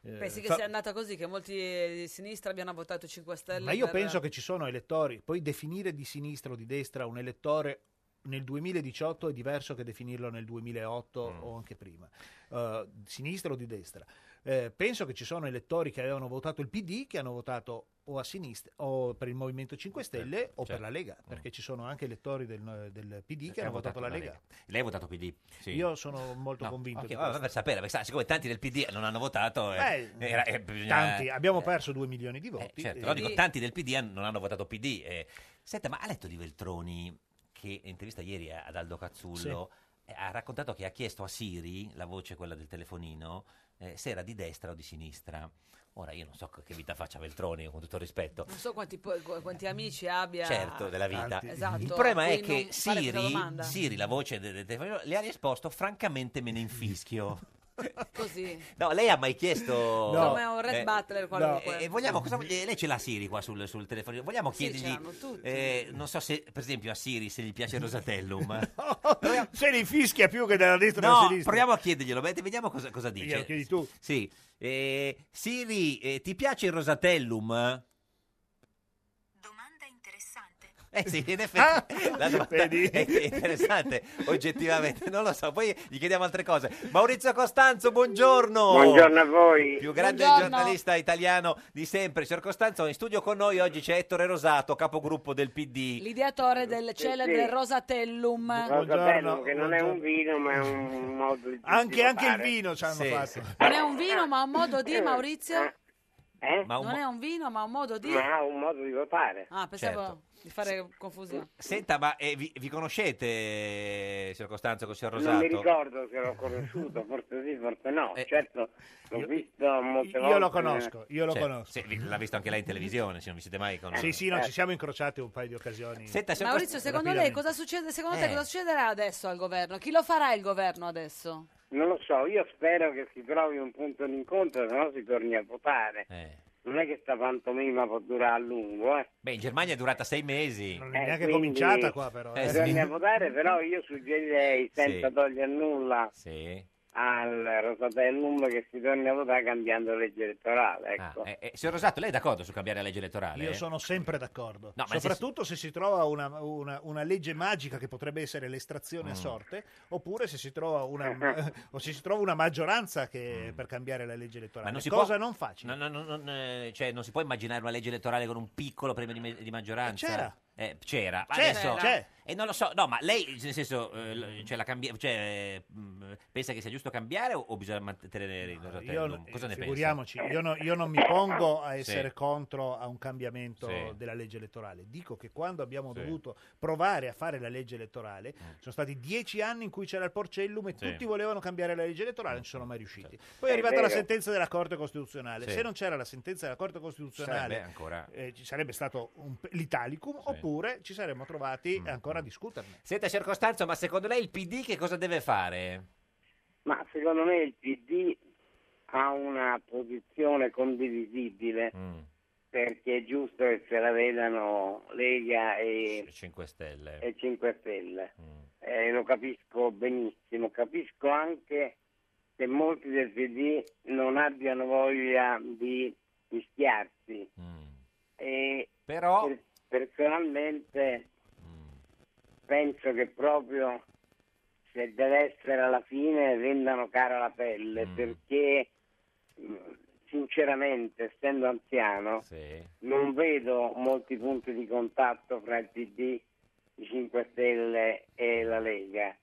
Speaker 8: Eh,
Speaker 2: Pensi che
Speaker 8: fa-
Speaker 2: sia andata così? Che molti eh, di sinistra abbiano votato 5 Stelle?
Speaker 8: Ma io
Speaker 2: per-
Speaker 8: penso che ci sono elettori, poi definire di sinistra o di destra un elettore nel 2018 è diverso che definirlo nel 2008
Speaker 1: Mm.
Speaker 8: o anche prima, Eh, di sinistra o di destra. Eh, penso che ci sono elettori che avevano votato il PD, che hanno votato o a sinistra o per il Movimento 5
Speaker 1: Certo,
Speaker 8: Stelle o per la Lega,
Speaker 1: Mm.
Speaker 8: perché ci sono anche elettori del, del
Speaker 1: Eh,
Speaker 8: PD che hanno votato la Lega.
Speaker 1: Lei ha votato PD? Sì.
Speaker 8: Io sono molto
Speaker 1: No,
Speaker 8: convinto.
Speaker 1: ok,
Speaker 8: di
Speaker 1: vabbè,
Speaker 8: questo.
Speaker 1: per sapere, perché sa, siccome tanti del PD non hanno votato, eh,
Speaker 8: Beh,
Speaker 1: era- eh, bisogna-
Speaker 8: tanti, abbiamo perso 2 milioni di voti.
Speaker 1: Certo,
Speaker 8: Eh,
Speaker 1: però dico, tanti del PD han- non hanno votato PD. eh. Senta, ma ha letto di Veltroni che in intervista ieri a- ad Aldo Cazzullo eh, ha raccontato che ha chiesto a Siri, la voce quella del telefonino, eh, se era di destra o di sinistra. Ora io non so che vita faccia Veltroni, con tutto il rispetto.
Speaker 2: Non so quanti, po- quanti amici abbia.
Speaker 1: Certo, della vita.
Speaker 2: Esatto,
Speaker 1: Il problema è
Speaker 2: quindi non
Speaker 1: che
Speaker 2: fare questa
Speaker 1: Siri,
Speaker 2: domanda.
Speaker 1: Siri, la voce del del telefonino, le ha risposto francamente me ne infischio.
Speaker 2: Così.
Speaker 1: No, lei ha mai chiesto...
Speaker 2: Come un Red Butler qualunque.
Speaker 1: e- e vogliamo, cosa, vogl- eh, lei ce l'ha Siri qua sul, sul telefonino. Vogliamo
Speaker 2: Sì, ce
Speaker 1: chiedergli...
Speaker 2: l'hanno tutti.
Speaker 1: eh, non so se, per esempio, a Siri se gli piace Rosatellum. no,
Speaker 8: Se li fischia più che dalla destra o dalla sinistra.
Speaker 1: proviamo a chiederglielo. vedi- Vediamo cosa, cosa dice.
Speaker 8: Glielo chiedi tu.
Speaker 1: Sì. Eh, Siri, eh, ti piace il Rosatellum? Domanda interessante. Eh sì, in effetti
Speaker 8: Ah,
Speaker 1: la domanda è interessante, oggettivamente, non lo so. Poi gli chiediamo altre cose. Maurizio Costanzo, buongiorno.
Speaker 13: Buongiorno a voi.
Speaker 1: Più grande
Speaker 13: Buongiorno.
Speaker 1: giornalista italiano di sempre, signor Costanzo. In studio con noi oggi c'è Ettore Rosato, capogruppo del PD.
Speaker 2: L'ideatore del celebre
Speaker 13: sì.
Speaker 2: Rosatellum.
Speaker 13: Rosatellum che non è un vino ma è un modo di
Speaker 8: Anche,
Speaker 13: di
Speaker 8: anche il
Speaker 13: fare.
Speaker 8: vino ci hanno fatto.
Speaker 2: Non è un vino, ma un modo di, Maurizio?
Speaker 13: Eh?
Speaker 1: Ma un
Speaker 2: non
Speaker 1: mo-
Speaker 2: è un vino, ma un modo di.
Speaker 13: Ma ha un modo di votare.
Speaker 2: Ah, pensavo
Speaker 1: Certo.
Speaker 2: di fare confusione.
Speaker 1: Senta, ma eh, vi, vi conoscete, signor Costanzo, con signor Rosato?
Speaker 13: Non mi ricordo se l'ho conosciuto, forse sì, forse no. certo, l'ho visto molte volte. eh.
Speaker 8: io lo
Speaker 1: Cioè,
Speaker 8: conosco.
Speaker 1: sì, vi- l'ha visto anche lei in televisione, se non vi siete mai conosciuti.
Speaker 8: Sì, sì, no, ci siamo incrociati un paio di occasioni.
Speaker 1: Senta, signor
Speaker 2: Maurizio,
Speaker 1: Costanzo-
Speaker 2: secondo lei cosa succede? Secondo te
Speaker 13: Eh.
Speaker 2: cosa succederà adesso al governo? Chi lo farà il governo adesso?
Speaker 13: Non lo so, io spero che si trovi un punto d'incontro, se no si torni a votare. Non è che sta pantomima può durare a lungo, eh.
Speaker 1: Beh, in Germania è durata sei mesi.
Speaker 8: Non
Speaker 13: è Eh, neanche quindi- cominciata
Speaker 8: qua, però,
Speaker 1: Eh,
Speaker 13: Bisogna
Speaker 1: sì.
Speaker 13: votare, però io suggerirei, senza
Speaker 1: Sì.
Speaker 13: togliere nulla
Speaker 1: Sì.
Speaker 13: al Rosatellum che si torni a votare cambiando legge elettorale. Ecco.
Speaker 1: Eh, eh, signor Rosato, lei è d'accordo su cambiare la legge elettorale?
Speaker 8: Io sono sempre d'accordo,
Speaker 1: No, ma
Speaker 8: soprattutto se si trova una, una- una legge magica che potrebbe essere l'estrazione
Speaker 1: Mm.
Speaker 8: a sorte, oppure se si trova una, o se si trova una maggioranza che, per cambiare la legge elettorale,
Speaker 1: Mm. Ma non si
Speaker 8: cosa
Speaker 1: può-
Speaker 8: non facile.
Speaker 1: No, no, no, non, eh, cioè, non si può immaginare una legge elettorale con un piccolo premio di, me- di maggioranza?
Speaker 8: Eh, c'era.
Speaker 1: Eh, c'era.
Speaker 8: C'era,
Speaker 1: Adesso-
Speaker 8: c'è.
Speaker 1: E non lo so, no, ma lei, nel senso, eh, l- cioè, la cambia- cioè, eh, mh, pensa che sia giusto cambiare o, o bisogna mantenere il Rosatellum?
Speaker 8: Io-
Speaker 1: Cosa ne pensa?
Speaker 8: figuriamoci, io, no- io non mi pongo a
Speaker 1: Sì.
Speaker 8: essere contro a un cambiamento
Speaker 1: Sì.
Speaker 8: della legge elettorale. Dico che quando abbiamo
Speaker 1: Sì. Mm.
Speaker 8: dovuto provare a fare la legge elettorale, sono stati dieci anni in cui c'era il Porcellum e
Speaker 1: Sì. Mm, certo.
Speaker 8: tutti volevano cambiare la legge elettorale, non ci sono mai riusciti. Poi è
Speaker 1: È
Speaker 8: arrivata la
Speaker 1: vero.
Speaker 8: sentenza della Corte Costituzionale.
Speaker 1: Sì.
Speaker 8: Se non c'era la sentenza della Corte Costituzionale,
Speaker 1: Sarebbe ancora-
Speaker 8: eh, ci sarebbe stato un pe- l'Italicum, oppure ci saremmo trovati
Speaker 1: Mm,
Speaker 8: ancora a discuterne.
Speaker 1: Senta, signor Costanzo, ma secondo lei il PD che cosa deve fare?
Speaker 13: Ma secondo me il PD ha una posizione condivisibile
Speaker 1: Mm.
Speaker 13: perché è giusto che se la vedano Lega e,
Speaker 1: 5 Stelle.
Speaker 13: e 5 Stelle. Eh, lo capisco benissimo, capisco anche che molti del PD non abbiano voglia di mischiarsi. E
Speaker 1: Però...
Speaker 13: personalmente penso che proprio se deve essere alla fine rendano cara la pelle perché mh, sinceramente essendo anziano non vedo molti punti di contatto fra il PD, i 5 Stelle e la Lega.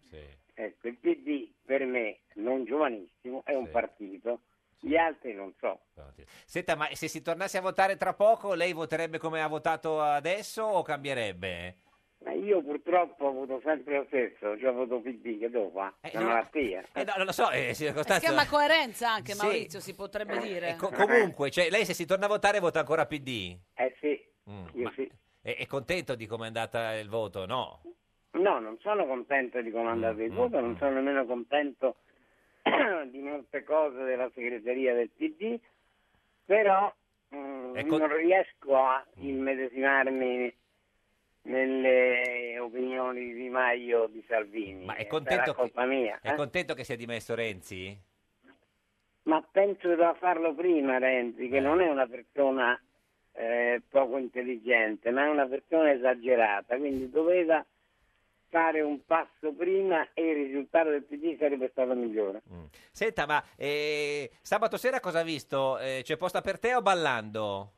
Speaker 13: Ecco, il PD per me, non giovanissimo, è un partito, gli altri non so.
Speaker 1: Senta, ma se si tornasse a votare tra poco, lei voterebbe come ha votato adesso o cambierebbe?
Speaker 13: Ma io purtroppo voto sempre lo stesso, cioè voto PD, che devo fare? È una malattia.
Speaker 1: Eh no, non lo so, eh, signor
Speaker 2: Si
Speaker 1: Costanzo.
Speaker 2: chiama coerenza anche,
Speaker 1: Sì. Eh,
Speaker 2: Maurizio, si potrebbe dire.
Speaker 1: Co- comunque, cioè, lei se si torna a votare vota ancora PD?
Speaker 13: Eh sì,
Speaker 1: io sì. È, è contento di come è andata il voto? No.
Speaker 13: No, non sono contento di come è andato il voto, non sono nemmeno contento di molte cose della segreteria del PD, però mm,
Speaker 1: Ecco- Mm.
Speaker 13: non riesco a immedesimarmi nelle opinioni di Maio o di Salvini.
Speaker 1: Ma è
Speaker 13: Sarà
Speaker 1: contento, che,
Speaker 13: colpa mia. eh.
Speaker 1: è contento che sia dimesso Renzi?
Speaker 13: Ma penso che doveva farlo prima Renzi,
Speaker 1: Eh.
Speaker 13: che non è una persona eh, poco intelligente, ma è una persona esagerata, quindi doveva fare un passo prima e il risultato del PD sarebbe stato migliore.
Speaker 1: Mm. Senta, ma eh, sabato sera cosa ha visto? Eh, c'è posta per te o ballando?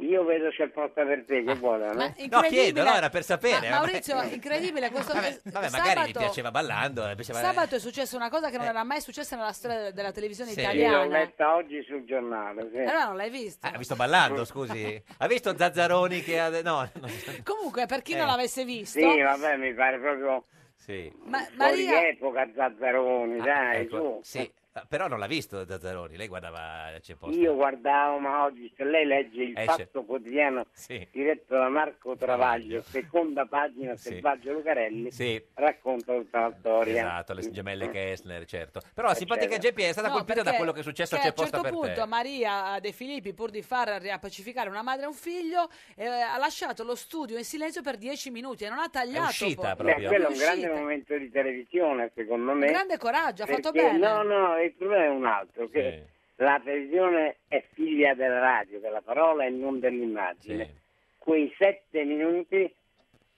Speaker 13: Io vedo c'è posta per te,
Speaker 1: Ah.
Speaker 13: che buona,
Speaker 2: Ma
Speaker 13: no?
Speaker 1: No,
Speaker 2: incredibile.
Speaker 1: chiedo, no, era per sapere.
Speaker 2: Ma-
Speaker 1: vabbè.
Speaker 2: Maurizio, incredibile questo
Speaker 1: Vabbè,
Speaker 2: sabato,
Speaker 1: magari gli piaceva ballando. eh, piaceva-
Speaker 2: sabato è successa una cosa che non era mai successa nella storia della televisione
Speaker 1: Sì.
Speaker 13: Io l'ho
Speaker 2: italiana.
Speaker 13: letta oggi sul giornale, sì.
Speaker 2: Allora non l'hai vista.
Speaker 1: Ah, ha visto ballando, scusi. Ha visto Zazzaroni che ha... No, no.
Speaker 2: Comunque, per chi
Speaker 1: Eh.
Speaker 2: non l'avesse visto,
Speaker 13: Sì, vabbè, mi pare proprio
Speaker 1: Sì.
Speaker 2: Ma-
Speaker 13: fuori
Speaker 2: Maria-
Speaker 13: epoca Zazzaroni, dai,
Speaker 1: Ecco,
Speaker 13: su.
Speaker 1: sì, ah, però non l'ha visto Zazzaroni, lei guardava c'è posta.
Speaker 13: Io guardavo, ma oggi se lei legge il
Speaker 1: Esce.
Speaker 13: Fatto Quotidiano
Speaker 1: Sì.
Speaker 13: diretto da Marco Travaglio, seconda pagina,
Speaker 1: Sì.
Speaker 13: Selvaggio Lucarelli,
Speaker 1: Sì.
Speaker 13: racconta tutta la storia.
Speaker 1: Esatto, le gemelle
Speaker 13: Mm.
Speaker 1: Kessler, certo. Però la
Speaker 13: Eh,
Speaker 1: simpatica
Speaker 13: certo.
Speaker 1: Geppi è stata
Speaker 2: No,
Speaker 1: colpita da
Speaker 2: perché-
Speaker 1: quello che è successo a
Speaker 2: che
Speaker 1: C'è posta
Speaker 2: un certo
Speaker 1: per
Speaker 2: punto
Speaker 1: te.
Speaker 2: Maria De Filippi, pur di far riappacificare una madre e un figlio, eh, ha lasciato lo studio in silenzio per dieci minuti e non ha tagliato.
Speaker 13: Beh,
Speaker 2: poi.
Speaker 13: quello è un
Speaker 2: Uscita.
Speaker 13: grande momento di televisione, secondo me.
Speaker 2: Un grande coraggio, ha fatto
Speaker 13: perché-
Speaker 2: bene.
Speaker 13: No, no, il problema è un altro, che la televisione è figlia della radio, della parola e non dell'immagine. Quei sette minuti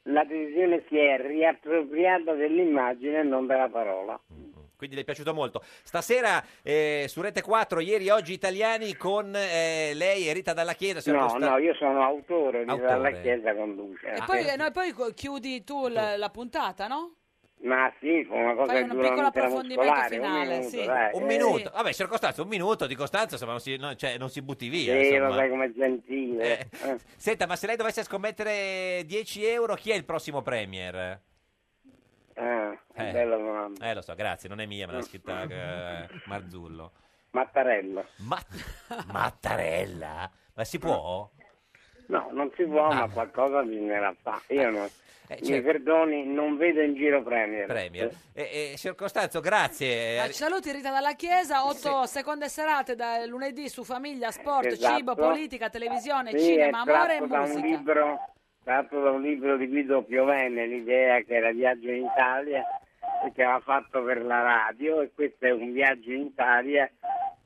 Speaker 13: la televisione si è riappropriata dell'immagine e non della parola.
Speaker 1: Quindi le è piaciuto molto. Stasera eh, su Rete 4, ieri oggi italiani con eh, lei e Rita Dalla Chiesa. signor
Speaker 13: No,
Speaker 1: Costa-
Speaker 13: no, io sono autore, di
Speaker 1: Autore.
Speaker 13: dalla Chiesa conduce.
Speaker 2: E poi, no, e poi co- chiudi tu l- la puntata, no?
Speaker 13: Ma sì, fu una cosa
Speaker 2: Fai
Speaker 13: che
Speaker 2: un
Speaker 13: dura
Speaker 2: piccolo approfondimento
Speaker 13: intramuscolare, un
Speaker 2: finale,
Speaker 13: minuto,
Speaker 2: sì.
Speaker 13: dai.
Speaker 1: Un
Speaker 13: Eh,
Speaker 1: minuto, vabbè, signor Costanzo, un minuto di Costanzo, insomma, non si, no, cioè, non si butti via.
Speaker 13: Sì,
Speaker 1: insomma.
Speaker 13: lo sai com'è gentile.
Speaker 1: Eh, Senta, ma se lei dovesse scommettere 10 euro, chi è il prossimo Premier?
Speaker 13: Ah,
Speaker 1: Eh.
Speaker 13: bella domanda.
Speaker 1: Eh, lo so, grazie, non è mia, me l'ha scritta eh, Marzullo.
Speaker 13: Mattarella.
Speaker 1: Mattarella? Ma si può?
Speaker 13: Eh. No, non si può, ma qualcosa bisognerà fare. Io non, mi
Speaker 1: Ah. Eh, certo.
Speaker 13: perdoni, non vedo in giro Premier.
Speaker 1: Premier. Eh, eh, signor Costanzo, grazie.
Speaker 2: Eh, Saluti Rita dalla Chiesa, otto seconde serate da lunedì su famiglia, sport,
Speaker 13: Esatto.
Speaker 2: cibo, politica, televisione,
Speaker 13: Sì,
Speaker 2: cinema,
Speaker 13: è tratto
Speaker 2: amore e
Speaker 13: da un
Speaker 2: musica.
Speaker 13: libro tratto da un libro di Guido Piovene, l'idea che era Viaggio in Italia, che aveva fatto per la radio e questo è un viaggio in Italia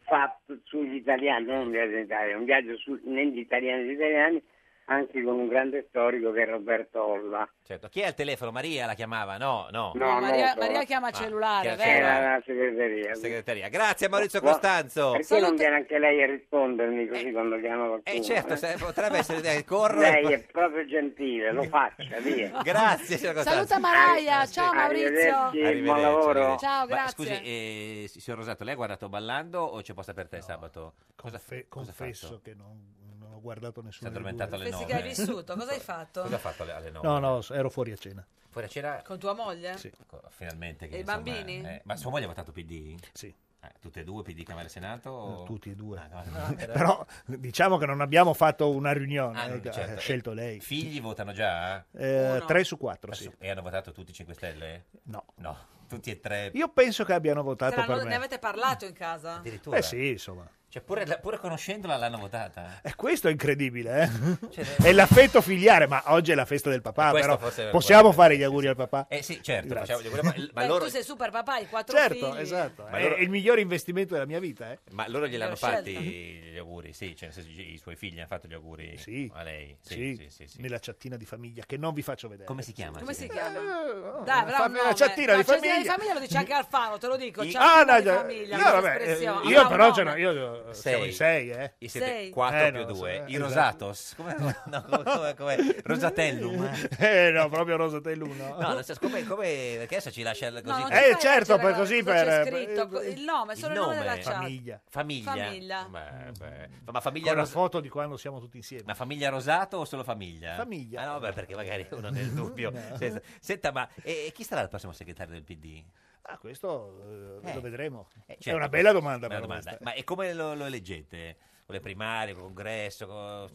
Speaker 13: fatto sugli italiani, non un viaggio in Italia, un viaggio su- negli italiani e gli italiani anche con un grande storico che è Roberto Olla.
Speaker 1: Certo. Chi è al telefono? Maria la chiamava? No, no.
Speaker 13: No, No,
Speaker 2: Eh, Maria,
Speaker 13: no, no.
Speaker 2: Maria chiama
Speaker 1: Ah,
Speaker 2: cellulare,
Speaker 1: chiama
Speaker 2: vero?
Speaker 1: cellulare.
Speaker 13: Era la segreteria.
Speaker 1: Segreteria. Grazie Maurizio
Speaker 13: Guarda,
Speaker 1: Costanzo.
Speaker 13: Perché non viene anche lei a rispondermi così quando chiama qualcuno?
Speaker 1: Eh, certo,
Speaker 13: eh?
Speaker 1: se- potrebbe essere dai, corro.
Speaker 13: Lei è proprio gentile, lo faccia, via.
Speaker 1: Grazie, signor Costanzo.
Speaker 2: Saluta Maraia, ciao Maurizio.
Speaker 13: Arrivederci. Arrivederci, buon lavoro.
Speaker 1: arrivederci.
Speaker 2: Ciao,
Speaker 1: Ma,
Speaker 2: grazie.
Speaker 1: scusi, eh, si- signor Rosato, lei ha guardato ballando o c'è posta per te sabato? Cosa,
Speaker 8: Fe-
Speaker 1: cosa ha
Speaker 8: confesso
Speaker 1: fatto?
Speaker 8: che non, non ho
Speaker 1: Si
Speaker 8: guardato
Speaker 1: è
Speaker 8: nessuno. dei
Speaker 1: addormentato
Speaker 8: due.
Speaker 1: alle nove. Cosa ha fatto alle- alle nove?
Speaker 8: No, no, s- ero fuori a cena.
Speaker 1: Fuori a
Speaker 13: eh.
Speaker 1: cena?
Speaker 2: Con tua moglie?
Speaker 8: Sì.
Speaker 1: Co- Finalmente. Che,
Speaker 2: E i
Speaker 1: insomma,
Speaker 2: bambini?
Speaker 1: eh, ma sua moglie ha votato PD?
Speaker 8: Sì.
Speaker 1: tutte e due, PD Camera e Senato? o-
Speaker 8: Tutti e due.
Speaker 1: Ah, no, era-
Speaker 8: Però diciamo che non abbiamo fatto una riunione,
Speaker 1: Ah,
Speaker 8: eh,
Speaker 1: no,
Speaker 8: ha
Speaker 1: certo.
Speaker 8: scelto lei.
Speaker 1: Figli votano già?
Speaker 8: Eh, Uno. tre su quattro,
Speaker 1: Tre
Speaker 8: sì.
Speaker 1: E hanno votato tutti 5 Stelle?
Speaker 8: No.
Speaker 1: No, tutti e tre.
Speaker 8: Io penso che abbiano votato
Speaker 15: Te l'hanno-
Speaker 8: per
Speaker 15: Ne
Speaker 8: me.
Speaker 15: avete parlato in casa?
Speaker 1: Addirittura.
Speaker 8: Eh sì, insomma.
Speaker 1: Cioè, pure, la- pure conoscendola l'hanno votata.
Speaker 8: Eh, questo è incredibile, eh?
Speaker 1: Cioè, Eh,
Speaker 8: è l'affetto filiare, ma oggi è la festa del papà,
Speaker 1: Questo
Speaker 8: però
Speaker 1: forse-
Speaker 8: possiamo fare gli auguri al papà?
Speaker 1: Eh sì, certo,
Speaker 8: Grazie.
Speaker 1: facciamo gli auguri, ma- ma
Speaker 2: Beh,
Speaker 1: loro-
Speaker 2: Tu sei super papà, hai quattro
Speaker 8: Certo,
Speaker 2: figli.
Speaker 8: esatto.
Speaker 1: Ma
Speaker 8: è
Speaker 1: loro-
Speaker 8: il miglior investimento della mia vita, eh?
Speaker 1: Ma loro gliel'hanno
Speaker 8: Gliel'ho
Speaker 1: fatti
Speaker 8: scelta.
Speaker 1: gli auguri, sì, cioè, nel senso, i suoi figli hanno fatto gli auguri
Speaker 8: Sì.
Speaker 1: a lei. Sì,
Speaker 8: Sì,
Speaker 1: sì, sì, sì.
Speaker 8: nella chattina di famiglia che non vi faccio vedere.
Speaker 1: Come si chiama?
Speaker 2: Come si
Speaker 8: Eh,
Speaker 2: chiama?
Speaker 8: no,
Speaker 2: Dai, cioè, bravo,
Speaker 8: fammi la chattina di famiglia.
Speaker 2: lo dice anche Alfano, te lo dico.
Speaker 8: I-
Speaker 2: Chattina
Speaker 8: Ah, no,
Speaker 2: di
Speaker 8: già-
Speaker 2: famiglia,
Speaker 8: io,
Speaker 2: questa
Speaker 8: vabbè, eh,
Speaker 2: espressione.
Speaker 8: io
Speaker 2: Ah,
Speaker 8: però
Speaker 2: no,
Speaker 8: ce
Speaker 2: no.
Speaker 8: n'ho- io eh, siamo
Speaker 1: Sei.
Speaker 8: in sei, eh.
Speaker 1: I siete
Speaker 2: Sei.
Speaker 1: 4
Speaker 8: Eh,
Speaker 1: più
Speaker 8: no, esatto.
Speaker 1: 2,
Speaker 8: so-
Speaker 1: i Rosatos, come, no, come, come, come- Rosatellum.
Speaker 8: Eh no, proprio Rosatellum no.
Speaker 1: No, non so, come, come, perché adesso ci lascia così?
Speaker 2: No, non ti
Speaker 8: eh
Speaker 2: fai
Speaker 8: certo,
Speaker 2: leggere
Speaker 8: per
Speaker 2: cosa
Speaker 8: così
Speaker 2: c'è
Speaker 8: per eh,
Speaker 2: scritto, co- il nome, solo il nome, della chat.
Speaker 8: famiglia.
Speaker 1: Famiglia.
Speaker 2: Famiglia.
Speaker 1: Beh, beh. Ma famiglia,
Speaker 8: Con la
Speaker 1: ros-
Speaker 8: foto di quando siamo tutti insieme.
Speaker 1: ma famiglia Rosato o solo famiglia?
Speaker 8: Famiglia.
Speaker 1: Ah, no, beh, perché magari uno nel dubbio. Senza- Senta, ma e- e chi sarà il prossimo segretario del PD?
Speaker 8: Ah, questo eh,
Speaker 1: Eh.
Speaker 8: lo vedremo.
Speaker 1: Cioè,
Speaker 8: È una bella domanda,
Speaker 1: una
Speaker 8: però
Speaker 1: domanda.
Speaker 8: questa. eh.
Speaker 1: Ma e come lo, lo eleggete? Con le primarie, con il congresso? con-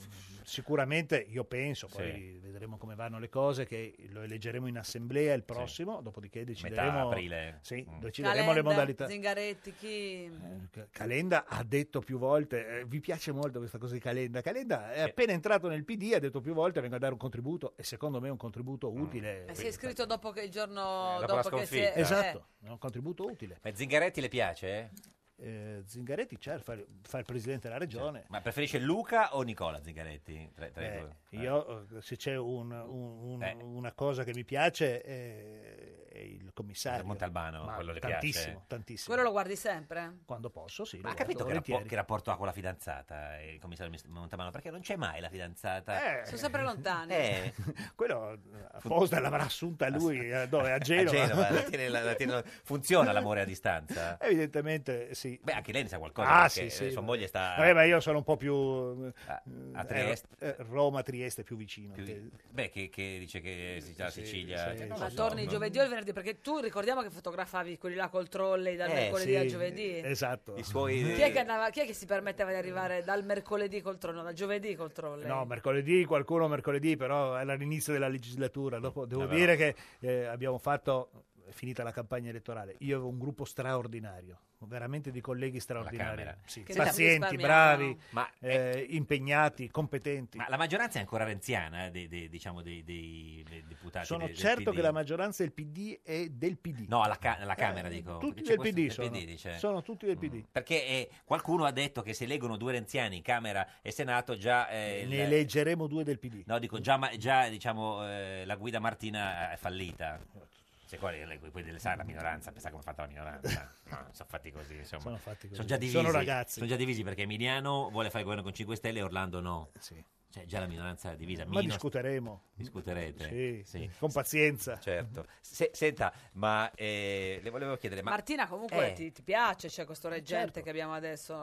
Speaker 8: Sicuramente io penso, poi vedremo come vanno le cose, che lo eleggeremo in assemblea il prossimo, dopodiché decideremo,
Speaker 1: aprile.
Speaker 8: Sì,
Speaker 1: Mm.
Speaker 8: decideremo
Speaker 2: Calenda,
Speaker 8: le modalità. Eh,
Speaker 2: Zingaretti, chi?
Speaker 8: Ca- Calenda ha detto più volte, eh, vi piace molto questa cosa di Calenda, Calenda è appena entrato nel PD, ha detto più volte vengo a dare un contributo e secondo me è un contributo utile.
Speaker 2: Eh, si è iscritto dopo che il giorno
Speaker 1: Eh, dopo la
Speaker 2: dopo che si è... Eh,
Speaker 1: sconfitta.
Speaker 8: Esatto, è un contributo utile.
Speaker 1: Ma Zingaretti le piace? eh?
Speaker 8: Eh, Zingaretti c'è, fa, fa il presidente della regione.
Speaker 1: Ma preferisce Luca o Nicola Zingaretti? Tra, tra i
Speaker 8: Eh,
Speaker 1: due.
Speaker 8: io eh, se c'è un- un- un-
Speaker 1: Eh.
Speaker 8: una cosa che mi piace eh, è il commissario
Speaker 1: Montalbano,
Speaker 8: Ma
Speaker 1: quello le
Speaker 8: tantissimo,
Speaker 1: piace.
Speaker 8: tantissimo.
Speaker 2: Quello lo guardi sempre?
Speaker 8: Quando posso, sì.
Speaker 1: Ma ha capito che, rappo- che rapporto ha con la fidanzata eh, il commissario Mist- Montamano? Perché non c'è mai la fidanzata.
Speaker 8: Eh.
Speaker 2: Sono sempre lontani.
Speaker 1: Eh.
Speaker 8: Quello eh, apposta l'avrà assunta lui eh, dove, a
Speaker 1: A
Speaker 8: Genova.
Speaker 1: Genova, la tiene- la- la tiene- funziona l'amore a distanza?
Speaker 8: Evidentemente sì.
Speaker 1: Beh, anche lei ne sa qualcosa.
Speaker 8: Ah,
Speaker 1: perché
Speaker 8: sì,
Speaker 1: eh,
Speaker 8: sì.
Speaker 1: Sua moglie sta
Speaker 8: Vabbè, ma io sono un po' più... eh,
Speaker 1: a
Speaker 8: eh,
Speaker 1: Trieste.
Speaker 8: eh, Roma, Trieste, più vicino.
Speaker 1: Più-
Speaker 8: che-
Speaker 1: Beh, che, che dice che si la
Speaker 8: sì,
Speaker 1: Sicilia.
Speaker 8: sì,
Speaker 1: cioè, non
Speaker 2: Eh, Ma
Speaker 1: lo so.
Speaker 2: torni giovedì o il venerdì? Perché tu ricordiamo che fotografavi quelli là col trolley dal
Speaker 1: Eh,
Speaker 2: mercoledì
Speaker 1: sì,
Speaker 2: al giovedì.
Speaker 8: Esatto.
Speaker 1: I suoi-
Speaker 2: Chi è, che andava- chi è che si permetteva di arrivare dal mercoledì col trolley? No, dal giovedì col trolley?
Speaker 8: No, mercoledì, qualcuno mercoledì, però era l'inizio della legislatura. Dopo devo
Speaker 1: Mm, Vabbè,
Speaker 8: dire che eh, abbiamo fatto, è finita la campagna elettorale, io avevo un gruppo straordinario, veramente di colleghi straordinari,
Speaker 1: Camera.
Speaker 8: sì,
Speaker 1: Che
Speaker 8: pazienti,
Speaker 1: risparmiamo.
Speaker 8: bravi,
Speaker 1: Ma-
Speaker 8: eh, impegnati, competenti.
Speaker 1: Ma la maggioranza è ancora renziana dei, dei- diciamo dei, dei- dei deputati.
Speaker 8: Sono
Speaker 1: de- del
Speaker 8: certo
Speaker 1: PD?
Speaker 8: che la maggioranza del PD è del PD.
Speaker 1: No, alla, ca- alla Camera
Speaker 8: Eh,
Speaker 1: dico.
Speaker 8: Tutti
Speaker 1: perché c'è
Speaker 8: del
Speaker 1: questo-
Speaker 8: PD sono.
Speaker 1: dice.
Speaker 8: Sono tutti del PD.
Speaker 1: Perché eh, qualcuno ha detto che se eleggono due renziani, Camera e Senato, già. eh,
Speaker 8: Ne
Speaker 1: il-
Speaker 8: eleggeremo due del PD.
Speaker 1: No, dico, già, ma- già, diciamo, eh, la guida Martina è fallita. Se qua le- le- quelli le sa la minoranza, pensa come è fatta la minoranza. No, sono fatti così, insomma.
Speaker 8: Sono fatti così.
Speaker 1: Sono già divisi.
Speaker 8: Sono ragazzi.
Speaker 1: Sono già divisi perché Emiliano vuole fare il governo con 5 Stelle e Orlando no. Cioè, già la minoranza è divisa.
Speaker 8: Ma
Speaker 1: Mino-
Speaker 8: discuteremo.
Speaker 1: Discuterete.
Speaker 8: Sì,
Speaker 1: Sì.
Speaker 8: Con pazienza.
Speaker 1: Certo. Se- senta, ma eh, le volevo chiedere... Ma...
Speaker 2: Martina comunque
Speaker 1: Eh,
Speaker 2: ti, ti piace, c'è questo reggente
Speaker 8: Certo.
Speaker 2: che abbiamo adesso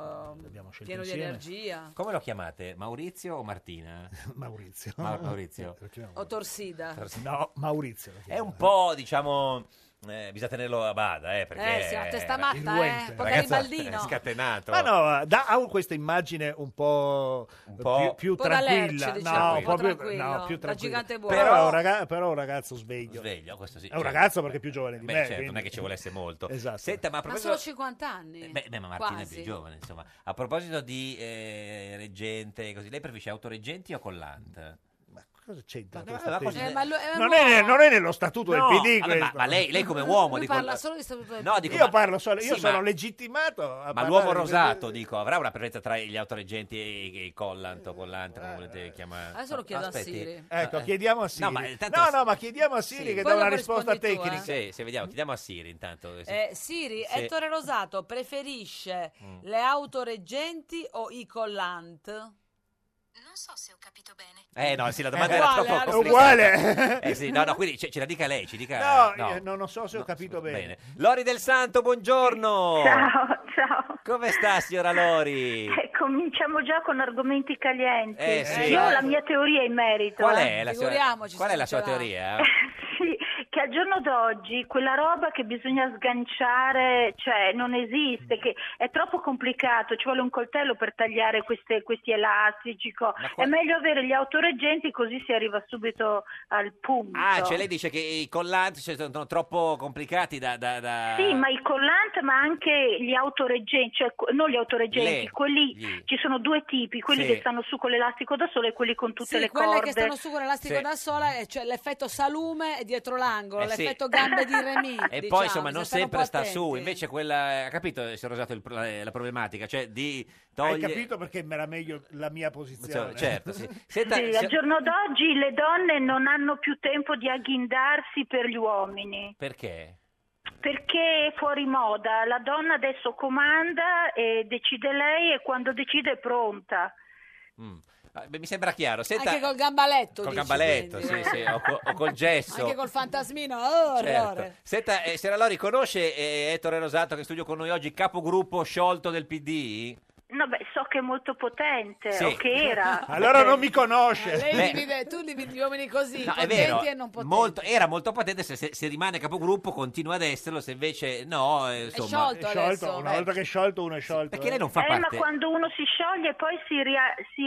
Speaker 2: ehm,
Speaker 8: scelto
Speaker 2: pieno di
Speaker 8: insieme.
Speaker 2: energia.
Speaker 1: Come lo chiamate? Maurizio o Martina?
Speaker 8: Maurizio.
Speaker 1: Ma- Maurizio.
Speaker 2: O Torsida.
Speaker 8: No, Maurizio. lo
Speaker 1: È
Speaker 8: chiamo.
Speaker 1: un po', diciamo... eh, bisogna tenerlo a bada, eh, perché...
Speaker 2: Eh, sì, una testa
Speaker 1: eh,
Speaker 2: matta,
Speaker 8: Irruente.
Speaker 2: eh. Po'
Speaker 1: Ragazzo,
Speaker 2: Garibaldino.
Speaker 1: è scatenato.
Speaker 8: Ma no, dà, ha questa immagine un po',
Speaker 1: po'-
Speaker 8: più,
Speaker 1: Un
Speaker 8: più
Speaker 2: po' da
Speaker 8: tranquilla.
Speaker 2: Lercio, diciamo,
Speaker 8: no,
Speaker 2: un po'
Speaker 8: proprio-
Speaker 2: tranquillo,
Speaker 8: no, più
Speaker 2: da
Speaker 8: tranquilla.
Speaker 2: gigante buono.
Speaker 8: Però, è un
Speaker 2: Però-
Speaker 8: raga- però è un ragazzo sveglio.
Speaker 1: Sveglio, questo sì.
Speaker 8: È un
Speaker 1: certo.
Speaker 8: ragazzo perché è più giovane di
Speaker 1: Beh,
Speaker 8: me.
Speaker 1: certo, non è
Speaker 8: quindi-
Speaker 1: che ci volesse molto.
Speaker 8: Esatto.
Speaker 1: Senta, ma a
Speaker 2: Ma
Speaker 1: proposito... Eh,
Speaker 2: solo 50 anni.
Speaker 1: Beh, beh, ma Martina
Speaker 2: Quasi.
Speaker 1: è più giovane, insomma. A proposito di eh, reggente, e così, lei preferisce autoreggenti o collant?
Speaker 8: cosa c'entra?
Speaker 1: Ma no,
Speaker 8: questa
Speaker 1: ma
Speaker 8: tesi?
Speaker 1: cosa-
Speaker 2: Eh, ma lo- è un
Speaker 8: non, è,
Speaker 2: uomo.
Speaker 8: non è nello statuto
Speaker 1: No,
Speaker 8: del PD.
Speaker 1: vabbè, ma-
Speaker 8: questo.
Speaker 1: ma lei- lei come uomo,
Speaker 2: Lui
Speaker 1: dico-
Speaker 2: parla solo di statuto del
Speaker 1: No, dico,
Speaker 8: io
Speaker 1: ma-
Speaker 8: parlo solo, io
Speaker 1: sì,
Speaker 8: sono
Speaker 1: ma-
Speaker 8: legittimato a
Speaker 1: Ma
Speaker 8: parlare
Speaker 1: l'uomo
Speaker 8: di-
Speaker 1: rosato, dico, avrà una presenza tra gli autoreggenti e, e i collant o collant, come volete chiamare.
Speaker 2: Eh, Adesso lo chiedo a Siri.
Speaker 8: Ecco,
Speaker 1: Eh,
Speaker 8: chiediamo a Siri.
Speaker 1: No, ma tanto-
Speaker 8: no, no, ma chiediamo a Siri
Speaker 2: Poi
Speaker 8: che dà una
Speaker 2: dopo
Speaker 8: risposta
Speaker 2: rispondi tu,
Speaker 8: tecnica.
Speaker 1: Sì, sì, vediamo, chiediamo a Siri intanto.
Speaker 2: Eh, Siri,
Speaker 1: Sì.
Speaker 2: Ettore Rosato preferisce
Speaker 1: Mm.
Speaker 2: le auto reggenti o i collant? Non so se ho capito bene.
Speaker 1: Eh no, sì, la domanda
Speaker 8: È
Speaker 1: era
Speaker 8: uguale,
Speaker 2: eh,
Speaker 1: troppo
Speaker 8: è
Speaker 1: complicata.
Speaker 8: uguale.
Speaker 1: Eh sì, no, no, quindi ce, ce la dica lei, ci dica...
Speaker 8: No, io non, non so se ho capito bene.
Speaker 1: Bene. Lori del Santo, buongiorno!
Speaker 15: Ciao, ciao.
Speaker 1: Come sta, signora Lori?
Speaker 15: Eh, cominciamo già con argomenti calienti.
Speaker 1: Eh, sì.
Speaker 15: Io ho la mia teoria in merito.
Speaker 1: Qual
Speaker 15: eh.
Speaker 1: è la sua, qual è la sua teoria?
Speaker 15: Sì, che al giorno d'oggi quella roba che bisogna sganciare, cioè non esiste, che è troppo complicato, ci vuole un coltello per tagliare queste- questi elastici. co- È meglio avere gli autoreggenti così si arriva subito al punto.
Speaker 1: Ah, cioè lei dice che i collanti cioè, sono troppo complicati da... da- da-
Speaker 15: Sì, ma il collante, ma anche gli autoreggenti, cioè que- non gli autoreggenti,
Speaker 1: Le-
Speaker 15: quelli
Speaker 1: gli-
Speaker 15: ci sono due tipi, quelli
Speaker 1: Sì.
Speaker 15: che stanno su con l'elastico da sole e quelli con tutte
Speaker 2: Sì,
Speaker 15: le
Speaker 2: quelle
Speaker 15: corde.
Speaker 2: che stanno su con l'elastico
Speaker 1: Sì.
Speaker 2: da sola, eh, cioè l'effetto salume è dietro l'angolo,
Speaker 1: Eh sì.
Speaker 2: l'effetto gambe di Remy.
Speaker 1: E
Speaker 2: diciamo,
Speaker 1: poi insomma non
Speaker 2: bisogna stare un
Speaker 1: sempre
Speaker 2: po'
Speaker 1: sta su,
Speaker 2: attenti.
Speaker 1: invece quella... Ha capito, eh, signor Rosato, il pro- la la problematica? Cioè di togliere...
Speaker 8: Hai capito perché mi era meglio la mia
Speaker 1: Cioè,
Speaker 8: posizione?
Speaker 1: certo, sì. Senta,
Speaker 15: Sì,
Speaker 1: signor-
Speaker 15: al giorno d'oggi le donne non hanno più tempo di agghindarsi per gli uomini
Speaker 1: Perché?
Speaker 15: perché è fuori moda. La donna adesso comanda e decide lei e quando decide è pronta.
Speaker 1: Mm. Ah, beh, Mi sembra chiaro. Senta,
Speaker 2: Anche col gambaletto.
Speaker 1: col
Speaker 2: dici,
Speaker 1: gambaletto, sì,
Speaker 2: quindi, eh.
Speaker 1: sì, o, co- o col gesso.
Speaker 2: Anche col fantasmino, oh,
Speaker 1: Certo.
Speaker 2: orrore.
Speaker 1: Senta, eh, signora Lori, conosce eh, Ettore Rosato che è in studio con noi oggi, capogruppo sciolto del PD?
Speaker 15: No, beh, so che è molto potente,
Speaker 1: Sì.
Speaker 15: Eh, o che era.
Speaker 8: Allora non mi conosce.
Speaker 2: Eh,
Speaker 1: Beh.
Speaker 2: Lei divide, tu dividi gli uomini così,
Speaker 1: No, è
Speaker 2: potenti
Speaker 1: vero,
Speaker 2: e non potenti.
Speaker 1: molto- era molto potente, se, se- se rimane capogruppo continua ad esserlo, se invece no, eh, insomma...
Speaker 8: È sciolto, una volta che è sciolto uno è sciolto.
Speaker 1: Perché lei non fa
Speaker 15: eh,
Speaker 1: parte,
Speaker 15: ma quando uno si scioglie poi si, ria- si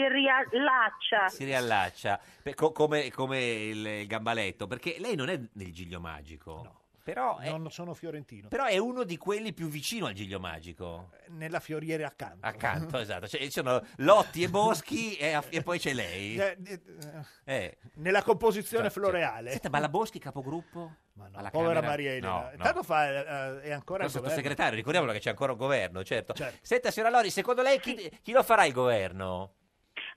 Speaker 15: riallaccia.
Speaker 1: si riallaccia, per- co- come, come il, il gambaletto, perché lei non è nel Giglio Magico, però è,
Speaker 8: Non sono fiorentino.
Speaker 1: però è uno di quelli più vicino al Giglio Magico.
Speaker 8: Nella fioriera accanto.
Speaker 1: Accanto, esatto. Cioè, ci sono Lotti e Boschi e, a- e poi c'è lei.
Speaker 8: Eh, eh, eh,
Speaker 1: Eh.
Speaker 8: Nella composizione
Speaker 1: Cioè, cioè,
Speaker 8: floreale.
Speaker 1: Senta, ma la Boschi capogruppo?
Speaker 8: Ma no,
Speaker 1: Alla
Speaker 8: povera
Speaker 1: Camera?
Speaker 8: Maria Elena.
Speaker 1: No, no.
Speaker 8: Intanto fa, eh, è ancora
Speaker 1: Però
Speaker 8: il governo.
Speaker 1: sottosegretario, ricordiamolo che c'è ancora un governo, certo. Senta, signora Lori, secondo lei chi, chi lo farà il governo?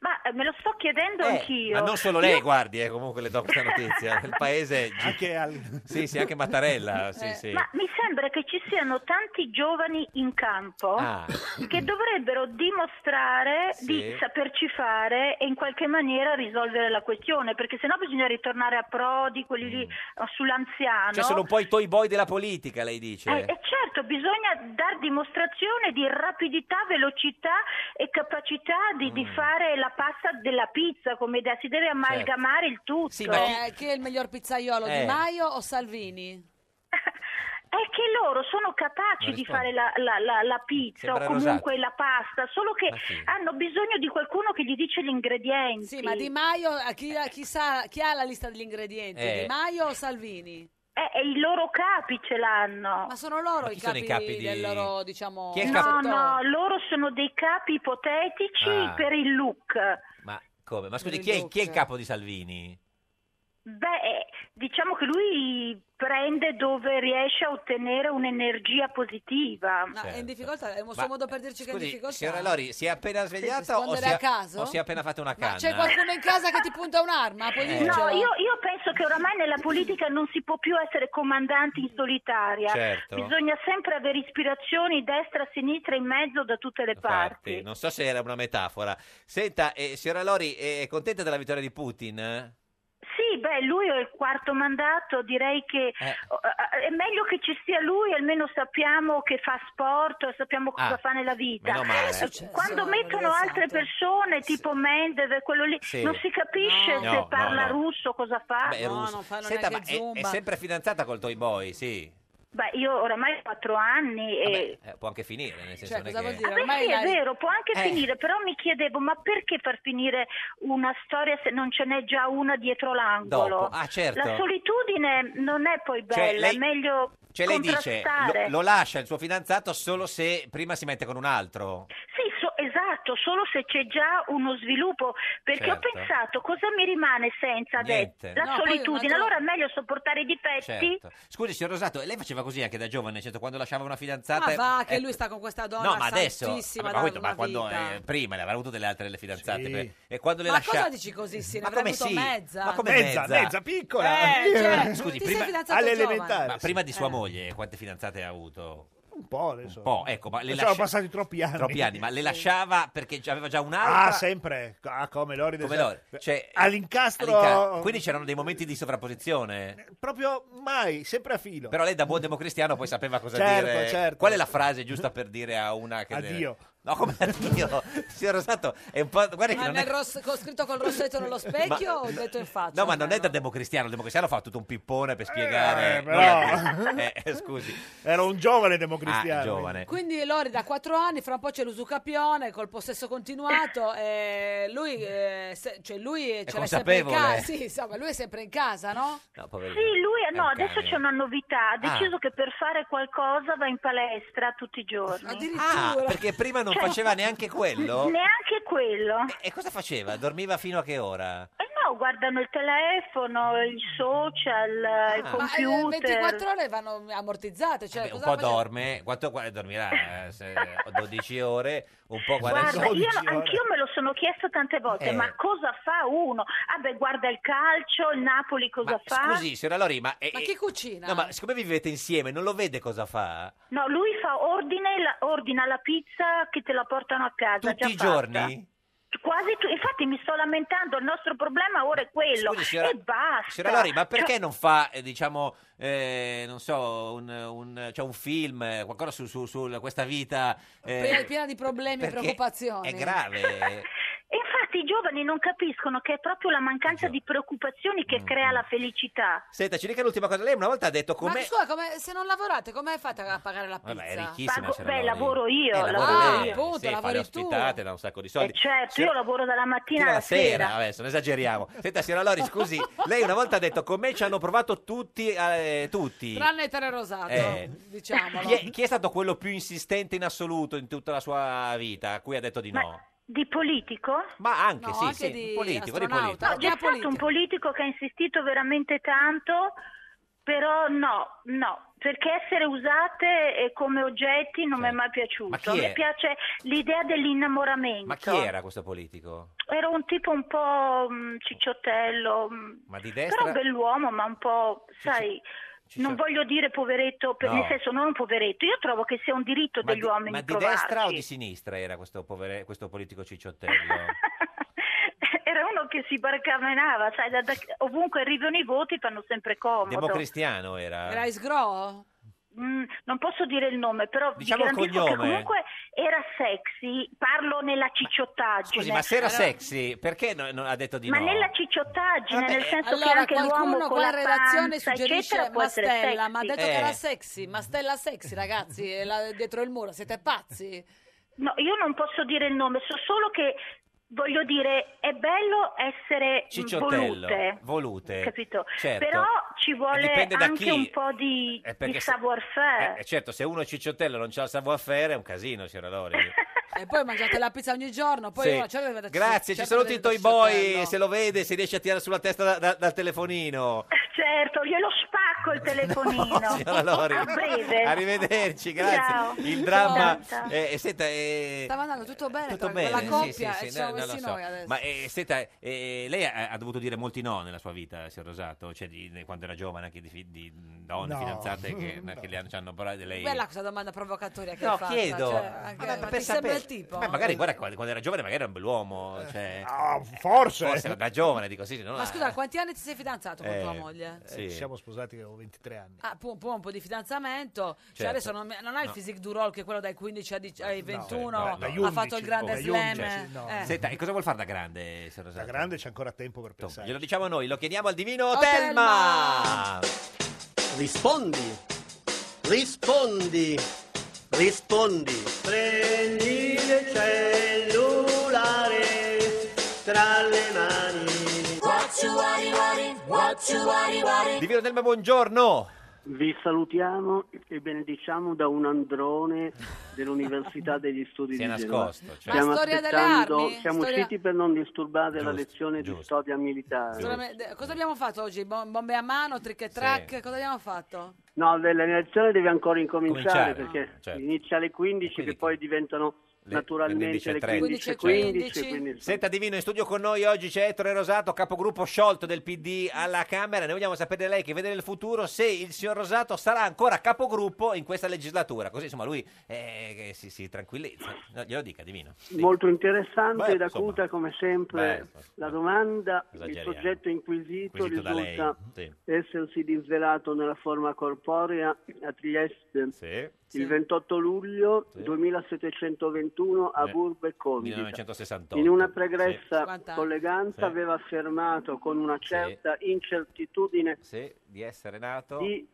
Speaker 15: Ma eh, me lo sto chiedendo anch'io.
Speaker 1: Ma non solo lei, guardi, eh, comunque le do questa notizia. Il paese...
Speaker 8: Anche
Speaker 1: Sì, sì, anche
Speaker 2: Eh,
Speaker 1: Mattarella, sì, sì.
Speaker 15: Ma mi sembra che ci siano tanti giovani in campo
Speaker 1: Ah.
Speaker 15: che dovrebbero dimostrare
Speaker 1: Sì.
Speaker 15: di saperci fare e in qualche maniera risolvere la questione, perché sennò bisogna ritornare a Prodi, quelli lì eh, sull'anziano.
Speaker 1: Mm. Cioè sono un po' i toy boy della politica, lei dice.
Speaker 15: Eh, eh, certo, bisogna dar dimostrazione di rapidità, velocità e capacità di, di fare la pasta della pizza come idea, si deve amalgamare il tutto.
Speaker 2: Eh, chi è il miglior pizzaiolo,
Speaker 15: Eh.
Speaker 2: Di Maio o Salvini?
Speaker 15: È che loro sono capaci
Speaker 2: Non
Speaker 15: di
Speaker 2: rispondo.
Speaker 15: fare la, la- la- la pizza
Speaker 2: Sembra
Speaker 15: o comunque la pasta, solo che
Speaker 2: Ma sì.
Speaker 15: hanno bisogno di qualcuno che gli dice gli ingredienti.
Speaker 2: Sì, ma Di Maio, a chi, a chi sa, chi ha la lista degli ingredienti?
Speaker 15: Eh.
Speaker 2: Di Maio o Salvini?
Speaker 15: Eh, e i loro capi ce l'hanno.
Speaker 2: Ma sono loro
Speaker 15: Ma
Speaker 2: i
Speaker 15: chi sono
Speaker 2: capi,
Speaker 15: i capi di-
Speaker 2: del loro, diciamo...
Speaker 1: Chi è il
Speaker 15: No,
Speaker 1: capo-
Speaker 15: no, loro sono dei capi ipotetici
Speaker 1: Ah.
Speaker 15: per il look.
Speaker 1: Ma come? Ma scusi, chi è, chi è il capo di Salvini?
Speaker 15: Beh, eh, diciamo che lui prende dove riesce a ottenere un'energia positiva.
Speaker 2: No, è in difficoltà, è un suo
Speaker 1: certo. Ma,
Speaker 2: modo per dirci che è in
Speaker 1: Scusi,
Speaker 2: difficoltà.
Speaker 1: signora Lori, si è appena svegliata o
Speaker 2: rispondere
Speaker 1: si, è,
Speaker 2: a caso?
Speaker 1: o si è appena fatta una canna?
Speaker 2: Ma c'è qualcuno in casa che ti punta un'arma? Puoi
Speaker 1: Eh.
Speaker 2: dircelo?
Speaker 15: No, io, io penso che oramai nella politica non si può più essere comandanti in solitaria.
Speaker 1: Certo.
Speaker 15: Bisogna sempre avere ispirazioni destra, sinistra, in mezzo da tutte le parti.
Speaker 1: Infatti, non so se era una metafora. Senta, eh, signora Lori, eh, è contenta della vittoria di Putin? Eh?
Speaker 2: Ah,
Speaker 15: Sì, beh, lui è il quarto mandato, direi che oh, eh, è meglio che ci sia lui, almeno sappiamo che fa sport, sappiamo cosa
Speaker 1: Ah,
Speaker 15: fa nella vita.
Speaker 1: meno male.
Speaker 15: Eh,
Speaker 1: Che è successo,
Speaker 15: Quando mettono altre persone, tipo Mendev, quello lì,
Speaker 1: Sì.
Speaker 15: non si capisce
Speaker 1: No.
Speaker 15: se
Speaker 1: No, no,
Speaker 15: parla
Speaker 1: no.
Speaker 15: russo, cosa fa.
Speaker 1: Beh, è russo. Senta, ma è, è sempre fidanzata col Toy Boy, sì.
Speaker 15: Beh, io oramai ho quattro anni e...
Speaker 1: Eh, può anche finire, nel senso
Speaker 15: Cioè,
Speaker 1: non è
Speaker 15: cosa
Speaker 1: che...
Speaker 15: vuol dire? Ah, beh, sì, è vero, può anche
Speaker 1: Eh.
Speaker 15: finire, però mi chiedevo, ma perché far finire una storia se non ce n'è già una dietro l'angolo?
Speaker 1: Dopo. Ah, certo.
Speaker 15: La solitudine non è poi
Speaker 1: Cioè,
Speaker 15: bella,
Speaker 1: lei-
Speaker 15: è meglio
Speaker 1: Cioè lei dice,
Speaker 15: contrastare.
Speaker 1: lo, lo lascia il suo fidanzato solo se prima si mette con un altro.
Speaker 15: Sì, so- esatto, fatto solo se c'è già uno sviluppo, perché
Speaker 1: Certo.
Speaker 15: ho pensato cosa mi rimane senza
Speaker 1: Niente.
Speaker 15: adesso? La
Speaker 1: No, poi
Speaker 15: solitudine,
Speaker 1: una donna-
Speaker 15: allora è meglio sopportare i difetti. Eh,
Speaker 1: Certo. Scusi, signor Rosato, lei faceva così anche da giovane, nel senso quando lasciava una fidanzata...
Speaker 2: Ma va, che
Speaker 1: eh,
Speaker 2: lui sta con questa donna
Speaker 1: No, ma adesso,
Speaker 2: santissima
Speaker 1: vabbè,
Speaker 2: da
Speaker 1: ma, questo-
Speaker 2: una
Speaker 1: ma quando
Speaker 2: vita.
Speaker 1: eh, prima le avrà avuto delle altre le fidanzate per- e quando le
Speaker 2: ma
Speaker 1: lascia
Speaker 2: cosa dici così? Sì, ne
Speaker 1: Ma
Speaker 2: avrà
Speaker 1: come
Speaker 2: avuto
Speaker 1: sì?
Speaker 2: mezza.
Speaker 1: Ma come cioè,
Speaker 8: Mezza, mezza, piccola.
Speaker 2: Eh, certo.
Speaker 1: Scusi,
Speaker 2: Ti sei
Speaker 1: prima
Speaker 2: fidanzato giovane. all'elementare,
Speaker 1: Ma
Speaker 2: sì.
Speaker 1: prima di sua
Speaker 2: Eh.
Speaker 1: moglie, quante fidanzate ha avuto?
Speaker 8: Un po' adesso.
Speaker 1: Un po', ecco, ma le
Speaker 8: Sono
Speaker 1: lascia-
Speaker 8: passati troppi anni.
Speaker 1: troppi anni, ma le lasciava perché già- aveva già un'altra
Speaker 8: Ah, sempre. Ah, come Lori del
Speaker 1: come
Speaker 8: Sar-
Speaker 1: loro. Cioè,
Speaker 8: All'incastro- Eh,
Speaker 1: all'inca- Quindi c'erano dei momenti di sovrapposizione.
Speaker 8: Proprio mai, sempre a filo.
Speaker 1: Però lei da buon democristiano poi sapeva cosa
Speaker 8: Certo,
Speaker 1: dire.
Speaker 8: certo.
Speaker 1: Qual è la frase giusta per dire a una che
Speaker 8: Addio.
Speaker 1: No, come addio? Signor Rosato, è un po' guarda che
Speaker 2: Ma
Speaker 1: non
Speaker 2: nel
Speaker 1: è
Speaker 2: rosso- con scritto col rossetto nello specchio o detto in faccia?
Speaker 1: No, ma non è da democristiano, il democristiano fa tutto un pippone per spiegare.
Speaker 8: eh, però.
Speaker 1: Non è- eh, scusi.
Speaker 8: Ero un giovane democristiano.
Speaker 1: Ah, giovane.
Speaker 2: Quindi Lori da 4 anni, fra un po' c'è l'usucapione col possesso continuato, e lui, eh, se- cioè lui eh, ce l'ha sempre in
Speaker 1: consapevole.
Speaker 2: casa, sì, insomma, lui è sempre in casa, no?
Speaker 1: No, poverino.
Speaker 15: Sì, lui no,
Speaker 1: un
Speaker 15: adesso
Speaker 1: cane.
Speaker 15: c'è una novità, ha deciso
Speaker 1: Ah.
Speaker 15: che per fare qualcosa va in palestra tutti i giorni. Cioè,
Speaker 1: Ah, perché prima non faceva neanche quello? Eh, ecco.
Speaker 15: Neanche quello.
Speaker 1: E cosa faceva? Dormiva fino a che ora?
Speaker 15: Eh no, guardano il telefono, i social,
Speaker 1: Ah.
Speaker 15: il
Speaker 2: Ma eh,
Speaker 15: computer.
Speaker 2: 24 ore vanno ammortizzate, cioè
Speaker 1: un
Speaker 2: cosa
Speaker 1: po'
Speaker 2: facciamo?
Speaker 1: dorme, quanto guarda, dormirà eh, se- 12 ore, un po' guarda,
Speaker 15: Guarda, io, anch'io me lo sono chiesto tante volte,
Speaker 1: Eh.
Speaker 15: ma cosa fa uno? Ah beh, guarda il calcio, il Napoli cosa fa?
Speaker 1: Scusi, signora Lori, ma, eh,
Speaker 15: Ma
Speaker 1: eh,
Speaker 15: chi cucina?
Speaker 1: No, ma siccome vivete insieme, non lo vede cosa fa?
Speaker 15: No, lui fa ordine, la- ordina la pizza che te la portano a casa.
Speaker 1: Tutti
Speaker 15: già
Speaker 1: i
Speaker 15: fatta.
Speaker 1: giorni?
Speaker 15: Quasi tu, infatti mi sto lamentando, il nostro problema ora è quello.
Speaker 1: Scusi, signora-
Speaker 15: e basta.
Speaker 1: Signora Lori, ma perché
Speaker 15: Cioè-
Speaker 1: non fa, eh, diciamo, eh, non so, un, un- cioè un film, eh, qualcosa su, su- su questa vita? eh,
Speaker 2: Piena, piena di problemi e
Speaker 1: perché
Speaker 2: preoccupazioni.
Speaker 1: È grave.
Speaker 15: E infatti i giovani non capiscono che è proprio la mancanza di preoccupazioni
Speaker 1: Mm,
Speaker 15: che crea la felicità.
Speaker 1: Senta, ci dica l'ultima cosa. Lei una volta ha detto
Speaker 2: Ma
Speaker 1: come...
Speaker 2: scusa, come- se non lavorate, come fate a pagare la pizza?
Speaker 1: Vabbè, è ricchissima.
Speaker 15: Pago-
Speaker 1: signora
Speaker 15: beh,
Speaker 1: Lori.
Speaker 15: lavoro io,
Speaker 1: Eh, lavora
Speaker 15: lavoro
Speaker 1: lei.
Speaker 15: io. Appunto,
Speaker 1: Sì, fa
Speaker 15: lavori
Speaker 1: le
Speaker 15: tu.
Speaker 1: ospitate, da un sacco di
Speaker 15: E
Speaker 1: soldi.
Speaker 15: certo,
Speaker 1: Signora-
Speaker 15: io lavoro dalla mattina
Speaker 1: Fino alla
Speaker 15: alla
Speaker 1: sera, adesso non esageriamo. Senta, signora Lori, scusi, lei una volta ha detto con me ci hanno provato tutti, eh, tutti.
Speaker 2: Tranne Tere Rosato,
Speaker 1: Eh.
Speaker 2: diciamolo.
Speaker 1: Chi è, chi è stato quello più insistente in assoluto in tutta la sua vita a cui ha detto di no?
Speaker 15: Di politico?
Speaker 1: Ma anche,
Speaker 15: No,
Speaker 1: sì,
Speaker 15: anche
Speaker 1: sì,
Speaker 15: di
Speaker 1: politico, di
Speaker 15: No,
Speaker 1: politico.
Speaker 15: c'è stato un politico che ha insistito veramente tanto, però no, no, perché essere usate eh, come oggetti non mi è mai piaciuto.
Speaker 1: Ma chi
Speaker 15: mi
Speaker 1: è?
Speaker 15: piace l'idea dell'innamoramento.
Speaker 1: Ma chi era questo politico?
Speaker 15: Era un tipo un po' mh, cicciottello, mh,
Speaker 1: Ma di destra?
Speaker 15: però bell'uomo, ma un po', sai, non voglio dire poveretto, per-
Speaker 1: No.
Speaker 15: nel senso non un poveretto, io trovo che sia un diritto
Speaker 1: ma
Speaker 15: degli
Speaker 1: di,
Speaker 15: uomini
Speaker 1: ma di
Speaker 15: provarci.
Speaker 1: destra o di sinistra era questo, povere- questo politico cicciottello?
Speaker 15: Era uno che si barcamenava, sai, da- da- ovunque arrivano i voti fanno sempre comodo. Mm,
Speaker 1: Democristiano era?
Speaker 2: Isgro?
Speaker 15: non posso dire il nome, però vi
Speaker 1: Diciamo il
Speaker 15: garantisco che
Speaker 1: cognome.
Speaker 15: comunque era sexy, parlo nella cicciottaggine.
Speaker 1: Scusi, ma se era
Speaker 15: Allora-
Speaker 1: sexy, perché no- non ha detto di
Speaker 15: ma
Speaker 1: no?
Speaker 15: nella cicciottaggine,
Speaker 1: Vabbè,
Speaker 15: Cioè, nel senso
Speaker 2: allora,
Speaker 15: che anche l'uomo
Speaker 2: qualcuno
Speaker 15: con
Speaker 2: qua
Speaker 15: la
Speaker 2: in redazione
Speaker 15: panza,
Speaker 2: suggerisce
Speaker 15: eccetera, può essere
Speaker 2: Mastella,
Speaker 15: sexy.
Speaker 2: ma ha detto
Speaker 1: Eh.
Speaker 2: che era sexy, Mastella sexy ragazzi, è là dietro il muro, siete pazzi?
Speaker 15: No, io non posso dire il nome, so solo che voglio dire è bello essere
Speaker 1: Cicciottello,
Speaker 15: volute.
Speaker 1: volute.
Speaker 15: Capito?
Speaker 1: Certo.
Speaker 15: Però ci vuole
Speaker 1: Dipende da
Speaker 15: anche
Speaker 1: chi.
Speaker 15: un po' di,
Speaker 1: Eh,
Speaker 15: di
Speaker 1: perché se-
Speaker 15: savoir-faire.
Speaker 1: Eh, certo, se uno è cicciottello e non c'ha il savoir-faire è un casino, signora
Speaker 15: Eh,
Speaker 1: Lori.
Speaker 2: E poi mangiate la pizza ogni giorno, poi
Speaker 1: Sì.
Speaker 2: una certa deve-
Speaker 1: Grazie, ci
Speaker 2: certo
Speaker 1: saluti i
Speaker 2: deve-
Speaker 1: Toy Boy, se lo vede si riesce a tirare sulla testa da- da- dal telefonino.
Speaker 15: Certo, glielo spacco il telefonino.
Speaker 1: Signora Lori,
Speaker 15: A breve.
Speaker 1: arrivederci, grazie.
Speaker 15: Ciao.
Speaker 1: Il dramma...
Speaker 2: Ciao.
Speaker 1: Eh, eh, senta, eh,
Speaker 2: Stava andando tutto bene,
Speaker 1: tutto
Speaker 2: con- con
Speaker 1: bene,
Speaker 2: Ecco, la coppia
Speaker 1: sì, sì,
Speaker 2: e ci
Speaker 1: sì,
Speaker 2: siamo
Speaker 1: no, no,
Speaker 2: messi
Speaker 1: lo so.
Speaker 2: noi adesso.
Speaker 1: Ma eh, senta, eh, lei ha, ha dovuto dire molti no nella sua vita, signor Rosato, cioè di- di- quando era giovane, anche di, fi- di donne
Speaker 2: No.
Speaker 1: fidanzate che, che le hanno, ci hanno parlato di lei.
Speaker 2: Bella questa domanda provocatoria che
Speaker 1: eh, No,
Speaker 2: hai fatto.
Speaker 1: chiedo.
Speaker 2: Cioè, anche-
Speaker 1: Vabbè,
Speaker 2: ma
Speaker 1: per
Speaker 2: ti sembra
Speaker 1: sapere-
Speaker 2: il tipo?
Speaker 1: Beh, magari guarda, quando, quando era giovane magari era un bell'uomo, cioè,
Speaker 8: forse.
Speaker 1: forse da giovane, dico sì, se no,
Speaker 2: Ma
Speaker 1: eh,
Speaker 2: scusa, quanti anni ti sei fidanzato con
Speaker 1: Eh,
Speaker 2: tua moglie?
Speaker 1: sì.
Speaker 8: Ci siamo sposati che avevo 23 anni.
Speaker 2: Ah, pu- pu- un po' di fidanzamento. Cioè
Speaker 8: Certo.
Speaker 2: adesso non, non hai il
Speaker 8: No.
Speaker 2: physique du roll che è quello dai 15 a dic- ai 21
Speaker 8: no, no, dagli
Speaker 2: ha fatto
Speaker 8: 11,
Speaker 2: il grande
Speaker 8: dagli
Speaker 2: slam.
Speaker 8: 11, no.
Speaker 2: eh.
Speaker 1: Senta, e cosa vuol fare da grande, signor Rosato?
Speaker 8: Da grande c'è ancora tempo per pensare.
Speaker 1: eh, Glielo diciamo noi, lo chiediamo al divino
Speaker 8: Oh,
Speaker 1: Telma!
Speaker 6: Rispondi, rispondi, rispondi.
Speaker 16: Prendi il cellulare tra le mani.
Speaker 1: Divino Telma, buongiorno!
Speaker 16: Vi salutiamo e benediciamo da un androne dell'Università degli Studi
Speaker 1: Si è
Speaker 16: di Genova.
Speaker 1: nascosto, cioè.
Speaker 16: Stiamo
Speaker 2: Ma storia delle
Speaker 16: aspettando,
Speaker 2: armi?
Speaker 16: siamo
Speaker 2: Storia-
Speaker 16: usciti per non disturbare la
Speaker 1: Giusto,
Speaker 16: lezione
Speaker 1: giusto.
Speaker 16: di storia militare.
Speaker 2: Solamente- Cosa abbiamo fatto oggi? Bom- Bombe a mano, trick e track? Cosa abbiamo fatto?
Speaker 16: No, le- la lezione deve ancora
Speaker 1: Cominciare,
Speaker 16: incominciare perché
Speaker 1: certo.
Speaker 16: inizia alle 15 che poi diventano naturalmente le 15 e 15. quindi-
Speaker 1: Senta Divino, in studio con noi oggi c'è Ettore Rosato, capogruppo sciolto del PD alla Camera. Noi vogliamo sapere da lei che vede nel futuro se il signor Rosato sarà ancora capogruppo in questa legislatura. Così insomma lui eh, che si, si tranquillizza. No, glielo dica Divino.
Speaker 16: Molto interessante
Speaker 1: Beh,
Speaker 16: ed acuta come sempre la domanda. Il
Speaker 1: esageriamo.
Speaker 16: soggetto inquisito
Speaker 1: Quesito da lei.
Speaker 16: risulta
Speaker 1: Sì.
Speaker 16: essersi disvelato nella forma corporea a Trieste
Speaker 1: Sì.
Speaker 16: il 28 luglio 2721 a
Speaker 1: Eh,
Speaker 16: Burbe Conti.
Speaker 1: 1968.
Speaker 16: In una pregressa
Speaker 2: Sì.
Speaker 16: colleganza
Speaker 1: Sì.
Speaker 16: aveva affermato con una certa incertitudine
Speaker 1: Sì, di essere nato
Speaker 16: di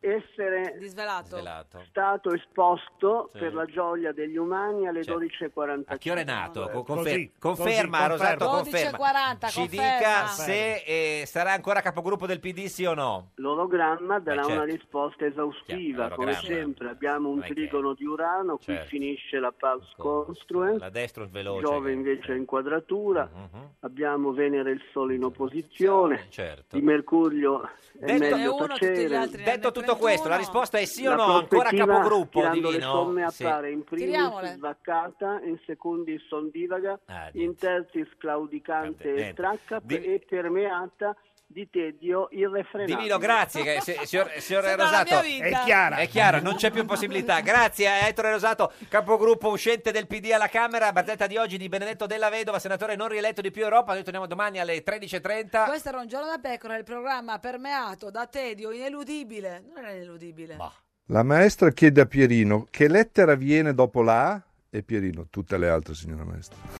Speaker 16: essere
Speaker 2: Disvelato.
Speaker 1: svelato.
Speaker 16: stato esposto
Speaker 1: Sì.
Speaker 16: per la gioia degli umani alle
Speaker 1: Certo.
Speaker 16: 12.45.
Speaker 1: A che ora è nato? Co-
Speaker 16: Così,
Speaker 1: confer-
Speaker 16: così,
Speaker 1: conferma,
Speaker 16: conferma.
Speaker 1: Rosato, conferma.
Speaker 2: 12.40,
Speaker 1: Ci
Speaker 2: conferma.
Speaker 1: dica
Speaker 2: Conferma.
Speaker 1: se eh, sarà ancora capogruppo del PD, sì o no?
Speaker 16: L'ologramma darà
Speaker 1: Beh, certo.
Speaker 16: una risposta esaustiva, come
Speaker 1: l'ologramma.
Speaker 16: sempre abbiamo un
Speaker 1: Non è che-
Speaker 16: trigono di Urano, qui
Speaker 1: Certo.
Speaker 16: finisce la pars construens,
Speaker 1: La destra è veloce. Mm,
Speaker 16: Giove invece è in quadratura, abbiamo Venere e il Sole in opposizione,
Speaker 1: Certo.
Speaker 16: di Mercurio è
Speaker 1: Detto-
Speaker 16: meglio tacere.
Speaker 1: Detto tutto questo, la risposta è sì o
Speaker 16: La
Speaker 1: no? Ancora
Speaker 16: prospettiva,
Speaker 1: capogruppo,
Speaker 16: tirando le somme
Speaker 1: Divino? Sì.
Speaker 16: appare in primis
Speaker 2: Tiriamole.
Speaker 16: svaccata, in secondi sondivaga,
Speaker 1: Ah,
Speaker 16: in tertis claudicante e
Speaker 1: niente.
Speaker 16: stracca e permeata di tedio irrefrenato.
Speaker 1: Divino, grazie, che- se- signor, signor
Speaker 16: Sembra la
Speaker 1: Rosato.
Speaker 16: mia vita. È chiara.
Speaker 1: È chiaro, non c'è più possibilità. Grazie a Ettore Rosato, capogruppo uscente del PD alla Camera. Barzetta di oggi di Benedetto Della Vedova, senatore non rieletto di più Europa. Noi torniamo domani alle 13.30.
Speaker 2: Questo era un giorno da pecora, il programma permeato da tedio ineludibile. Non era ineludibile.
Speaker 17: La maestra chiede a Pierino che lettera viene dopo la A e Pierino, tutte le altre, signora maestra.